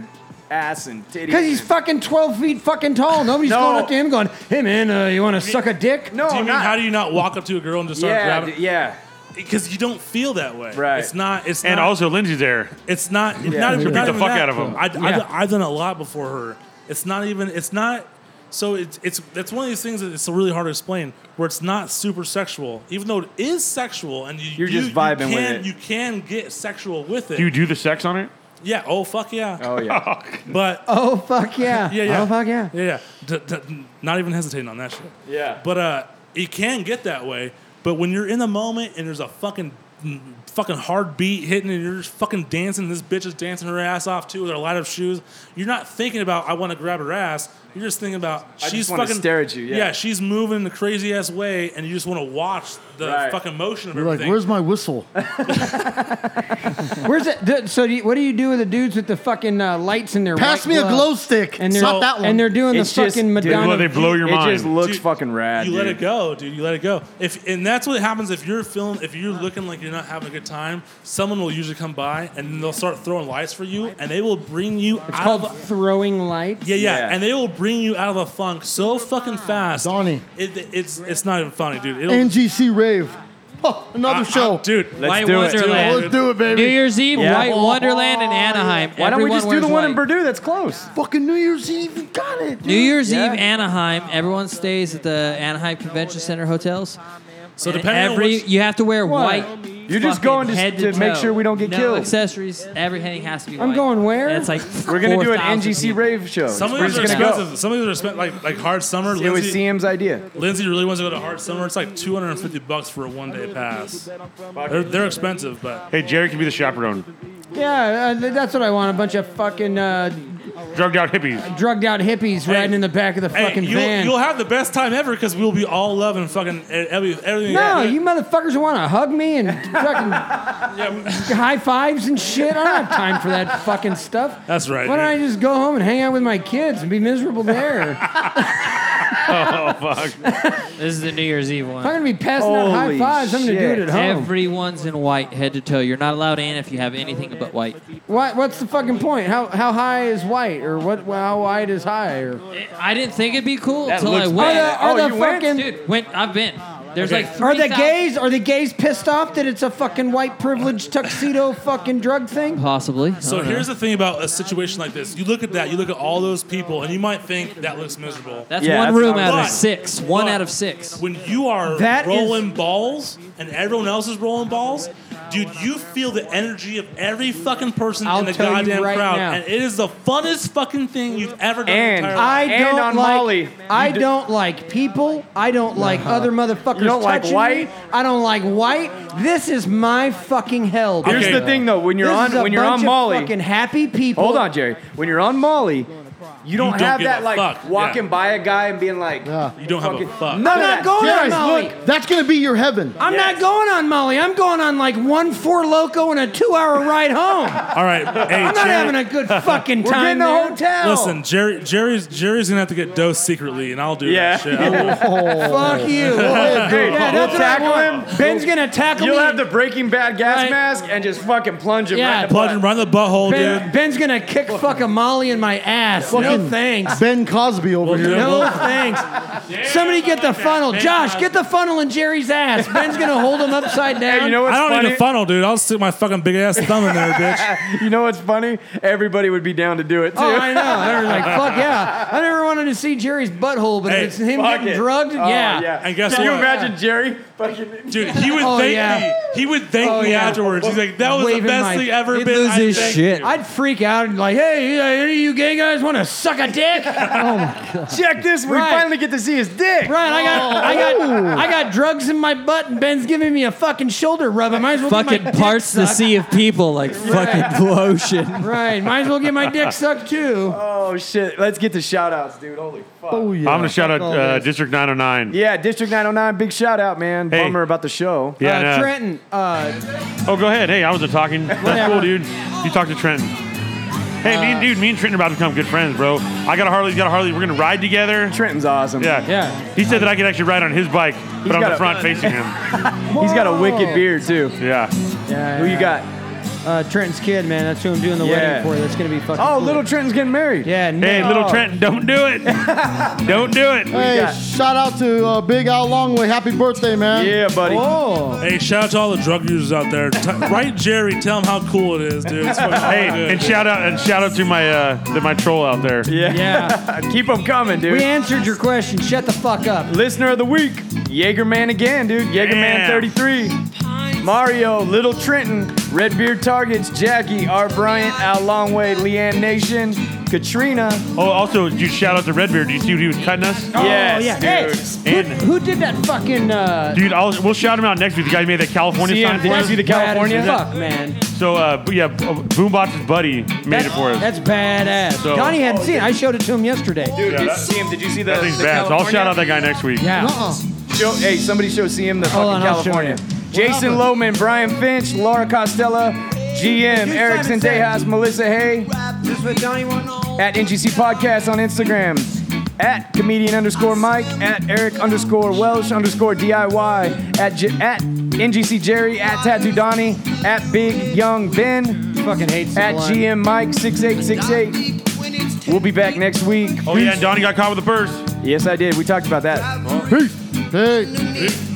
[SPEAKER 2] ass and titty.
[SPEAKER 4] Because he's fucking 12 feet fucking tall. Nobody's
[SPEAKER 2] No.
[SPEAKER 4] going up to him going, hey man, uh, you want to suck a dick?
[SPEAKER 5] do you mean how do you not walk up to a girl and just start
[SPEAKER 4] Yeah,
[SPEAKER 5] grabbing?
[SPEAKER 4] d- yeah.
[SPEAKER 5] because you don't feel that way.
[SPEAKER 3] Right.
[SPEAKER 5] It's not. It's
[SPEAKER 3] and
[SPEAKER 5] not,
[SPEAKER 3] also Lindsay's there.
[SPEAKER 5] It's not. It's
[SPEAKER 3] Yeah.
[SPEAKER 5] not
[SPEAKER 3] To
[SPEAKER 5] even
[SPEAKER 3] beat
[SPEAKER 5] not
[SPEAKER 3] the
[SPEAKER 5] even
[SPEAKER 3] fuck
[SPEAKER 5] that.
[SPEAKER 3] out of 'em.
[SPEAKER 5] I,
[SPEAKER 3] Yeah.
[SPEAKER 5] have done a lot before her. It's not even. It's not. So it's it's that's one of these things that it's really hard to explain. Where it's not super sexual, even though it is sexual, and you
[SPEAKER 3] You're
[SPEAKER 5] you-
[SPEAKER 3] just vibing
[SPEAKER 5] you
[SPEAKER 3] with
[SPEAKER 5] can,
[SPEAKER 3] it.
[SPEAKER 5] You can get sexual with it.
[SPEAKER 3] Do you do the sex on it?
[SPEAKER 5] Yeah. Oh fuck yeah.
[SPEAKER 2] Oh yeah.
[SPEAKER 5] but
[SPEAKER 4] oh fuck yeah.
[SPEAKER 5] yeah yeah
[SPEAKER 4] Oh fuck yeah.
[SPEAKER 5] yeah yeah. D- d- not even hesitating on that shit.
[SPEAKER 2] Yeah.
[SPEAKER 5] But uh, it can get that way. But when you're in the moment and there's a fucking mm, fucking hard beat hitting and you're just fucking dancing, this bitch is dancing her ass off too with her light up shoes. You're not thinking about I want to grab her ass. You're just thinking about
[SPEAKER 2] I just
[SPEAKER 5] she's
[SPEAKER 2] wanna
[SPEAKER 5] fucking
[SPEAKER 2] stare at you, yeah.
[SPEAKER 5] she's moving in the crazy ass way, and you just want to watch the
[SPEAKER 2] Right.
[SPEAKER 5] fucking motion of
[SPEAKER 6] You're like,
[SPEAKER 5] everything.
[SPEAKER 6] where's my whistle?
[SPEAKER 4] Where's it? d- So do you, what do you do with the dudes with the fucking uh, lights in their
[SPEAKER 6] Pass
[SPEAKER 4] white
[SPEAKER 6] me a
[SPEAKER 4] glove?
[SPEAKER 6] glow stick.
[SPEAKER 4] And they're,
[SPEAKER 6] It's not that one.
[SPEAKER 4] And they're doing the fucking Madonna.
[SPEAKER 5] Dude,
[SPEAKER 2] Dude, You
[SPEAKER 5] You let it go, dude. You let it go. If and that's what happens if you're feeling if you're looking like you're not having a good time. Someone will usually come by and they'll start throwing lights for you, and they will bring you.
[SPEAKER 4] It's
[SPEAKER 5] out
[SPEAKER 4] called
[SPEAKER 5] of a-
[SPEAKER 4] throwing lights.
[SPEAKER 5] yeah, yeah, and they will bring you out of a funk so fucking fast. Donnie, it, it's it's not even funny, dude. It'll,
[SPEAKER 6] NGC rave. Oh,
[SPEAKER 5] I-
[SPEAKER 6] another
[SPEAKER 5] I-
[SPEAKER 6] show,
[SPEAKER 5] dude.
[SPEAKER 7] Let's White do it. Wonderland.
[SPEAKER 6] Let's do it, baby.
[SPEAKER 7] New Year's Eve, Yeah. White Wonderland in
[SPEAKER 6] Oh,
[SPEAKER 7] Anaheim. Why don't we Everyone just do wears the one in white.
[SPEAKER 2] Purdue? That's close.
[SPEAKER 6] Fucking New Year's Eve, you got it.
[SPEAKER 7] New Year's
[SPEAKER 6] Yeah.
[SPEAKER 7] Eve, Anaheim. Everyone stays at the Anaheim Convention Center hotels.
[SPEAKER 5] So
[SPEAKER 2] depending on
[SPEAKER 7] every
[SPEAKER 2] which-
[SPEAKER 7] you have to wear
[SPEAKER 2] What?
[SPEAKER 7] white.
[SPEAKER 2] You're just
[SPEAKER 7] fucking
[SPEAKER 2] going to-
[SPEAKER 7] head
[SPEAKER 2] to make
[SPEAKER 7] toe.
[SPEAKER 2] sure we don't get
[SPEAKER 7] No
[SPEAKER 2] killed.
[SPEAKER 7] Accessories. Everything has to be.
[SPEAKER 4] I'm
[SPEAKER 7] white.
[SPEAKER 4] going where?
[SPEAKER 7] And it's like
[SPEAKER 2] We're gonna do an
[SPEAKER 7] 4,000
[SPEAKER 2] NGC rave show.
[SPEAKER 5] Some of
[SPEAKER 2] We're
[SPEAKER 5] these are
[SPEAKER 2] just gonna go.
[SPEAKER 5] expensive. Some of these are spent like like hard summer.
[SPEAKER 2] It was
[SPEAKER 5] Lindsay-
[SPEAKER 2] CM's idea.
[SPEAKER 5] Lindsay really wants to go to Hard Summer. It's like 250 bucks for a one day pass. They're, they're expensive, but
[SPEAKER 3] Hey, Jerry can be the chaperone.
[SPEAKER 4] Yeah, uh, th- that's what I want. A bunch of fucking uh,
[SPEAKER 3] Drugged out hippies.
[SPEAKER 4] drugged out hippies riding in the back of the
[SPEAKER 5] Hey,
[SPEAKER 4] fucking
[SPEAKER 5] you'll,
[SPEAKER 4] van.
[SPEAKER 5] you'll have the best time ever because we'll be all loving fucking e- every, everything.
[SPEAKER 4] no, you motherfuckers want to hug me and fucking high fives and shit. I don't have time for that fucking stuff.
[SPEAKER 5] That's right,
[SPEAKER 4] Why don't I just go home and hang out with my kids and be miserable there?
[SPEAKER 7] oh fuck! this is the New Year's Eve one.
[SPEAKER 4] I'm gonna be passing out high Holy fives. I'm gonna do it shit. at home.
[SPEAKER 7] Everyone's in white, head to toe. You're not allowed in if you have anything but white.
[SPEAKER 4] What, what's the fucking point? How how high is white, or what? How wide is high? Or
[SPEAKER 7] I didn't think it'd be cool
[SPEAKER 4] That
[SPEAKER 7] until I
[SPEAKER 4] looks
[SPEAKER 7] went.
[SPEAKER 4] bad. Are the- are Oh, the you went? fucking-
[SPEAKER 7] dude? Went. I've been. There's like
[SPEAKER 4] are the
[SPEAKER 7] 3,000
[SPEAKER 4] gays are the gays pissed off that it's a fucking white privilege tuxedo fucking drug thing?
[SPEAKER 7] Possibly. I
[SPEAKER 5] So
[SPEAKER 7] don't know.
[SPEAKER 5] here's the thing about a situation like this. You look at that, you look at all those people, and you might think that looks miserable.
[SPEAKER 7] That's Yeah, one that's room not out of
[SPEAKER 5] But-
[SPEAKER 7] six. One
[SPEAKER 5] but
[SPEAKER 7] out of six.
[SPEAKER 5] When you are
[SPEAKER 7] That is-
[SPEAKER 5] rolling balls and everyone else is rolling balls, Dude, you feel the energy of every fucking person
[SPEAKER 4] I'll
[SPEAKER 5] in the
[SPEAKER 4] tell you
[SPEAKER 5] goddamn
[SPEAKER 4] right
[SPEAKER 5] crowd,
[SPEAKER 4] now.
[SPEAKER 5] and it is the funnest fucking thing you've ever done. in
[SPEAKER 4] And
[SPEAKER 5] your entire life.
[SPEAKER 4] I don't like I don't like people. I don't like
[SPEAKER 5] Uh-huh.
[SPEAKER 4] other motherfuckers.
[SPEAKER 2] You don't like
[SPEAKER 4] touching
[SPEAKER 2] white?
[SPEAKER 4] me. I don't like white. This is my fucking hell.
[SPEAKER 2] Here's
[SPEAKER 4] dude.
[SPEAKER 2] the thing, though. When you're
[SPEAKER 4] This
[SPEAKER 2] on-
[SPEAKER 4] is a
[SPEAKER 2] when you're
[SPEAKER 4] bunch
[SPEAKER 2] on
[SPEAKER 4] of
[SPEAKER 2] Molly-
[SPEAKER 4] fucking happy people.
[SPEAKER 2] Hold on, Jerry. When you're on Molly, you don't,
[SPEAKER 4] don't
[SPEAKER 2] have
[SPEAKER 4] give
[SPEAKER 2] that
[SPEAKER 4] a
[SPEAKER 2] like
[SPEAKER 4] fuck.
[SPEAKER 2] walking by a guy and being like,
[SPEAKER 5] you don't have a fuck.
[SPEAKER 4] No, I'm not going on
[SPEAKER 6] Guys,
[SPEAKER 4] Molly.
[SPEAKER 6] look, that's gonna be your heaven.
[SPEAKER 4] I'm not going on Molly. I'm going on like one four loco and a two hour ride home.
[SPEAKER 5] All right, hey,
[SPEAKER 4] I'm not
[SPEAKER 5] Jerry-
[SPEAKER 4] having a good fucking time. there.
[SPEAKER 5] Listen, Jerry, Jerry's Jerry's gonna have to get dosed secretly, and I'll do
[SPEAKER 2] Yeah.
[SPEAKER 5] that shit. I will-
[SPEAKER 4] Fuck you.
[SPEAKER 2] Hey,
[SPEAKER 4] Yeah,
[SPEAKER 2] we'll
[SPEAKER 4] that's what I
[SPEAKER 2] tackle
[SPEAKER 4] want.
[SPEAKER 2] him.
[SPEAKER 4] Ben's gonna tackle
[SPEAKER 2] You'll
[SPEAKER 4] me.
[SPEAKER 2] have the Breaking Bad gas
[SPEAKER 4] Right.
[SPEAKER 2] mask and just fucking plunge him.
[SPEAKER 4] Yeah,
[SPEAKER 2] right in the
[SPEAKER 5] plunge him right in the butthole,
[SPEAKER 4] Ben-
[SPEAKER 5] dude.
[SPEAKER 4] Ben's gonna kick fucking Molly in my ass. No
[SPEAKER 6] Fucking
[SPEAKER 4] thanks.
[SPEAKER 6] Ben Cosby over here.
[SPEAKER 4] No thanks. Somebody get the funnel. Josh, get the funnel in Jerry's ass. Ben's gonna hold him upside down.
[SPEAKER 5] I don't need a funnel, dude. I'll stick my fucking big ass thumb in there, bitch.
[SPEAKER 2] you know what's funny? Everybody would be down to do it too.
[SPEAKER 4] Oh, I know. They're like, fuck yeah. I never wanted to see Jerry's butthole, but
[SPEAKER 2] Hey,
[SPEAKER 4] if it's him
[SPEAKER 2] fuck
[SPEAKER 4] getting
[SPEAKER 2] it.
[SPEAKER 4] drugged,
[SPEAKER 2] Oh,
[SPEAKER 4] yeah.
[SPEAKER 2] yeah. And guess Can you what? imagine Jerry?
[SPEAKER 5] Dude, he would
[SPEAKER 4] Oh,
[SPEAKER 5] thank
[SPEAKER 4] yeah.
[SPEAKER 5] me. He would thank
[SPEAKER 4] Oh,
[SPEAKER 5] me
[SPEAKER 4] yeah.
[SPEAKER 5] afterwards. He's like, that was
[SPEAKER 4] Waving
[SPEAKER 5] the best
[SPEAKER 4] my-
[SPEAKER 5] thing ever.
[SPEAKER 4] He'd
[SPEAKER 5] been.
[SPEAKER 4] lose
[SPEAKER 5] I
[SPEAKER 4] his
[SPEAKER 5] thank
[SPEAKER 4] shit.
[SPEAKER 5] you."
[SPEAKER 4] I'd freak out and like, hey, yeah, any of you gay guys want to suck a dick? oh my god!
[SPEAKER 2] Check this. We finally get to see his dick.
[SPEAKER 4] Right, I got, I
[SPEAKER 2] Oh.
[SPEAKER 4] got, I got drugs in my butt, and Ben's giving me a fucking shoulder rub. I might as well get
[SPEAKER 7] fucking
[SPEAKER 4] my dick
[SPEAKER 7] parts the
[SPEAKER 4] sucked.
[SPEAKER 7] sea of people like fucking lotion.
[SPEAKER 4] Right, might as well get my dick sucked too.
[SPEAKER 2] Oh shit! Let's get to shout outs, dude. Holy fuck!
[SPEAKER 6] Oh,
[SPEAKER 3] I'm gonna shout out uh, District 909.
[SPEAKER 2] Yeah, District 909. Big shout out, man.
[SPEAKER 3] Hey.
[SPEAKER 2] Bummer about the show.
[SPEAKER 3] Yeah, I know.
[SPEAKER 4] Uh, Trenton. Uh,
[SPEAKER 3] Oh, go ahead. Hey, I wasn't talking. That's
[SPEAKER 4] Whatever.
[SPEAKER 3] cool, dude. You talk to Trenton. Hey, me
[SPEAKER 5] Uh,
[SPEAKER 3] and dude, me and Trenton are about to become good friends, bro. I got a Harley. He's got a Harley. We're gonna ride together.
[SPEAKER 2] Trenton's awesome.
[SPEAKER 3] Yeah,
[SPEAKER 4] Yeah.
[SPEAKER 3] He said that I could actually ride on his bike, but I'm
[SPEAKER 2] got
[SPEAKER 3] the
[SPEAKER 2] a-
[SPEAKER 3] front facing him.
[SPEAKER 2] He's got a wicked beard too.
[SPEAKER 3] Yeah.
[SPEAKER 2] Who you got?
[SPEAKER 4] Uh, Trenton's kid, man. That's who I'm doing the
[SPEAKER 2] Yeah.
[SPEAKER 4] wedding for. That's gonna be fucking.
[SPEAKER 2] Oh,
[SPEAKER 4] cool.
[SPEAKER 2] little Trenton's getting married.
[SPEAKER 4] Yeah.
[SPEAKER 3] Hey,
[SPEAKER 4] no.
[SPEAKER 3] little Trenton, don't do it. don't do it.
[SPEAKER 6] Hey, shout out to uh, Big Al Longway. Happy birthday, man.
[SPEAKER 4] Oh.
[SPEAKER 5] Hey, shout out to all the drug users out there. T- write Jerry, tell him how cool it is, dude. It's fucking
[SPEAKER 3] Hey, and shout out and shout out to my uh, to my troll out there.
[SPEAKER 2] Yeah.
[SPEAKER 4] Yeah.
[SPEAKER 2] Keep them coming, dude.
[SPEAKER 4] We answered your question. Shut the fuck up.
[SPEAKER 2] Listener of the week, Jaegerman again, dude. Jaegerman
[SPEAKER 3] Yeah.
[SPEAKER 2] 33. Mario, Little Trenton, Red Beard Targets, Jackie, R. Bryant, Al Longway, Leanne Nation, Katrina.
[SPEAKER 3] Oh, also, you shout out to Redbeard. Do you see what he was cutting us?
[SPEAKER 2] Yes,
[SPEAKER 4] oh, yeah.
[SPEAKER 2] dude.
[SPEAKER 4] Hey,
[SPEAKER 3] And-
[SPEAKER 4] who, who did that fucking? Uh,
[SPEAKER 3] Dude, I'll, we'll shout him out next week. The guy who made that California
[SPEAKER 4] See him.
[SPEAKER 3] sign
[SPEAKER 4] Did
[SPEAKER 3] for
[SPEAKER 4] you
[SPEAKER 3] us.
[SPEAKER 4] see the Bad as California? fuck, man.
[SPEAKER 3] So, uh, but yeah, Boombox's buddy made it for us.
[SPEAKER 4] That's badass.
[SPEAKER 3] So-
[SPEAKER 4] Donnie hadn't seen it. I showed it to him yesterday.
[SPEAKER 2] Dude,
[SPEAKER 3] Yeah,
[SPEAKER 2] did you
[SPEAKER 3] that-
[SPEAKER 2] see him? Did you see the?
[SPEAKER 3] That thing's
[SPEAKER 2] the
[SPEAKER 3] bad. So I'll
[SPEAKER 2] California?
[SPEAKER 3] shout out that guy next week.
[SPEAKER 4] Yeah.
[SPEAKER 2] Show, hey, somebody show CM the fucking
[SPEAKER 4] on, I'll show
[SPEAKER 2] California.
[SPEAKER 4] you.
[SPEAKER 2] Jason Lohman, Brian Finch, Laura Costella, GM,
[SPEAKER 4] Dude,
[SPEAKER 2] Eric
[SPEAKER 4] Simon
[SPEAKER 2] Sendejas,
[SPEAKER 4] said-
[SPEAKER 2] Melissa Hay,
[SPEAKER 4] This what Donnie wanted.
[SPEAKER 2] at NGC Podcast on Instagram, at comedian underscore Mike, at Eric underscore Welsh underscore DIY, at, J- at NGC Jerry, at Tattoo Donnie, at Big Young Ben,
[SPEAKER 4] Fucking hates
[SPEAKER 2] at
[SPEAKER 4] Sublime.
[SPEAKER 2] GM Mike 6868. We'll be back next week.
[SPEAKER 3] Oh yeah, and Donnie got caught with the purse.
[SPEAKER 2] Yes, I did. We talked about that.
[SPEAKER 6] Peace. Peace.
[SPEAKER 3] Peace.
[SPEAKER 16] Oh.